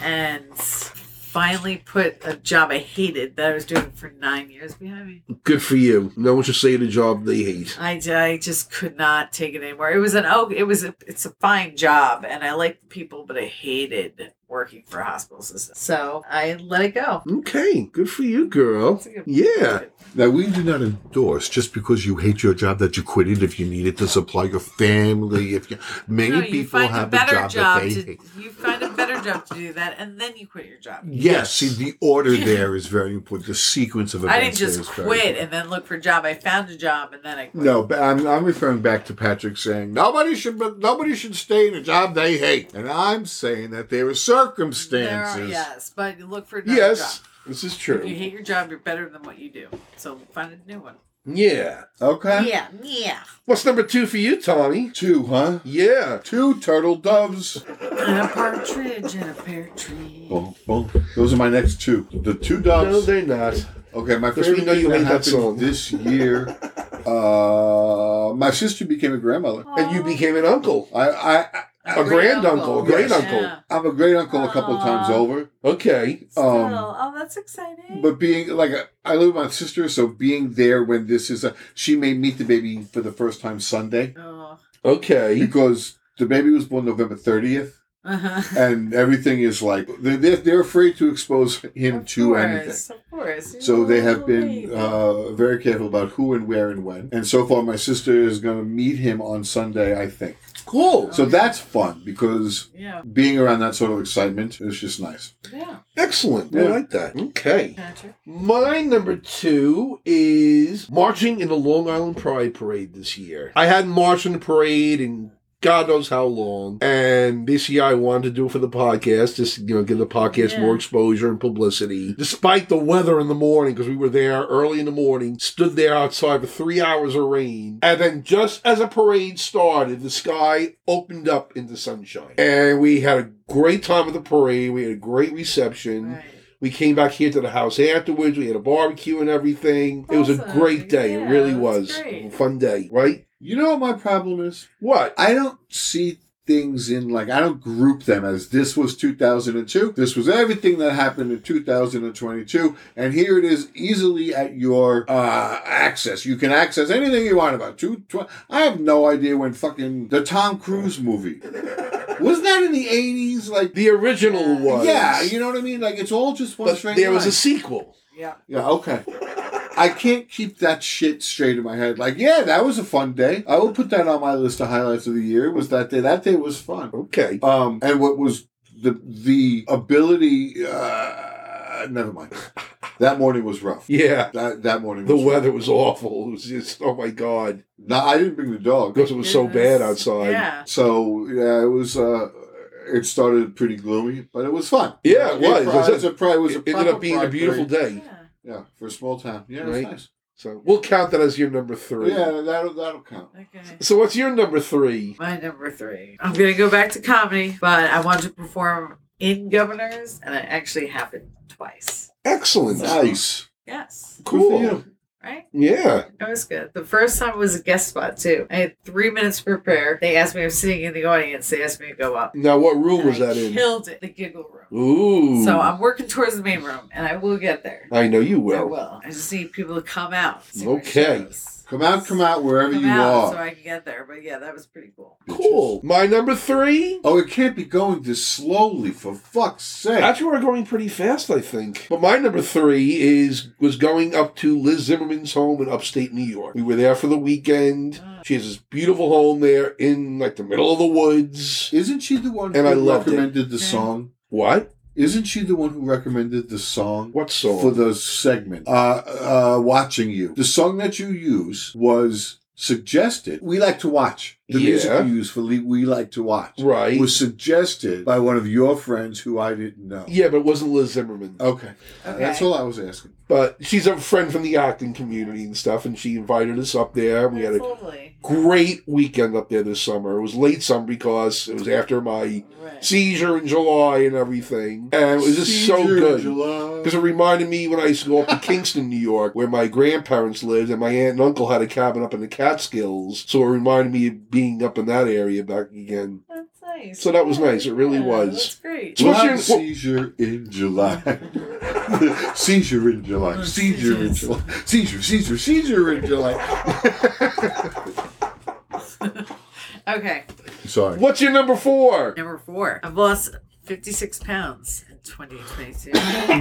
C: and finally put a job I hated that I was doing for nine years behind me.
A: Good for you. No one should say the job they hate.
C: I, I just could not take it anymore. It was an oh, it was a, it's a fine job, and I liked the people, but I hated working for a hospital system. So I let it go.
A: Okay, good for you, girl.
C: It's a good-
A: Yeah.
D: Now, we do not endorse just because you hate your job that you quit it if you need it to supply your family. If you, many
C: No, you
D: people
C: find
D: have
C: a better
D: job,
C: job,
D: that they
C: to
D: hate.
C: you find a better job to do that, and then you quit your job.
D: Yes, see, the order there is very important. The sequence of events.
C: I didn't
D: there
C: just
D: is very
C: quit
D: important.
C: and then look for a job. I found a job and then I quit.
D: No, but I'm, I'm referring back to Patrick saying nobody should but nobody should stay in a job they hate, and I'm saying that there are
C: There
D: circumstances.
C: are, yes, but you look for another
A: Yes,
C: job.
A: this is
C: If you
A: true.
C: hate your job, you're better than what you do. So find a new one.
A: Yeah.
B: Okay.
C: Yeah, yeah.
A: What's number two for you, Tommy?
B: Two, huh?
A: Yeah.
B: Two turtle doves.
C: And a partridge and a pear tree.
B: Boom, boom. Those are my next two. The two doves.
A: No, they're not.
B: Okay, my
A: Because we
B: favorite
A: know
B: thing
A: you
B: that
A: hate that
B: happened
A: song.
B: this year. Uh, my sister became a grandmother.
A: And you became an uncle,
B: I, I,
A: a grand uncle, a great
B: Yes.
A: uncle.
C: Yeah.
B: I'm a great uncle a couple of times
C: Aw.
B: over.
A: Okay.
B: Um,
C: oh, oh, that's exciting.
B: but being like I live with my sister, so being there when this is a, she may meet the baby for the first time Sunday
C: oh,
A: Okay.
B: because the baby was born November 30th,
C: uh-huh.
B: and everything is like they're they're, they're afraid to expose him
C: Of
B: to anything.
C: course, Of course. He's
B: So
C: a
B: they
C: little
B: have been
C: baby.
B: uh, very careful about who and where and when. And so far, my sister is going to meet him on Sunday, I think.
A: Cool.
B: So that's fun because
C: yeah,
B: being around that sort of excitement is just nice.
C: yeah.
A: Excellent. I
B: Yeah.
A: like that. Okay.
C: Patrick.
A: My number two is marching in the Long Island Pride Parade this year. I hadn't marched in the parade in God knows how long, and this year I wanted to do it for the podcast, just you know, give the podcast
C: Yeah.
A: more exposure and publicity. Despite the weather in the morning, because we were there early in the morning, stood there outside for three hours of rain, and then just as a parade started, the sky opened up into sunshine, and we had a great time at the parade. We had a great reception.
C: Right.
A: We came back here to the house afterwards. We had a barbecue and everything. It was a
C: Awesome.
A: great day.
C: Yeah,
A: it really
C: that's
A: was.
C: great.
A: Fun day, right?
B: You know what my problem is?
A: What?
B: I don't see things in like I don't group them as this was 2002. This was everything that happened in 2022, and here it is easily at your uh, access. You can access anything you want about two. Tw- I have no idea when fucking the Tom Cruise movie was that in the 80s. Like
A: The original was.
B: yeah, you know what I mean. Like it's all just one
A: but
B: straight.
A: there was
B: line.
A: a sequel.
C: Yeah.
B: Yeah, okay. I can't keep that shit straight in my head. Like, yeah, that was a fun day. I will put that on my list of highlights of the year. Was that day? That day was fun.
A: Okay.
B: Um, and what was the the ability? Uh, never mind. That morning was rough.
A: Yeah.
B: That that morning.
A: The
B: was
A: weather was awful. It was just, oh my God.
B: Rough. No, I didn't bring the dog.
A: Because it was so bad outside.
C: Yeah.
B: So yeah, it was. uh It started pretty gloomy, but it was fun.
A: Yeah, it was.
B: It was a, pri- it was a
A: It ended
B: proper
A: up being a
B: pride
A: beautiful
B: parade.
A: day.
B: Yeah, for a small town. Yeah,
A: Right.
B: it was
A: So we'll count that as your number
B: nice.
A: three.
B: Yeah, that'll that'll count.
C: Okay.
A: So what's your number three?
C: My number three. I'm gonna go back to comedy, but I wanted to perform in Governors, and it actually happened twice.
A: Excellent.
B: Nice.
C: Yes.
A: Cool.
B: Good for
C: Right?
A: Yeah.
C: It was good. The first time was a guest spot too. I had three minutes to prepare. They asked me. I was sitting in the audience. They asked me to go up.
A: Now what room was
C: And I
A: that in?
C: Killed it. The giggle room.
A: Ooh. Oh,
C: So I'm working towards the main room, and I will get there.
A: I know you
C: I
A: will.
C: will. I just need people to come out. see my
A: Okay.
C: shows.
B: Come out, come out, wherever
C: Come
B: you
C: out
B: are.
C: so I can get there. But yeah, that was pretty cool.
A: Cool. My number three.
B: oh, it can't be going this slowly, for fuck's sake.
A: Actually, we're going pretty fast, I think. But my number three is was going up to Liz Zimmerman's home in upstate New York. We were there for the weekend. She has this beautiful home there in like the middle of the woods.
B: Isn't she the one
A: And
B: who
A: I loved it.
B: recommended the song?
A: What?
B: Isn't she the one who recommended the song?
A: What song?
B: For the segment. Uh, uh, watching You. The song that you use was suggested. We like to watch. The
A: Yeah.
B: music you use for Le- We Like to Watch.
A: Right.
B: Was suggested by one of your friends who I didn't know.
A: yeah, but it wasn't Liz Zimmerman.
B: Okay. Uh, that's
C: Okay.
B: all I was asking.
A: But she's a friend from the acting community and stuff, and she invited us up there. We had
C: That's
A: a
C: lovely.
A: great weekend up there this summer. It was late summer because it was after my
C: Right.
A: seizure in July and everything, and it was just so
B: Seizure in
A: good.
B: July.
A: Because it reminded me when I used to go up to Kingston, New York, where my grandparents lived, and my aunt and uncle had a cabin up in the Catskills. So it reminded me of being up in that area back again.
C: That's nice.
A: So that was
C: Yeah,
A: nice. It really
C: yeah,
A: was.
C: That's great.
A: So what's
B: Lung
A: your- what-
B: seizure in July. seizure in July.
C: Oh,
B: Seizure in July. Seizure, seizure, seizure in July.
C: Okay.
B: Sorry.
A: What's your number four?
C: Number four. I've lost 56 pounds in 2022.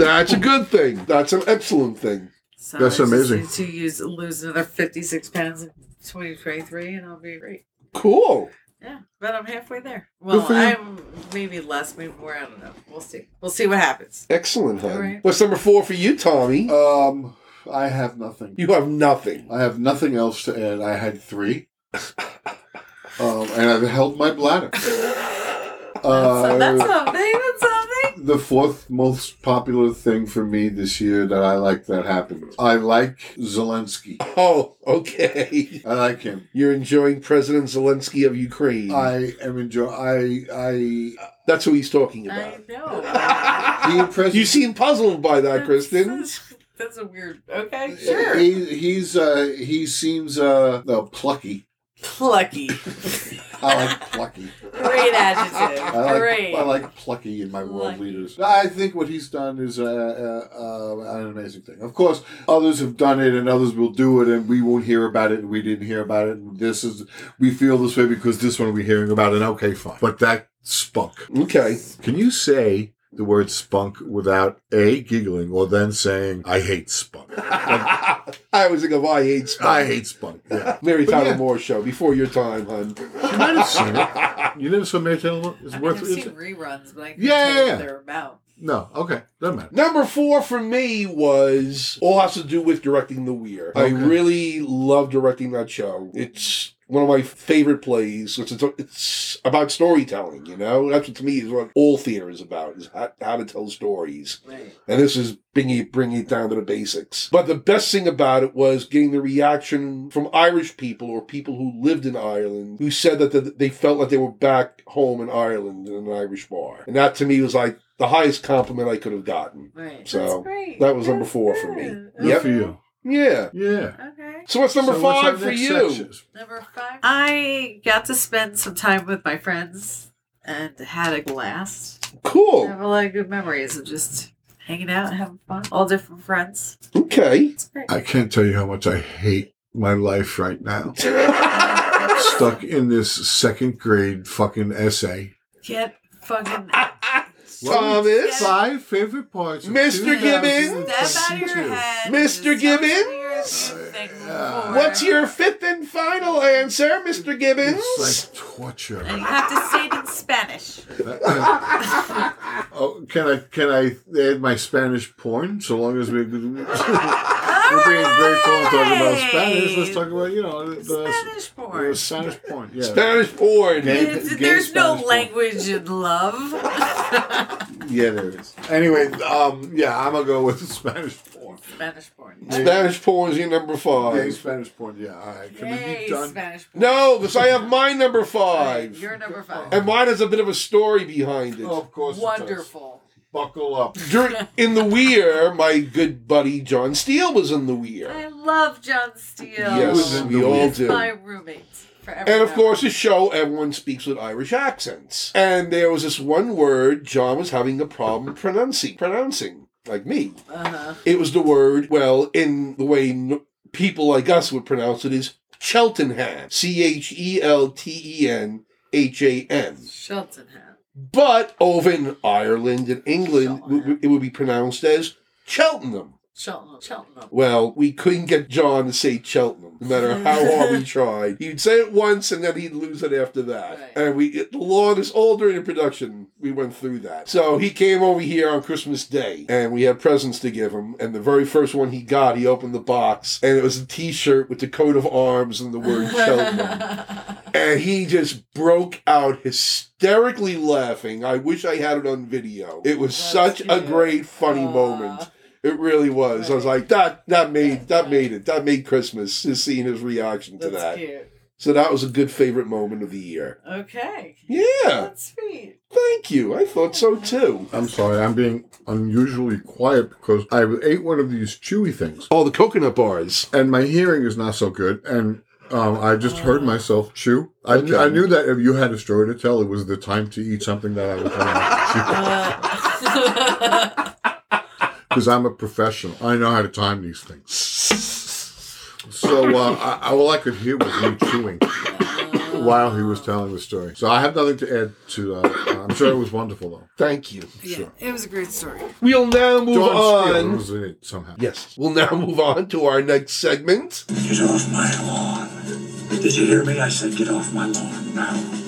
A: That's a good thing. That's an excellent thing.
C: So
B: That's
C: I just
B: amazing.
C: need to use lose another 56 pounds in 2023, and I'll be great.
A: Cool.
C: Yeah, but I'm halfway there. Well,
B: for you.
C: I'm maybe less, maybe more. I don't know. We'll see. We'll see what happens.
A: Excellent, hon.
C: All right.
A: What's number four for you, Tommy?
B: Um, I have nothing.
A: you have nothing.
B: I have nothing else to add. I had three. Um, and I've held my bladder.
C: So that's
B: Uh,
C: something. That's something.
B: the fourth most popular thing for me this year that I like that happened. I like Zelensky.
A: Oh, okay.
B: I like him.
A: You're enjoying President Zelensky of Ukraine.
B: I am enjoying. I
A: That's who he's talking
C: I
A: about.
C: know.
B: I he impressed.
A: You seem puzzled by that, Kristen.
C: That's, that's a weird. Okay, sure.
B: He, he's uh he seems uh no, plucky.
C: Plucky.
B: I like plucky.
C: Great adjective.
B: I like
C: Great.
B: I like plucky in my world
C: Plucky.
B: leaders. I think what he's done is uh, uh, uh, an amazing thing. Of course, others have done it and others will do it, and we won't hear about it. and We didn't hear about it. And this is we feel this way because this one we're hearing about. And okay, fine. But that spunk.
A: Okay.
D: Can you say the word spunk without A, giggling, or then saying, I hate spunk?
A: I was thinking of I hate Spunk.
D: I hate spunk. Yeah.
A: Mary Tyler
D: yeah.
A: Moore show before your time, hon.
D: You might have seen it. You never saw Mary Tyler Moore? It's
C: I mean,
D: worth
C: I've
D: it's-
C: seen reruns, but I can
D: Yeah,
C: yeah, tell
D: yeah,
C: you
D: yeah.
C: what they're about.
D: No. Okay. Doesn't matter.
A: Number four for me was all has to do with directing the Weir. I
D: Okay.
A: really love directing that show. It's one of my favorite plays. It's, it's, it's about storytelling, you know? That's what to me is what all theater is about, is how, how to tell stories.
C: Right.
A: And this is bringing it, bringing it down to the basics. But the best thing about it was getting the reaction from Irish people or people who lived in Ireland who said that th- they felt like they were back home in Ireland in an Irish bar. And that to me was like the highest compliment I could have gotten.
C: Right.
A: So
C: That's great.
A: that was number
C: That's
A: four for me.
C: good.
D: Good
A: Yep.
D: for you.
A: Yeah.
D: Yeah.
C: Okay.
A: So what's number
D: So what's our
A: five for
D: next
A: you?
D: section?
C: Number five. I got to spend some time with my friends and had a blast. I
A: Cool.
C: have a lot of good memories of just hanging out and having fun. All different friends.
A: Okay.
C: It's great.
D: I can't tell you how much I hate my life right now. Stuck in this second grade fucking essay.
C: Get fucking
A: Thomas.
D: Five favorite parts. of
A: Mr. Gibbons.
D: 2022.
C: step out of your head. and
A: Mr.
C: just tell me
A: Gibbons?
C: your thing
D: Yeah.
C: before.
A: What's your fifth and final answer, Mr. Gibbons?
D: It's like torture.
C: And you have to say it in Spanish.
D: Oh, can I can I add my Spanish porn? So long as we we're being very cool talking about Spanish. Let's talk about you know the, the,
C: Spanish porn.
D: the Spanish porn. Yeah.
A: Spanish porn.
D: Gay-
C: It's-
D: gay
C: There's no
D: Spanish porn.
C: language in love.
D: Yeah, there is. Anyway, um, yeah, I'm gonna go with the Spanish porn.
C: Spanish porn.
A: Spanish porn is your number
D: Yay,
A: five.
D: Spanish porn. Yeah, all right. Can we
C: Yay,
D: be done?
C: Spanish porn.
A: No, because I have my number five.
C: You're number five.
A: And mine has a bit of a story behind it.
D: Oh, of course. it does.
C: Wonderful.
D: Buckle up.
A: During, in the Weir, my good buddy John Steele was in the Weir.
C: I love John Steele.
A: Yes,
D: in
A: we
D: the
A: all
C: He's
A: do.
C: my roommate. forever
A: And of
C: now.
A: course, his show, everyone speaks with Irish accents. And there was this one word John was having a problem pronouncing, pronouncing like me.
C: Uh-huh.
A: It was the word, well, in the way n- people like us would pronounce it, is Cheltenham. C H E L T E N H A M.
C: Sheltonham.
A: But over in Ireland and England, w- w- it would be pronounced as Cheltenham.
C: Sheltonham. Sheltonham.
A: Well, we couldn't get John to say Cheltenham, no matter how hard we tried. He'd say it once and then he'd lose it after that.
C: Right.
A: And we, it- the longest, all during the production, we went through that. So he came over here on Christmas Day and we had presents to give him. And the very first one he got, he opened the box and it was a t shirt with the coat of arms and the word Cheltenham and he just broke out hysterically laughing. I wish I had it on video. It was such a
C: cute.
A: great funny
C: Aw.
A: moment. It really was. I was like, that that made that made it. That made Christmas. Just seeing his reaction to
C: That's
A: that.
C: cute.
A: So that was a good favorite moment of the year.
C: Okay.
A: Yeah.
C: That's sweet.
A: Thank you. I thought so too.
D: I'm sorry, I'm being unusually quiet because I ate one of these chewy things,
A: All the coconut bars.
D: and my hearing is not so good, and um, I just heard myself chew. I, kn- I knew that if you had a story to tell, it was the time to eat something that I was going to chew
C: Uh,
D: because I'm a professional. I know how to time these things. So uh, I, I- all I could hear was him chewing while he was telling the story. So I have nothing to add to. Uh, I'm sure it was wonderful though.
A: Thank you.
C: Yeah, it was a great story.
A: We'll now move
D: John
A: on.
D: Steele was in it somehow.
A: Yes. We'll now move on to our next segment.
F: Get off my lawn. Did you hear me? I said get off my lawn now.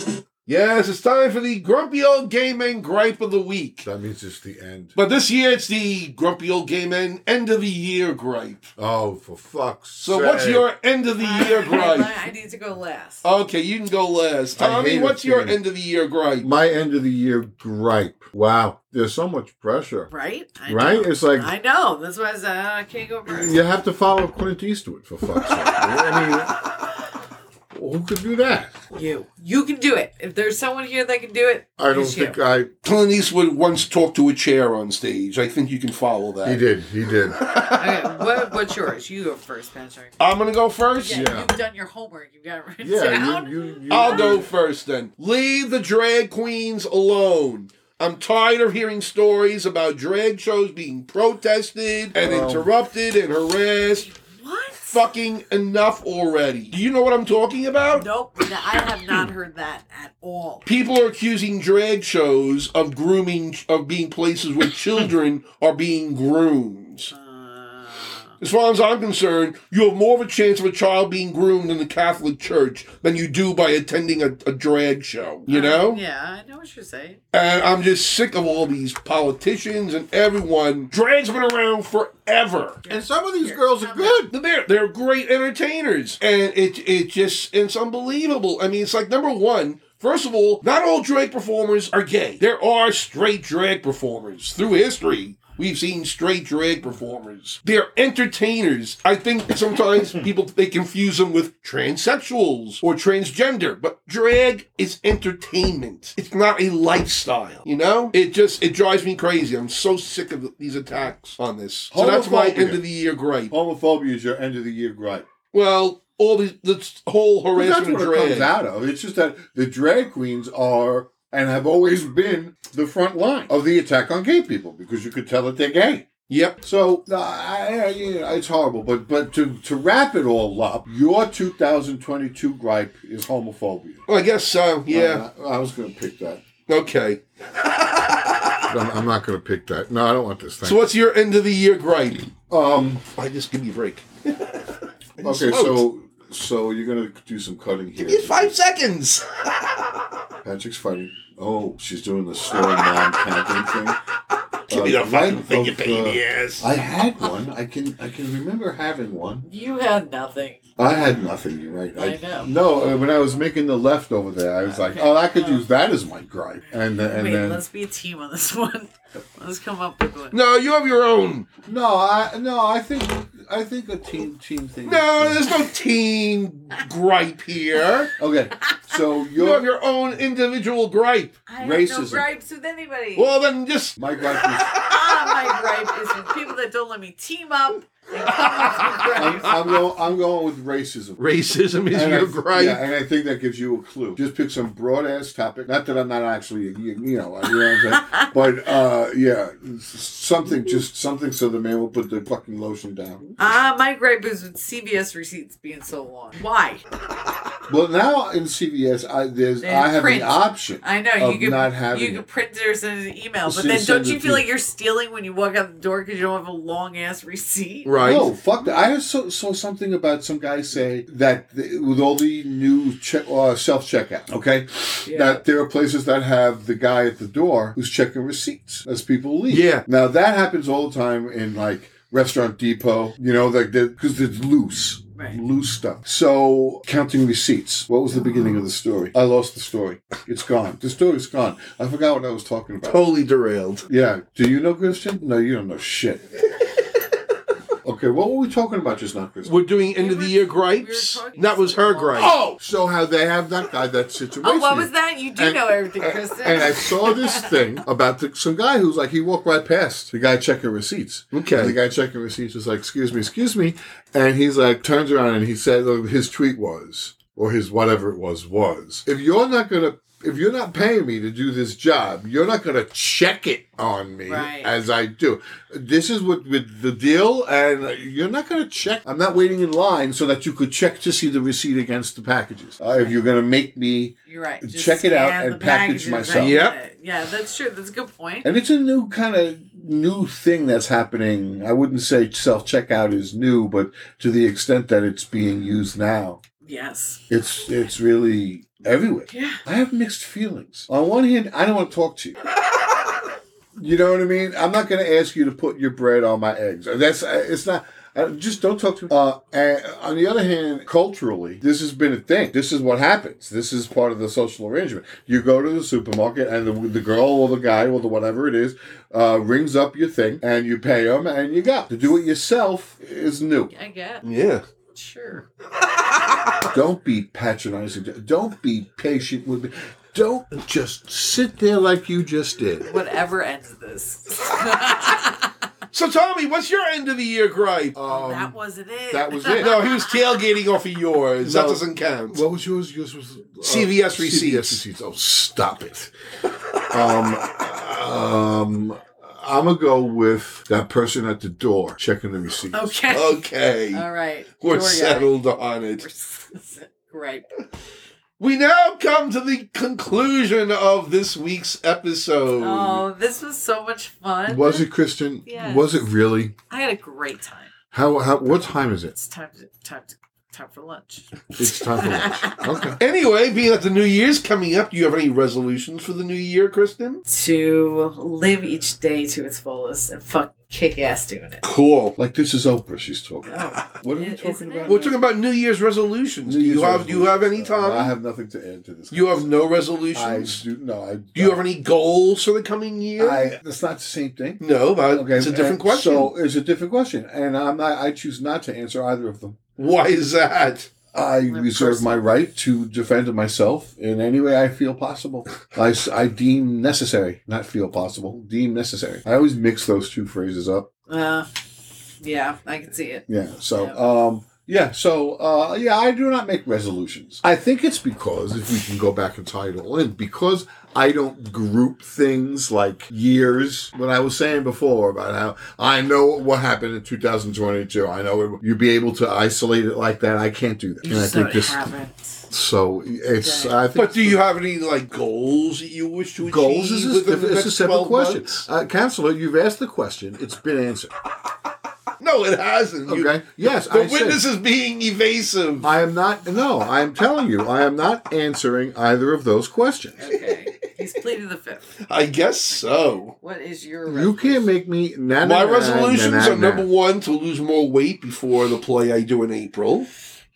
A: Yes, it's time for the grumpy old gay man gripe of the week.
D: That means it's the end.
A: But this year it's the grumpy old gay man end of the year gripe.
D: Oh, for fuck's
A: So
D: sake.
A: what's your end of the year gripe?
C: I need to go last.
A: Okay, you can go last.
D: I
A: Tommy,
D: hate
A: what's
D: it,
A: your
D: dude.
A: end of the year gripe?
D: my end of the year gripe? Wow, there's so much pressure.
C: Right? I
D: Right?
C: know.
D: It's like-
C: I know. That's why I said I can't go first.
D: You have to follow Clint Eastwood for fuck's sake. I mean, who could do that?
C: You. You can do it. If there's someone here that can do it,
D: I don't
C: it's
D: think
C: you.
D: I.
A: Clint Eastwood once talked to a chair on stage. I think you can follow that.
D: He did. He did.
C: okay, what, what's yours? You go first, Patrick.
A: I'm gonna go first.
C: Yeah,
D: Yeah.
C: you've done your homework. You've got it written
D: Yeah,
C: down.
D: you, you, you,
A: I'll go first then. Leave the drag queens alone. I'm tired of hearing stories about drag shows being protested and interrupted and harassed.
C: what?
A: Fucking enough already. Do you know what I'm talking about?
C: Nope. No, I have not heard that at all.
A: people are accusing drag shows of grooming of being places where children are being groomed as far as i'm concerned you have more of a chance of a child being groomed in the catholic church than you do by attending a, a drag show you know
C: Yeah, I know what you're saying.
A: and i'm just sick of all these politicians and everyone drag's been around forever
D: And some of these girls are good.
A: they're they're great entertainers, and it it just it's unbelievable. I mean, it's like number one. First of all, not all drag performers are gay. There are straight drag performers through history We've seen straight drag performers. They're entertainers. I think sometimes people they confuse them with transsexuals or transgender, but drag is entertainment. It's not a lifestyle, you know? It just it drives me crazy. I'm so sick of these attacks on this. So that's my
B: Homophobia.
A: end of the year gripe.
B: Homophobia is your end of the year gripe.
A: Well, all the this whole
B: But that's
A: harassment
B: what
A: of
B: it comes
A: drag.
B: out of. It's just that the drag queens are and have always been the front line of the attack on gay people because you could tell that they're gay.
A: Yep.
B: So uh, I, I, you know, it's horrible, but but to to wrap it all up, your 2022 gripe is homophobia. Uh,
A: Well, I guess so. Yeah.
B: I, I was going to pick that.
A: okay.
D: I'm, I'm not going to pick that. No, I don't want this thing.
A: So what's your end of the year gripe?
B: Um.
A: I just give me a break.
B: Okay. So so you're going to do some cutting here.
A: Oh. Give me five seconds.
B: Patrick's fighting. Oh, she's doing the slow mom counting thing.
A: Give me
B: Uh,
A: the fucking
B: right
A: thing,
B: of
A: you pain in the ass.
B: I had one. I can I can remember having one.
C: You had nothing.
B: I had nothing. You're right.
C: I know.
B: No, uh, when I was making the leftover there, I was like, oh, I could use that as my gripe. And then, and
C: Wait,
B: then
C: let's be a team on this one. Let's come up with one.
A: No, you have your own.
B: no, I no, I think I think a team team thing.
A: No, there's no team gripe here.
B: Okay, so
A: You have
B: your
A: your own individual gripe.
C: I have no
B: Racism.
C: gripes with anybody.
A: Well, then just
B: my gripe is
C: ah, my gripe is with people that don't let me team up and come up with
B: I'm,
C: gripes.
B: I'm going I'm going with racism.
A: racism is
B: And I-
A: your gripe.
B: Yeah, and I think that gives you a clue. Just pick some broad ass topic. Not that I'm not actually, you, you know, you know what I'm saying? but uh, yeah, s- something, just something so the man will put the fucking lotion down.
C: Ah, my gripe is with CVS receipts being so long. Why?
B: Well, now in CVS, I there's
C: They
B: I have
C: print.
B: the option.
C: I know you
B: Of
C: can
B: not having
C: you can
B: it.
C: print it or send an email, but
B: Send-
C: then
B: send
C: don't
B: it
C: you
B: to
C: feel
B: you.
C: like you're stealing when you walk out the door because you don't have a long ass receipt?
A: Right.
B: No, fuck that. I saw, saw something about some guy say that th- with all the new check, uh, self checkout, okay,
C: Yeah.
B: that there are places that have the guy at the door who's checking receipts as people leave.
A: Yeah.
B: Now that happens all the time in like Restaurant Depot, you know, like because it's loose.
C: Right.
B: Loose stuff. So, counting receipts. What was the beginning of the story? I lost the story. It's gone. The story's gone. I forgot what I was talking about.
A: Totally derailed.
B: Yeah. Do you know Christian? No, you don't know shit. okay, what were we talking about just now, Christian?
A: We're doing end of the year gripes.
C: we were talking
A: that was her gripe.
D: oh, so how they have that guy, that situation.
C: Oh, what was that? You do
D: And-
C: know everything, Kristen.
D: And I saw this thing about the, some guy who's like, he walked right past the guy checking receipts.
A: Okay.
D: And the guy checking receipts is like, excuse me, excuse me. And he's like, turns around and he said, uh, his tweet was, or his whatever it was, was, if you're not going to, if you're not paying me to do this job, you're not going to check it on me
C: Right.
D: as I do. This is what with the deal, and you're not going to check. I'm not waiting in line so that you could check to see the receipt against the packages.
B: Uh, if you're going to make me.
C: You're right. Just
B: Check it out
C: scan
B: and
C: the
B: package
C: packages
B: myself.
C: and
A: Yep.
C: get it. Yeah, that's true. That's a good point.
B: And it's a new kind of new thing that's happening. I wouldn't say self checkout is new, but to the extent that it's being used now,
C: Yes.
B: it's it's really everywhere.
C: Yeah.
B: I have mixed feelings. On one hand, I don't want to talk to you. You know what I mean? I'm not going to ask you to put your bread on my eggs. That's uh, it's not. uh, Just don't talk to me. Uh, and on the other hand, culturally, this has been a thing. This is what happens. This is part of the social arrangement. You go to the supermarket, and the, the girl or the guy or the whatever it is uh, rings up your thing, and you pay them, and you go. To do it yourself is new.
C: I get.
B: Mm.
A: Yeah.
C: Sure.
B: Don't be patronizing. Don't be patient with me. Don't just sit there like you just did.
C: Whatever ends this.
A: So Tommy, what's your end of the year gripe?
B: Um,
C: that wasn't it.
D: that was it.
A: no, he was tailgating off of yours. that
D: No.
A: doesn't count.
D: What was yours? Yours was uh,
A: CVS receipts.
D: receipts. Oh, stop it. um, um, I'm gonna go with that person at the door checking the receipts.
C: okay.
A: okay.
C: All right.
A: We're
C: Your guy.
A: settled on it.
C: Gripe.
A: We now come to the conclusion of this week's episode.
C: Oh, this was so much fun.
D: Was it Kristen?
C: Yes.
D: Was it really?
C: I had a great time.
D: How? How? What time is it?
C: It's time to time to Time for lunch.
D: It's time for lunch. Okay.
A: Anyway, being that the new year's coming up, do you have any resolutions for the new year, Kristen?
C: To live each day to its fullest and fuck kick ass doing it.
A: Cool.
B: Like this is Oprah she's talking.
C: Oh.
B: What are we
C: Isn't
B: talking
C: it?
B: about?
A: We're talking about New Year's resolutions.
B: New
A: do you
B: Year's
A: have do you have any
B: resolutions.
A: time?
B: I have nothing to add to this.
A: you have no
B: I
A: resolutions.
B: do no. I
A: do you have any goals for the coming year?
B: I. That's not the same thing.
A: no, but
B: Okay,
A: it's a different
B: and
A: question.
B: So it's a different question, and I'm not. I choose not to answer either of them.
A: Why is that?
B: I
C: Well,
B: reserve
C: person-
B: my right to defend myself in any way I feel possible. I, s- I deem necessary, not feel possible, deem necessary. I always mix those two phrases up.
C: Uh, yeah, I can see it.
B: Yeah. So,
C: Yeah.
B: um, yeah. So, uh, yeah, I do not make resolutions.
D: I think it's because if we can go back and tie it all in, because I don't group things like years. What I was saying before about how I know what happened in 2022. I know it, you'd be able to isolate it like that. I can't do that.
C: You
D: And I
C: just don't
D: think this.
C: have it.
D: So it's.
C: Right.
D: I think
A: But do you have any like goals that you wish to
D: goals
A: achieve?
D: is a,
A: within
D: diff-
A: the
D: it's a
A: next
D: separate
A: 12
D: question.
A: months?
D: Uh, Counselor, you've asked the question. It's been answered.
A: No, it hasn't. You-
D: Okay. Yes,
A: the
D: I said-
A: witness is being evasive.
D: I am not. No, I am telling you, I am not answering either of those questions.
C: Okay. He's pleading the fifth.
A: I guess so.
C: What is your
D: You can't make me. Na,
A: My
D: na, na,
C: uh,
D: na,
A: resolutions
D: na,
A: are
D: na.
A: number one to lose more weight before the play I do in April.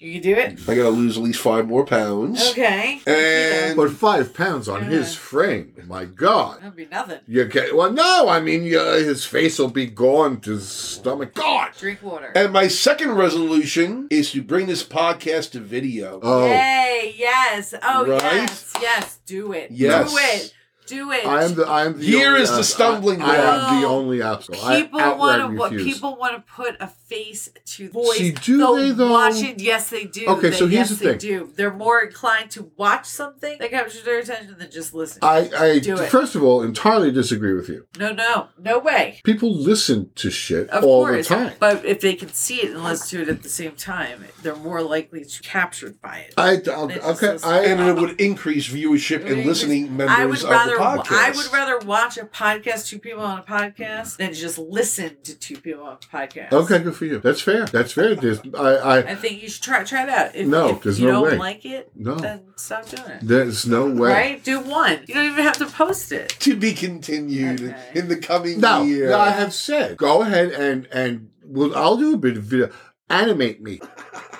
C: You can do it?
A: I gotta lose at least five more pounds.
C: Okay.
A: And
D: But five pounds on his
C: Yeah.
D: frame. My God.
C: That'd be nothing.
D: You get well. No, I mean you, his face will be gone to his stomach. God.
C: Drink water.
A: and my second resolution is to bring this podcast to video.
D: Oh,
C: Yay, yes. Oh,
A: Right?
C: yes. Yes. Do it.
A: Yes.
C: Do it. Do it.
D: I am the. I am the.
A: Here
D: only
A: is the
D: ob-
A: stumbling
D: I, I am the
C: block.
D: only obstacle.
C: People
D: I outright
C: want to.
D: refuse.
C: People want to put a face to voice.
D: See, do
C: They'll
D: they, though?
C: Watch it. Yes, they do.
D: Okay,
C: They-
D: so here's
C: yes,
D: the
C: they
D: thing.
C: do. They're more inclined to watch something that captures their attention than just listen.
D: I. I
C: Do it.
D: first of all entirely disagree with you.
C: no, no, no way.
D: People listen to shit
C: Of
D: all
C: course,
D: the time.
C: but if they can see it and listen to it at the same time, they're more likely to be captured by it.
D: I, I'll-
C: It's
D: okay,
C: just-
D: I,
A: and it would increase viewership and listening members
C: I would
A: of the
C: rather
A: podcast.
C: I would rather watch a podcast, two people on a podcast, than just listen to two people on a podcast.
D: okay, good for you. That's fair. That's fair. There's, I, I,
C: I think you should try try it out. If,
D: No,
C: if
D: there's
C: you
D: no
C: don't
D: way.
C: like it,
D: No.
C: then stop doing it.
D: there's no way.
C: Right? Do one. You don't even have to post it.
A: to be continued
C: Okay.
A: in the coming
D: No,
A: year.
D: no, I have said. Go ahead and and well, I'll do a bit of video. Animate me,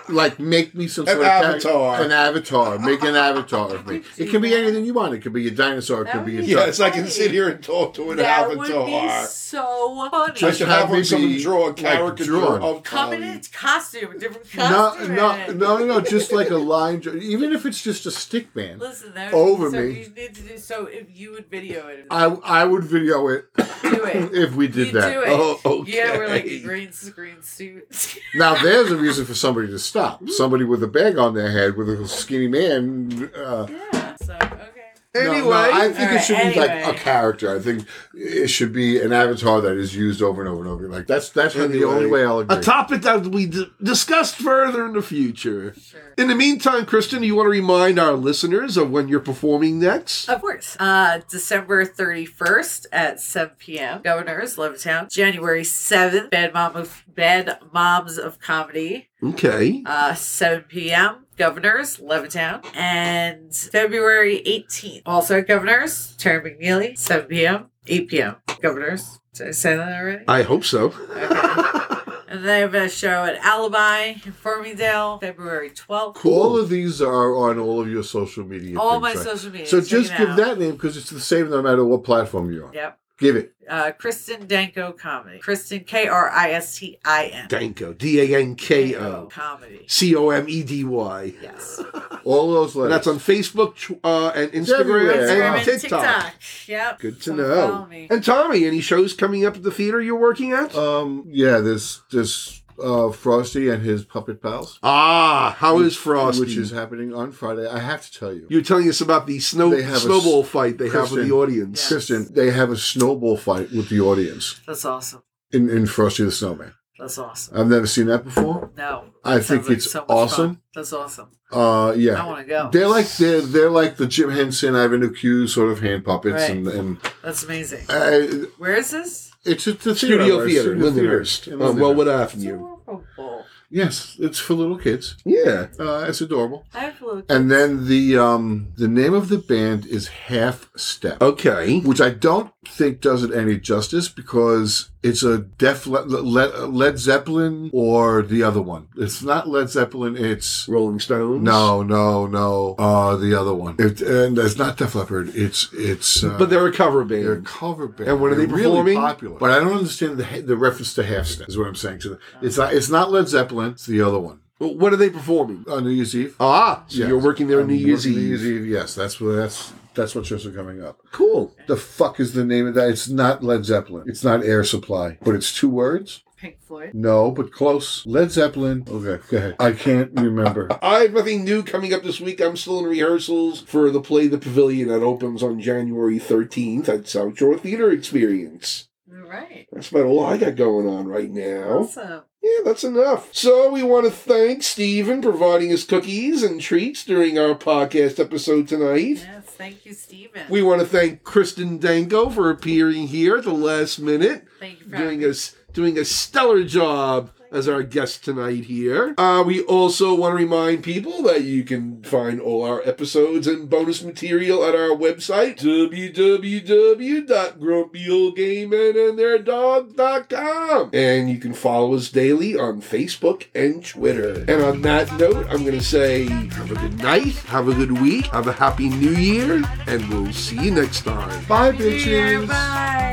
D: like make me some
A: An
D: sort of character-
A: avatar.
D: An avatar. Make an avatar of me. It can be anything you want. It could be a dinosaur. It
C: That
D: could be a
C: would be-
D: duck.
A: yes, I can sit here and talk to an
C: that would be
A: avatar.
C: so funny.
A: I
D: Just
A: should have
D: have me
A: on someone
D: be,
A: draw a
D: like,
A: caricature
D: drawn.
A: of
C: Come in
A: Tommy.
C: its costume, a different
D: No,
C: costume.
D: no, no, no, no. Just like a line, dra- even if it's just a stick man.
C: Listen, there.
D: Over
C: so
D: me.
C: You need to do so. If you would video it,
D: I I would video it
C: do it.
D: if we did
C: you
D: that.
C: do it.
A: Oh,
C: Yeah, we're like
A: okay.
C: green screen suits.
D: Now there's a reason for somebody to
C: Mm-hmm.
D: stop. Somebody with a bag on their head, with a skinny man. Uh,
C: yeah. So okay.
D: No,
A: Anyway,
D: no, I think
C: All
D: it should
C: right,
D: be like
C: anyway.
D: a character. I think it should be an avatar that is used over and over and over. Like that's that's the
A: Anyway,
D: only way I'll agree.
A: a topic that we d- discussed further in the future. In the meantime, Kristen, do you want to remind our listeners of when you're performing next?
C: Of course. Uh, December 31st at 7 p.m. Governors, Levittown. January 7th, Bad, Mom of, Bad Moms of Comedy,
A: Okay.
C: uh, 7 p.m. Governors, Levittown. And February 18th, also at Governors, Terry McNeely, 7 p.m., 8 p.m. Governors. Did I say that already?
A: I hope so.
C: And then I have a show at Alibi in Farmingdale, February 12th.
D: all of these are on all of your social media.
C: All
D: things,
C: my
D: right?
C: social media.
D: So
C: check
D: just
C: it
D: give
C: out.
D: that name because it's the same no matter what platform you're on.
C: Yep.
D: Give it.
C: Uh, Kristen Danko Comedy. Kristen, K R I S T I N.
A: Danko. D A N K O.
C: Comedy.
A: C O M E D Y.
C: Yes.
D: All those letters.
A: That's on Facebook tw- uh, and Instagram
D: everywhere.
C: Instagram
A: and
D: Wow.
C: and
A: TikTok.
C: Yep.
A: Good to
C: Come follow
A: know.
C: me.
A: And Tommy, any shows coming up at the theater you're working at?
D: um. Yeah. This this uh, Frosty and his puppet pals,
A: ah, how is Frosty?
D: which is happening on Friday. I have to tell you.
A: You're telling us about the snow
D: They have a s-
A: snowball fight they have with
D: Kristen.
A: the audience.
D: Kristen, they have a snowball fight with the audience
C: That's awesome.
D: in, in Frosty the Snowman.
C: That's awesome.
D: I've never seen that before.
C: No.
D: I
C: that
D: think
C: sounds like
D: it's
C: much fun.
D: awesome.
C: That's awesome.
D: Uh, yeah,
C: I wanna go.
D: They're like they're, they're like the Jim Henson, Ivan Q sort of hand puppets,
C: Right.
D: and, and
C: That's amazing.
D: uh,
C: Where is this?
D: it's at the
A: Studio
D: theater,
A: Theater, Oh, Um,
D: studio
A: Lindenhurst,
D: theater.
A: on Wellwood Avenue.
C: Adorable.
D: Yes, it's for little kids.
A: Yeah.
D: Uh, it's adorable.
C: I have little
D: And then the um, the name of the band is Half Step.
A: Okay.
D: which I don't think does it any justice because it's a Def Le- Le- Led Zeppelin or the other one. It's not Led Zeppelin. It's
A: Rolling Stones.
D: no, no, no. Uh, the other one. It, and it's not Def Leppard. It's it's. Uh,
A: But they're a cover
D: they're a
A: band.
D: cover band.
A: And when are
D: They're
A: they performing?
D: popular. But I don't understand the the reference to half step. Is what I'm saying. So it's not it's not Led Zeppelin. It's the other one.
A: Well, What are they performing?
D: On New Year's Eve.
A: Ah, so
D: Yes.
A: you're working there on New
D: I'm
A: Year's
D: working
A: Eve.
D: New Year's Eve. Yes, that's what that's that's what shows are coming up.
A: Cool.
D: The fuck is the name of that? It's not Led Zeppelin. It's not Air Supply, but it's two words.
C: Pink Floyd.
D: No, but close. Led Zeppelin. Okay, go ahead. I can't remember.
A: I have nothing new coming up this week. I'm still in rehearsals for the play The Pavilion that opens on January 13th at South Shore Theater Experience.
C: All right.
A: That's about all I got going on right
D: Oh.
A: now.
C: Awesome.
A: Yeah, that's enough. So we want to thank Steven providing us cookies and treats during our podcast episode tonight.
C: Yes. Thank you, Steven.
A: We want to thank Kristen Danko for appearing here at the last minute
C: thank you for having
A: doing
C: me.
A: us doing a stellar job as our guest tonight here. Uh, we also want to remind people that you can find all our episodes and bonus material at our website www.grumpyoldgaymenandtheirdogs.com and you can follow us daily on Facebook and Twitter. And on that note, I'm going to say have a good night, have a good week, have a happy new year, and we'll see you next time.
D: Bye, bitches.
C: Bye.